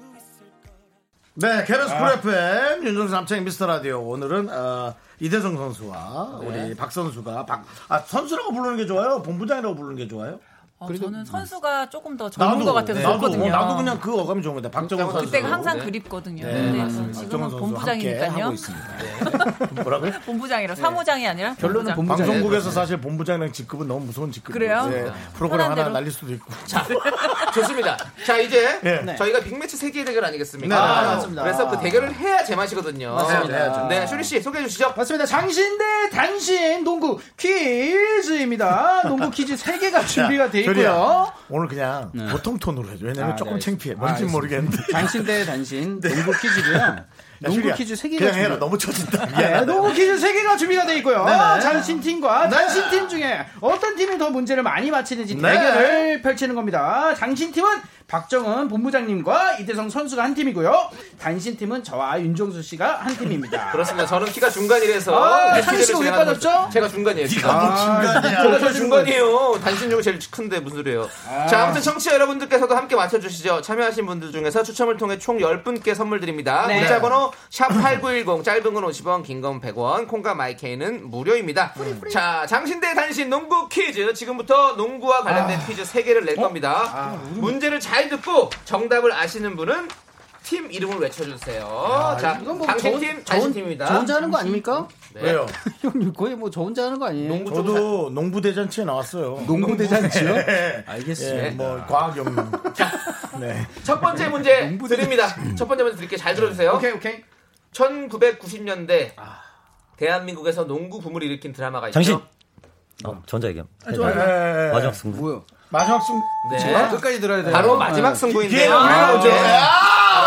Speaker 1: 네, KBS 쿨 FM 윤정수 남창희 미스터 라디오 오늘은 어, 이대성 선수와 우리 박 선수가 박, 아, 선수라고 부르는 게 좋아요? 본부장이라고 부르는 게 좋아요?
Speaker 8: 어, 저는 선수가 조금 더 젊은 것 같아서
Speaker 1: 네, 나도,
Speaker 8: 좋거든요.
Speaker 1: 어, 나도 그냥 그 어감이 좋은 것 같아요. 박정훈 선수. 네.
Speaker 8: 그때가 항상 그립거든요. 근데 저는 지금은 본부장이니까요.
Speaker 1: 하고 있습니다. 뭐라고요?
Speaker 8: 본부장이라 사무장이 아니라 본부장.
Speaker 1: 방송국에서 사실 본부장이랑 직급은 너무 무서운 직급.
Speaker 8: 그래요?
Speaker 1: 프로그램
Speaker 2: 편한
Speaker 1: 하나
Speaker 2: 대로.
Speaker 1: 날릴 수도 있고.
Speaker 2: 좋습니다. 자, 이제
Speaker 1: 예.
Speaker 2: 저희가 빅매치 세계 대결 아니겠습니까?
Speaker 1: 네, 네, 네, 맞습니다.
Speaker 2: 그래서 그 대결을 해야 제맛이거든요.
Speaker 10: 맞습니다. 해야죠.
Speaker 2: 네, 쇼리 씨 소개해 주시죠.
Speaker 10: 맞습니다. 장신 대 단신 농구 퀴즈입니다. 농구 퀴즈 세개가 준비가 돼
Speaker 1: 야,
Speaker 10: 있고요.
Speaker 1: 효리야, 오늘 그냥
Speaker 10: 네.
Speaker 1: 보통 톤으로 해줘. 왜냐면
Speaker 10: 아,
Speaker 1: 조금
Speaker 10: 네,
Speaker 1: 창피해.
Speaker 10: 알겠습니다.
Speaker 1: 뭔지
Speaker 10: 아,
Speaker 1: 모르겠는데.
Speaker 10: 단신 대 단신 농구 퀴즈고요. 농구
Speaker 1: 효리야,
Speaker 10: 퀴즈 세 개가
Speaker 1: 그냥 해라.
Speaker 10: 준비가-
Speaker 1: 너무 쳐진다.
Speaker 10: 네, 농구 퀴즈 세개가 준비가 돼 있고요.
Speaker 1: 네네.
Speaker 10: 장신 팀과
Speaker 1: 네.
Speaker 10: 단신 팀 중에 어떤 팀이 더 문제를 많이 맞히는지
Speaker 1: 네.
Speaker 10: 대결을 펼치는 겁니다. 장신 팀은 박정은 본부장님과 이대성 선수가 한 팀이고요. 단신 팀은 저와 윤종수 씨가 한 팀입니다.
Speaker 2: 그렇습니다. 저는 키가 중간이라서
Speaker 10: 아,
Speaker 2: 네,
Speaker 10: 상희
Speaker 2: 퀴즈를
Speaker 10: 씨가 왜
Speaker 2: 진행하는
Speaker 10: 빠졌죠?
Speaker 2: 거죠. 제가 중간이에요. 지금.
Speaker 1: 아,
Speaker 10: 뭐 중간이야.
Speaker 2: 제가 저 중간이에요. 뭐 단신 중에 제일 큰데 무슨 소리예요. 자, 아무튼 청취자 여러분들께서도 함께 맞춰주시죠. 참여하신 분들 중에서 추첨을 통해 총 10분께 선물 드립니다.
Speaker 10: 네.
Speaker 2: 문자번호 샵8910 짧은 건 50원, 긴 건 100원, 콩과 마이케이는 무료입니다. 자, 장신대 단신 농구 퀴즈. 지금부터 농구와 관련된 퀴즈 3개를 낼 겁니다. 문제를 잘 듣고 정답을 아시는 분은 팀 이름을 외쳐주세요. 자, 당신 팀, 단신 팀입니다.
Speaker 10: 저 혼자 하는 거 아닙니까?
Speaker 2: 네.
Speaker 1: 왜요?
Speaker 10: 형님 거의 뭐 저 혼자 하는 거 아니에요?
Speaker 1: 저도 농구 대잔치에 나왔어요.
Speaker 10: 농구 대잔치요?
Speaker 1: 네.
Speaker 10: 알겠습니다.
Speaker 1: 예, 뭐 과학 영농. 네.
Speaker 2: 첫 번째 문제 드립니다. 첫 번째 문제 드릴게요. 잘 들어주세요.
Speaker 10: 오케이, 아. 오케이.
Speaker 2: 1990년대 대한민국에서 농구 붐을 일으킨 드라마가 있죠.
Speaker 4: 당신. 어, 저 혼자 얘기함.
Speaker 1: 아, 좋아요. 예, 예, 예.
Speaker 4: 네,
Speaker 10: 네.
Speaker 4: 마지막 승부.
Speaker 1: 마지막 승.
Speaker 2: 네.
Speaker 1: 지금
Speaker 10: 끝까지 들어야 돼요.
Speaker 2: 바로 마지막
Speaker 10: 네.
Speaker 2: 승부인데요.
Speaker 1: 기회가 우리가 오죠.
Speaker 2: 네. 바로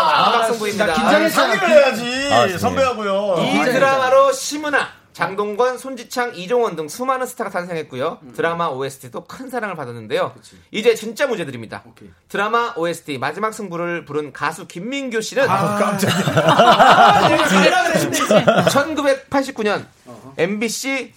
Speaker 1: 아,
Speaker 2: 마지막
Speaker 1: 나
Speaker 2: 승부입니다.
Speaker 1: 긴장했잖아. 상의를 해야지.
Speaker 4: 아, 네.
Speaker 1: 어, 선배하고요.
Speaker 2: 이 드라마로 심은아, 장동건, 손지창, 이종원 등 수많은 스타가 탄생했고요. 드라마 OST도 큰 사랑을 받았는데요. 이제 진짜 문제 드립니다. 드라마 OST 마지막 승부를 부른 가수 김민규 씨는 아, 1989년 MBC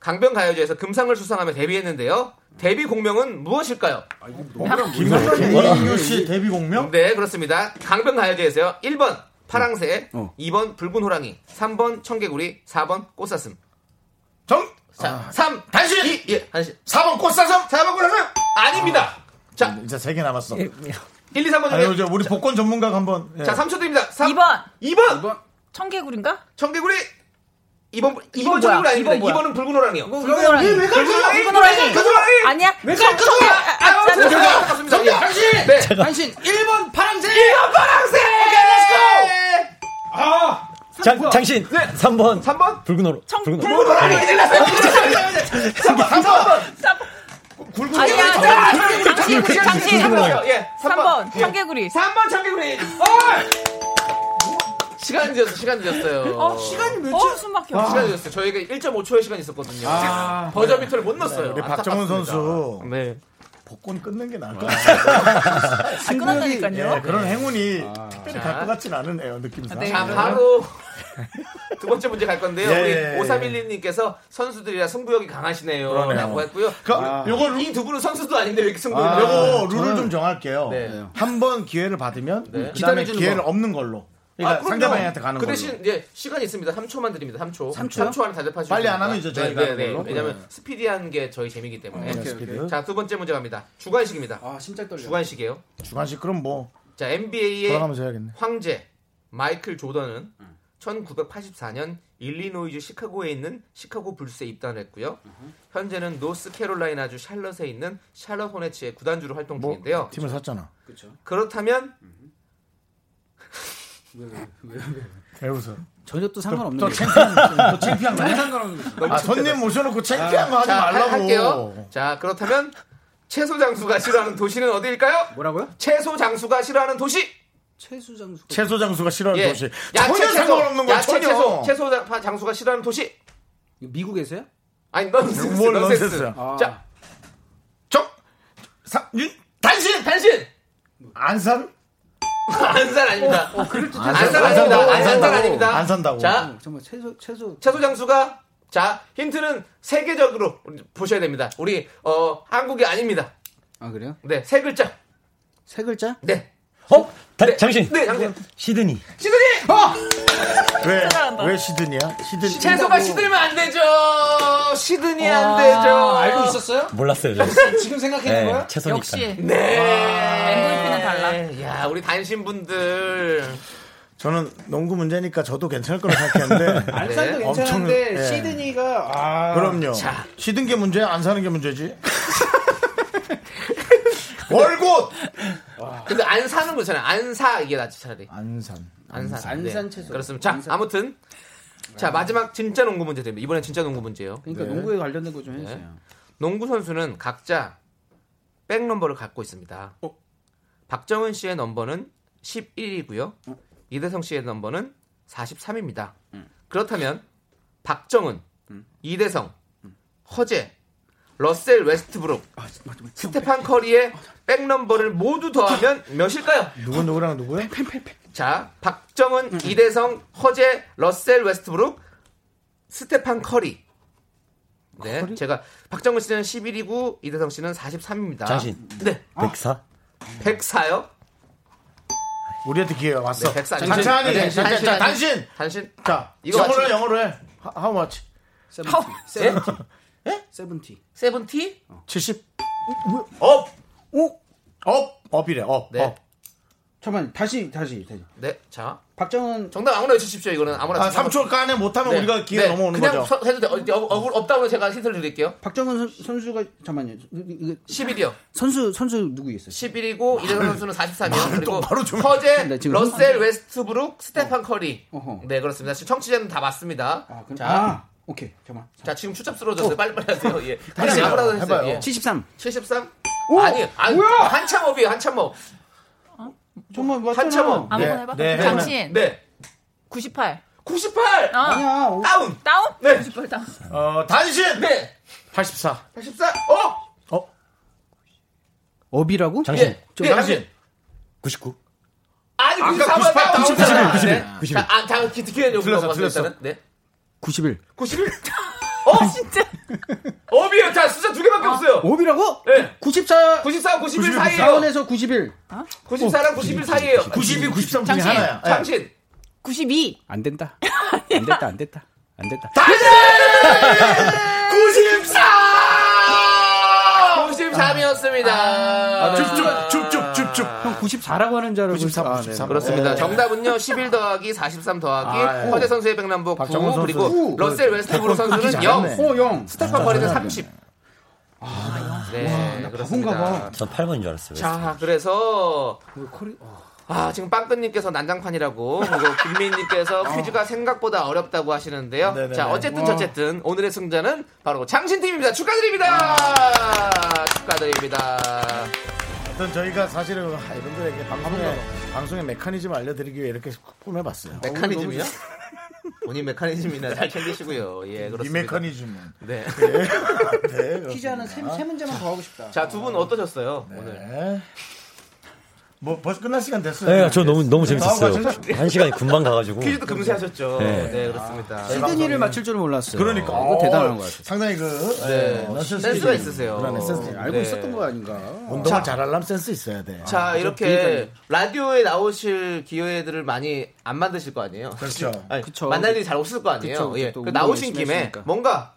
Speaker 2: 강변 가요제에서 금상을 수상하며 데뷔했는데요. 데뷔 공명은 무엇일까요?
Speaker 10: 아,
Speaker 1: 김선영 이유 씨 데뷔 공명?
Speaker 2: 네, 그렇습니다. 강변 가요제에서요. 1번 파랑새, 2번 붉은 호랑이, 3번 청개구리, 4번 꽃사슴. 정! 자, 3, 단신! 2, 예, 단신. 4번 꽃사슴! 4번 꽃사슴! 아닙니다. 자.
Speaker 1: 이제 세 개 남았어.
Speaker 10: 예.
Speaker 2: 1, 2, 3번 중에.
Speaker 1: 아유, 저 우리 복권 전문가 한번. 예.
Speaker 2: 자, 3초 드립니다. 3, 2번! 2번!
Speaker 8: 청개구리인가?
Speaker 2: 청개구리! 2번, 2번
Speaker 8: 뭐야?
Speaker 2: 청개구리 아닙니다.
Speaker 8: 이번 뭐야?
Speaker 2: 2번은 붉은 호랑이요.
Speaker 8: 붉은 호랑이.
Speaker 2: 왜, 왜
Speaker 8: 붉은
Speaker 2: 가져요?
Speaker 8: 호랑이. 붉은 호랑이.
Speaker 2: 붉은 호랑이!
Speaker 8: 아니야.
Speaker 2: 왜
Speaker 8: 청-
Speaker 2: 가져요? 아,
Speaker 8: 청개- 아,
Speaker 2: 아무튼
Speaker 8: 자,
Speaker 2: 정답
Speaker 8: 자,
Speaker 2: 나갔습니다.
Speaker 8: 정답.
Speaker 2: 예.
Speaker 8: 당신!
Speaker 2: 네.
Speaker 10: 당신 1번 파랑새!
Speaker 2: 1번 파랑새! 오케이,
Speaker 10: 아!
Speaker 5: 장, 당신
Speaker 10: 네.
Speaker 5: 3번.
Speaker 2: 3번?
Speaker 5: 붉은 호로. 붉은
Speaker 2: 붉은 호랑이! 큰일 났어요. 큰일 났어요. 3번! 3번!
Speaker 1: 굵은
Speaker 8: 아니야,
Speaker 2: 호랑이. 굵은
Speaker 8: 자, 당신,
Speaker 2: 호랑이.
Speaker 8: 당신.
Speaker 2: 굵은 호랑이. 예,
Speaker 8: 3번.
Speaker 2: 예.
Speaker 8: 청개구리.
Speaker 2: 3번 청개구리. 시간 늦었어, 시간 늦었어요.
Speaker 8: 어, 시간이 몇 초? 어, 숨 막혀.
Speaker 2: 시간 늦었어요. 저희가 1.5초의 시간이 있었거든요.
Speaker 1: 아.
Speaker 2: 버저 비트를 못 넣었어요.
Speaker 1: 우리 박정훈
Speaker 2: 안타깝습니다. 네.
Speaker 1: 선수. 복권 끊는 게 나을 것 같아요. 승률이,
Speaker 2: 끊었다니까요. 네,
Speaker 8: 네.
Speaker 1: 예, 그런 행운이 특별히 갈
Speaker 2: 자.
Speaker 1: 것 같진 않으네요, 느낌상.
Speaker 2: 자, 바로 두 번째 문제 갈 건데요.
Speaker 1: 예.
Speaker 2: 우리 5312님께서 선수들이라 승부욕이 강하시네요.
Speaker 1: 그러네요.
Speaker 2: 라고 했고요.
Speaker 1: 그, 아. 요거
Speaker 2: 이두 분은 선수도 아닌데 왜 이렇게 승부욕이
Speaker 1: 아,
Speaker 2: 강해요?
Speaker 1: 요거 룰을 좀 정할게요. 한 번 기회를 받으면
Speaker 2: 네.
Speaker 1: 그다음에
Speaker 2: 기다려주는
Speaker 1: 기회를
Speaker 2: 거.
Speaker 1: 없는 걸로.
Speaker 2: 아,
Speaker 1: 그러니까
Speaker 2: 그럼요.
Speaker 1: 상대방한테 가는
Speaker 2: 그
Speaker 1: 걸로.
Speaker 2: 대신 이제 시간이 있습니다. 3초만 드립니다.
Speaker 1: 3초?
Speaker 2: 3초. 3초 안에 대답하시면
Speaker 1: 빨리 안 하면 이제 저희가 하는 걸로.
Speaker 2: 왜냐면
Speaker 1: 네. 아,
Speaker 2: 스피디한 게 저희 재미기 때문에.
Speaker 1: 오케이, 오케이.
Speaker 2: 자, 두 번째 문제 갑니다. 주관식입니다. 아, 심장 떨려. 주관식이에요.
Speaker 1: 주관식 그럼 뭐
Speaker 2: 자, NBA의
Speaker 1: 돌아가면서 해야겠네.
Speaker 2: 황제 마이클 조던은 1984년 일리노이주 시카고에 있는 시카고 불스에 입단했고요. 현재는 노스캐롤라이나주 샬럿에 있는 샬럿 호네츠의 구단주로 활동
Speaker 1: 뭐,
Speaker 2: 중인데요.
Speaker 1: 팀을 샀잖아.
Speaker 10: 그쵸.
Speaker 2: 그렇다면
Speaker 1: 왜 웃어?
Speaker 10: 전혀 또
Speaker 1: 또-
Speaker 10: 상관없는
Speaker 1: 또 창피한 거, 또 창피한 거.
Speaker 10: 전혀 상관없는 거.
Speaker 1: 아, 손님 모셔놓고 창피한 거 하지
Speaker 2: 자,
Speaker 1: 말라고.
Speaker 2: 할게요. 자, 그렇다면 최소 장수가 싫어하는 도시는 어디일까요?
Speaker 10: 뭐라고요?
Speaker 2: 최소 장수가 싫어하는 도시.
Speaker 10: 최수 장수
Speaker 1: 채소 장수가 싫어하는
Speaker 2: 예.
Speaker 1: 도시.
Speaker 2: 야채
Speaker 1: 전혀
Speaker 2: 채소,
Speaker 1: 상관없는 거야.
Speaker 2: 야채 채소,
Speaker 1: 전혀.
Speaker 2: 채소 장- 장수가 싫어하는 도시.
Speaker 10: 미국에서요?
Speaker 2: 아니 넌센스.
Speaker 1: 뭘 네,
Speaker 2: 넌센스.
Speaker 1: 넌센스야.
Speaker 2: 자,
Speaker 1: 사- 윤- 단신
Speaker 2: 단신.
Speaker 1: 안산?
Speaker 2: 안산
Speaker 1: 어,
Speaker 2: 아닙니다.
Speaker 1: 안
Speaker 2: 안산
Speaker 1: 산다고,
Speaker 2: 아닙니다.
Speaker 1: 안
Speaker 2: 안산
Speaker 1: 산다고.
Speaker 2: 아닙니다.
Speaker 1: 안 산다고.
Speaker 2: 자,
Speaker 10: 어, 정말 최소 최소
Speaker 2: 채소 장수가 자 힌트는 세계적으로 우리 보셔야 됩니다. 우리 어 한국이 아닙니다.
Speaker 10: 아 그래요?
Speaker 2: 네, 세 글자.
Speaker 10: 세 글자? 뭐,
Speaker 2: 네.
Speaker 5: 어? 다- 당신.
Speaker 2: 네, 장신.
Speaker 5: 시드니.
Speaker 2: 시드니. 어!
Speaker 1: 왜, 왜 시드니야? 시드니.
Speaker 2: 채소가 시들면 안 되죠. 시드니 안
Speaker 10: 아,
Speaker 2: 되죠.
Speaker 10: 알고 있었어요?
Speaker 5: 몰랐어요. 저.
Speaker 10: 지금 생각해낸
Speaker 5: 네,
Speaker 10: 거예요?
Speaker 5: 채소니까. 역시.
Speaker 2: 네. 달라. 야, 우리 단신 분들.
Speaker 1: 저는 농구 문제니까 저도 괜찮을 거라 생각했는데.
Speaker 10: 안산도
Speaker 1: 네.
Speaker 10: 괜찮은데
Speaker 1: 엄청, 예.
Speaker 10: 시드니가 아
Speaker 1: 그럼요.
Speaker 2: 자.
Speaker 1: 시든 게 문제야? 안 사는 게 문제지? 월곶!
Speaker 2: 근데 안 사는 거잖아요. 안사 이게 낫지 차라리.
Speaker 1: 안산.
Speaker 2: 안산.
Speaker 10: 아,
Speaker 2: 네.
Speaker 10: 안산. 안산 채소.
Speaker 2: 그렇습니다. 자, 아무튼 자, 마지막 진짜 농구 문제 됩니다. 이번엔 진짜 농구 문제예요.
Speaker 10: 그러니까
Speaker 2: 네.
Speaker 10: 농구에 관련된 거 좀 해주세요.
Speaker 2: 농구 선수는 각자 백 넘버를 갖고 있습니다. 박정은 씨의 넘버는 11이고요. 이대성 씨의 넘버는 43입니다. 그렇다면 박정은, 이대성, 허재, 러셀 웨스트브룩, 스테판 커리의 백 넘버를 모두 더하면 몇일까요?
Speaker 1: 누구 누구랑 누구요?
Speaker 2: 자,
Speaker 10: 음,
Speaker 2: 박정은, 이대성, 허재, 러셀 웨스트브룩, 스테판 커리. 네, 제가 박정은 씨는 11이고 이대성 씨는 43입니다.
Speaker 5: 당신.
Speaker 2: 네,
Speaker 1: 아.
Speaker 5: 104.
Speaker 2: 104요.
Speaker 1: 우리한테 기회가 왔어.
Speaker 2: 네, 백사.
Speaker 1: 천천히. 자,
Speaker 2: 단신,
Speaker 1: 자,
Speaker 2: 단신,
Speaker 1: 자,
Speaker 2: 단신.
Speaker 1: 단신.
Speaker 2: 단신.
Speaker 1: 자,
Speaker 2: 이거
Speaker 1: 영어로 해,
Speaker 2: 맞지?
Speaker 1: 영어로 해. 하- How much?
Speaker 10: 세븐티. 세븐티. 예? 세븐티.
Speaker 2: 예? 세븐티?
Speaker 1: 70? 업! 오! 업! 업이래, 업.
Speaker 2: 네.
Speaker 1: 업.
Speaker 10: 어. 잠깐만 다시 다시 다시.
Speaker 2: 네, 자.
Speaker 10: 박정은
Speaker 2: 정답 아무나 외치십시오. 이거는 아무나.
Speaker 1: 아, 3초 안에 못하면 우리가 기회 가 넘어오는
Speaker 2: 네. 그냥
Speaker 1: 거죠.
Speaker 2: 서- 해도 돼. 어, 어, 어, 없다고 제가 힌트를 드릴게요.
Speaker 10: 박정은 선- 선수가 잠깐만요. 이거- 이거-
Speaker 2: 11이요.
Speaker 10: 선수 선수 누구 있어요? 아,
Speaker 2: 11이고 이대성 선수는 43이요. 그리고
Speaker 10: 똑바로 좀 네,
Speaker 2: 허재,
Speaker 10: 지금
Speaker 2: 러셀 웨스트브룩, 스테판 커리.
Speaker 10: 어허.
Speaker 2: 네, 그렇습니다. 지금 청취자는 다 맞습니다.
Speaker 10: 그럼-
Speaker 2: 자,
Speaker 10: 아 오케이 잠깐.
Speaker 2: 자, 지금 추잡 쓰러졌어요. 빨리빨리 하세요. 예.
Speaker 1: 해봐요.
Speaker 2: 그냥 아무라도 해주세요.
Speaker 1: 해봐요.
Speaker 2: 예.
Speaker 10: 73.
Speaker 2: 73? 아니, 아니 한참 업이에요, 한참 업.
Speaker 10: 정말
Speaker 2: 한참 업.
Speaker 10: 맞잖아. 뭐
Speaker 8: 한번
Speaker 1: 네,
Speaker 8: 해봐.
Speaker 10: 아.
Speaker 1: 네, 해봐.
Speaker 8: 당신.
Speaker 2: 네.
Speaker 8: 98.
Speaker 2: 98!
Speaker 1: 아니야.
Speaker 2: 다운!
Speaker 8: 다운?
Speaker 2: 네.
Speaker 8: 98 다운.
Speaker 1: 어, 단신!
Speaker 2: 네!
Speaker 1: 84.
Speaker 2: 84! 어!
Speaker 5: 업이라고?
Speaker 2: 당신. 저 예, 당신.
Speaker 10: 99.
Speaker 2: 아니,
Speaker 5: 아까
Speaker 2: 94만
Speaker 5: 98,
Speaker 2: 다운!
Speaker 5: 91, 91.
Speaker 2: 네. 자, 아, 자, 기- 기회는
Speaker 5: 틀렸어,
Speaker 2: 물어봤어요,
Speaker 5: 틀렸어.
Speaker 2: 일단은. 네.
Speaker 5: 91.
Speaker 2: 91! 어? 진짜? 업이에요. 자, 숫자 두 개밖에 없어요.
Speaker 5: 아, 업이라고?
Speaker 2: 네.
Speaker 5: 94.
Speaker 2: 94, 91 사이에요.
Speaker 5: 사원에서 91.
Speaker 2: 94랑 91 사이에요.
Speaker 5: 92, 93 중에
Speaker 2: 당신.
Speaker 5: 하나야. 예.
Speaker 2: 당신.
Speaker 8: 92.
Speaker 5: 안 된다. 안 됐다, 안 됐다. 안 됐다.
Speaker 2: 94! 93이었습니다.
Speaker 5: 쭉쭉쭉쭉쭉쭉. 아, 네. 형 94라고 하는 줄 알고. 94, 94.
Speaker 2: 그렇습니다. 정답은요. 11 더하기 43 더하기
Speaker 5: 네. 아, 예.
Speaker 2: 허재 선수의 백남보 9
Speaker 5: 선수.
Speaker 2: 그리고
Speaker 5: 구.
Speaker 2: 러셀 웨스트브룩 선수는 0.
Speaker 5: 어, 0.
Speaker 2: 스테판 거리는 30. 네, 그렇습니다.
Speaker 10: 전 8번인 줄 알았어요.
Speaker 2: 자, 그래서 아 지금 빵끝님께서 난장판이라고 그리고 김민님께서 퀴즈가 생각보다 어렵다고 하시는데요.
Speaker 15: 네네네.
Speaker 2: 자, 어. 어쨌든
Speaker 15: 와.
Speaker 2: 저쨌든 오늘의 승자는 바로 장신 팀입니다. 축하드립니다. 아. 축하드립니다.
Speaker 1: 어떤 저희가 사실은 아, 이분들에게 방송의, 방송의 메커니즘 알려드리기 위해 이렇게 꾸며봤어요.
Speaker 2: 네, 메커니즘이요? 본인 메커니즘이나 잘 챙기시고요. 예, 그렇습니다.
Speaker 1: 이 메커니즘은.
Speaker 2: 네.
Speaker 5: 퀴즈 하나 세, 세 문제만 더 하고 싶다.
Speaker 2: 자, 두 분 어떠셨어요? 오늘.
Speaker 1: 네. 뭐 벌써 끝날 시간 됐어요.
Speaker 10: 네, 저 너무 너무 재밌었어요.
Speaker 1: 나와가지고.
Speaker 10: 한 시간이 금방 가가지고.
Speaker 2: 퀴즈도 금세 하셨죠.
Speaker 10: 네.
Speaker 2: 네, 그렇습니다.
Speaker 5: 시드니를 맞출 줄은 몰랐어요.
Speaker 1: 그러니까.
Speaker 5: 이거 대단한 것 같아요.
Speaker 1: 상당히 그
Speaker 2: 네.
Speaker 1: 어, 넌센스
Speaker 2: 센스가
Speaker 1: 스케줄이
Speaker 2: 있으세요.
Speaker 1: 그러네, 센스.
Speaker 2: 알고 네. 있었던 거
Speaker 5: 아닌가.
Speaker 1: 운동을 잘하려면 센스 있어야 돼.
Speaker 2: 자,
Speaker 1: 아,
Speaker 2: 이렇게 라디오에 나오실 기회들을 많이 안 만드실 거 아니에요?
Speaker 1: 그렇죠.
Speaker 2: 아니,
Speaker 1: 그쵸.
Speaker 2: 만날 일이 잘 없을 거 아니에요?
Speaker 1: 그쵸, 그쵸.
Speaker 2: 예.
Speaker 1: 또
Speaker 2: 그
Speaker 1: 운동
Speaker 2: 나오신
Speaker 1: 열심히
Speaker 2: 김에
Speaker 1: 했으니까. 음,
Speaker 2: 뭔가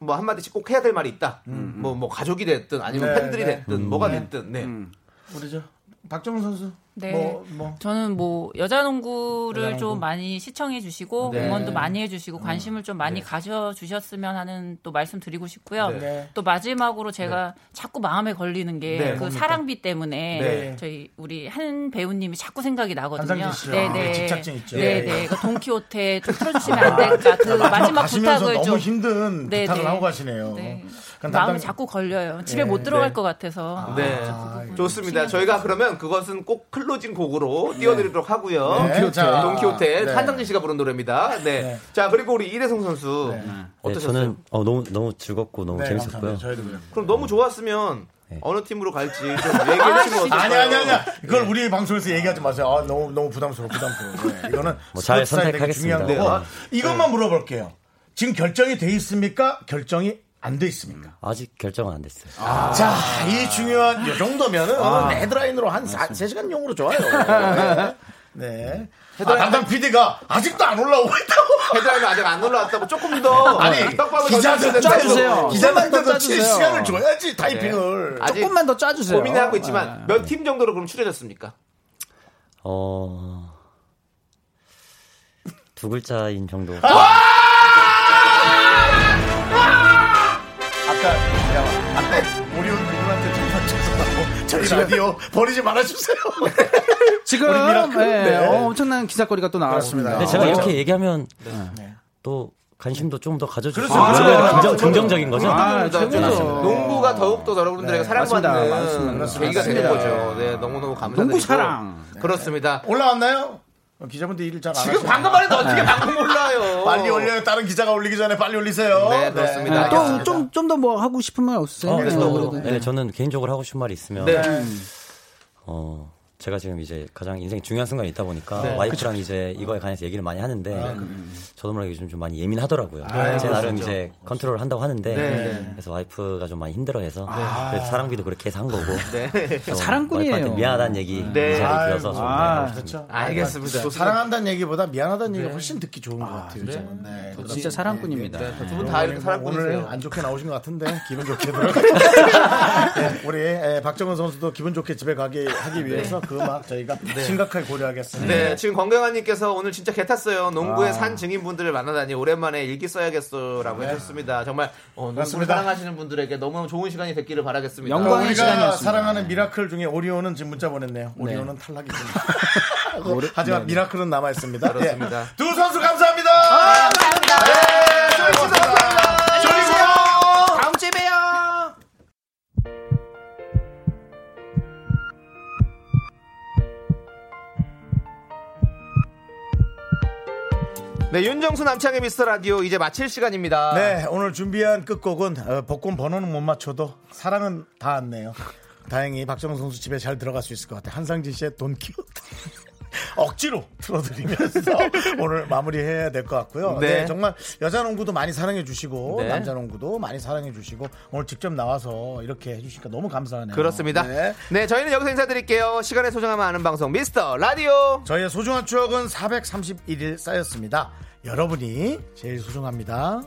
Speaker 2: 뭐 한마디씩 꼭 해야 될 말이 있다. 뭐, 뭐 가족이 됐든 아니면
Speaker 1: 네,
Speaker 2: 팬들이
Speaker 1: 네.
Speaker 2: 됐든
Speaker 1: 음.
Speaker 2: 뭐가
Speaker 1: 네.
Speaker 2: 됐든, 네.
Speaker 1: 우리죠. 박정훈 선수.
Speaker 8: 네.
Speaker 1: 뭐, 뭐.
Speaker 8: 저는 뭐 여자 농구를
Speaker 1: 여자 농구.
Speaker 8: 좀 많이 시청해 주시고
Speaker 1: 네.
Speaker 8: 응원도 많이 해 주시고 관심을 좀 많이 가져 주셨으면 하는 또 말씀 드리고 싶고요.
Speaker 1: 네.
Speaker 8: 또 마지막으로 제가 자꾸 마음에 걸리는 게
Speaker 1: 네,
Speaker 8: 그
Speaker 1: 뭡니까?
Speaker 8: 사랑비 때문에
Speaker 1: 네.
Speaker 8: 저희 우리 한 배우님이 자꾸 생각이 나거든요.
Speaker 1: 한상진 씨요. 네, 집착증 있죠.
Speaker 8: 네,
Speaker 1: 예.
Speaker 8: 네. 그 돈키호테 좀 틀어 주시면 안 될까? 그 마지막
Speaker 1: 가시면서
Speaker 8: 부탁을
Speaker 1: 너무
Speaker 8: 좀
Speaker 1: 힘든
Speaker 8: 네,
Speaker 1: 부탁을
Speaker 8: 네.
Speaker 1: 하고 가시네요.
Speaker 8: 네.
Speaker 1: 그럼 담당-
Speaker 8: 마음이 자꾸 걸려요. 집에
Speaker 1: 네,
Speaker 8: 못 들어갈
Speaker 1: 네.
Speaker 8: 것 같아서.
Speaker 2: 네. 좋습니다. 저희가 그러면 그것은 꼭 클로징
Speaker 1: 네.
Speaker 2: 곡으로 띄워드리도록 하고요.
Speaker 10: 네. 돈키호테.
Speaker 2: 자,
Speaker 1: 아,
Speaker 2: 돈키호테.
Speaker 10: 네.
Speaker 2: 한상진 씨가 부른 노래입니다. 네. 자, 그리고 우리 이대성 선수.
Speaker 10: 네,
Speaker 2: 어떠셨어요?
Speaker 10: 저는 어, 너무 너무 즐겁고 너무
Speaker 2: 네,
Speaker 10: 재밌었고요.
Speaker 2: 그럼 너무 좋았으면
Speaker 10: 네.
Speaker 2: 어느 팀으로 갈지 좀 얘기해
Speaker 1: 아,
Speaker 2: 주시면 어떨까요?
Speaker 1: 아니 아니 아니야. 그걸 우리 방송에서 얘기하지 마세요. 아, 너무 너무 부담스러워 부담스러워. 네, 이거는
Speaker 10: 뭐잘
Speaker 1: 스포츠 사이에 되게
Speaker 10: 선택하겠습니다.
Speaker 1: 중요한 거고
Speaker 10: 네.
Speaker 1: 이것만 물어볼게요. 지금 결정이 돼 있습니까? 결정이 안 돼 있습니까?
Speaker 10: 아직 결정은 안 됐어요.
Speaker 1: 자, 이 중요한 요 정도면은
Speaker 10: 아.
Speaker 1: 헤드라인으로 한 4, 3시간 용으로 좋아요. 네. 네. 아, 담당 PD가 아직도 안 올라오고 있다고.
Speaker 2: 헤드라인 아직 안 올라왔다고 조금 더
Speaker 10: 네.
Speaker 1: 아니
Speaker 2: 떡밥을
Speaker 1: 기자들
Speaker 2: 던져주세요.
Speaker 1: 짜주세요. 기자들도
Speaker 2: 떡밥
Speaker 1: 칠
Speaker 2: 짜주세요.
Speaker 1: 시간을
Speaker 10: 네.
Speaker 1: 줘야지 타이핑을.
Speaker 2: 아직
Speaker 5: 조금만 더 짜주세요.
Speaker 2: 고민을 하고 있지만 몇 팀 정도로 그럼 추려졌습니까?
Speaker 10: 어. 두 글자인 정도.
Speaker 2: 아!
Speaker 1: 아까 그러니까 야, 아까 우리 누구한테 전화 죄송하고 저희 라디오 버리지 말아주세요.
Speaker 5: 지금
Speaker 1: 우리 미라클.
Speaker 5: 예,
Speaker 1: 네.
Speaker 5: 어, 엄청난 기사거리가 또 나왔습니다.
Speaker 10: 근데 제가
Speaker 5: 어,
Speaker 10: 이렇게
Speaker 5: 그렇죠.
Speaker 10: 얘기하면 네. 또 관심도 좀 더 가져주세요.
Speaker 5: 그렇죠, 그렇죠.
Speaker 10: 긍정,
Speaker 5: 그렇죠.
Speaker 10: 긍정적인 거죠.
Speaker 5: 아,
Speaker 2: 농구가 더욱더 여러분들에게
Speaker 10: 네,
Speaker 2: 사랑받는
Speaker 10: 맞습니다. 맞습니다.
Speaker 2: 계기가 되는
Speaker 10: 맞습니다.
Speaker 2: 거죠. 네, 너무너무 감사드리고. 네,
Speaker 1: 농구 사랑.
Speaker 2: 그렇습니다.
Speaker 1: 올라왔나요? 어, 기자분들 일을 잘안
Speaker 2: 지금 방금 말했는데
Speaker 5: 네.
Speaker 2: 어떻게 방금 몰라요.
Speaker 1: 빨리 올려요. 다른 기자가 올리기 전에 빨리 올리세요. 네,
Speaker 5: 네, 또, 좀, 좀 더 뭐 하고 싶은 말 없으세요?
Speaker 10: 어, 네,
Speaker 5: 어,
Speaker 10: 네, 저는 개인적으로 하고 싶은 말이 있으면
Speaker 5: 네.
Speaker 10: 어, 제가 지금 이제 가장 인생 중요한 순간이 있다 보니까
Speaker 2: 네.
Speaker 10: 와이프랑 이제 이거에 관해서 얘기를 많이 하는데
Speaker 2: 아,
Speaker 10: 저도 모르게 요즘 좀 많이 예민하더라고요.
Speaker 2: 아,
Speaker 10: 제 나름
Speaker 2: 그렇죠.
Speaker 10: 이제 컨트롤을 한다고 하는데
Speaker 2: 네.
Speaker 10: 그래서 와이프가 좀 많이 힘들어해서
Speaker 2: 네.
Speaker 10: 그래서 사랑비도 그렇게 해서 한 거고
Speaker 2: 네.
Speaker 10: 좀
Speaker 5: 사랑꾼이에요.
Speaker 10: 와이프한테 미안하다는 얘기
Speaker 1: 네.
Speaker 10: 이 자리에 들어서 좀 네, 하고 싶습니다.
Speaker 1: 그렇죠.
Speaker 2: 알겠습니다.
Speaker 1: 또 사랑한다는 얘기보다 미안하다는
Speaker 5: 네.
Speaker 1: 얘기가 훨씬 듣기 좋은 것 같아요. 저는. 네, 그렇습니다.
Speaker 5: 진짜 사랑꾼입니다.
Speaker 1: 네, 네.
Speaker 5: 두 분다 이렇게 사랑꾼이세요.
Speaker 1: 오늘 안 좋게 나오신 것 같은데 기분 좋게 들어. 네, 우리 에, 박정은 선수도 기분 좋게 집에 가게 하기 위해서 그 막 저희가 심각하게 고려하겠습니다.
Speaker 2: 네, 지금 건강한님께서 오늘 진짜 개 탔어요. 농구의
Speaker 1: 아.
Speaker 2: 산 증인분들을 만나다니 오랜만에 일기 써야겠어라고 해주셨습니다. 정말 어, 농구를
Speaker 1: 맞습니다.
Speaker 2: 사랑하시는 분들에게 너무너무 좋은 시간이 됐기를 바라겠습니다.
Speaker 1: 그러니까 우리가 사랑하는 미라클 중에 오리온은 지금 문자 보냈네요. 오리온은 탈락이 됐네요. 하지만
Speaker 2: 네, 네.
Speaker 1: 미라클은 남아 있습니다. 네.
Speaker 2: 그렇습니다. 아,
Speaker 1: 두 선수 감사합니다. 네,
Speaker 2: 감사합니다.
Speaker 5: 다음 주에 봬요.
Speaker 2: 네, 윤정수 남창의 미스터 라디오 이제 마칠 시간입니다.
Speaker 1: 네, 오늘 준비한 끝곡은 어, 복권 번호는 못 맞춰도 사랑은 다 안네요. 다행히 박정은 선수 집에 잘 들어갈 수 있을 것 같아요. 한상진 씨의 돈 키웠다. 억지로 틀어드리면서 오늘 마무리해야 될 것 같고요.
Speaker 2: 네.
Speaker 1: 네. 정말 여자 농구도 많이 사랑해 주시고
Speaker 2: 네.
Speaker 1: 남자 농구도 많이 사랑해 주시고 오늘 직접 나와서 이렇게 해주시니까 너무 감사하네요.
Speaker 2: 그렇습니다. 네. 저희는 여기서 인사드릴게요. 시간의 소중함을 아는 방송 미스터 라디오.
Speaker 1: 저희의 소중한 추억은 431일 쌓였습니다. 여러분이 제일 소중합니다.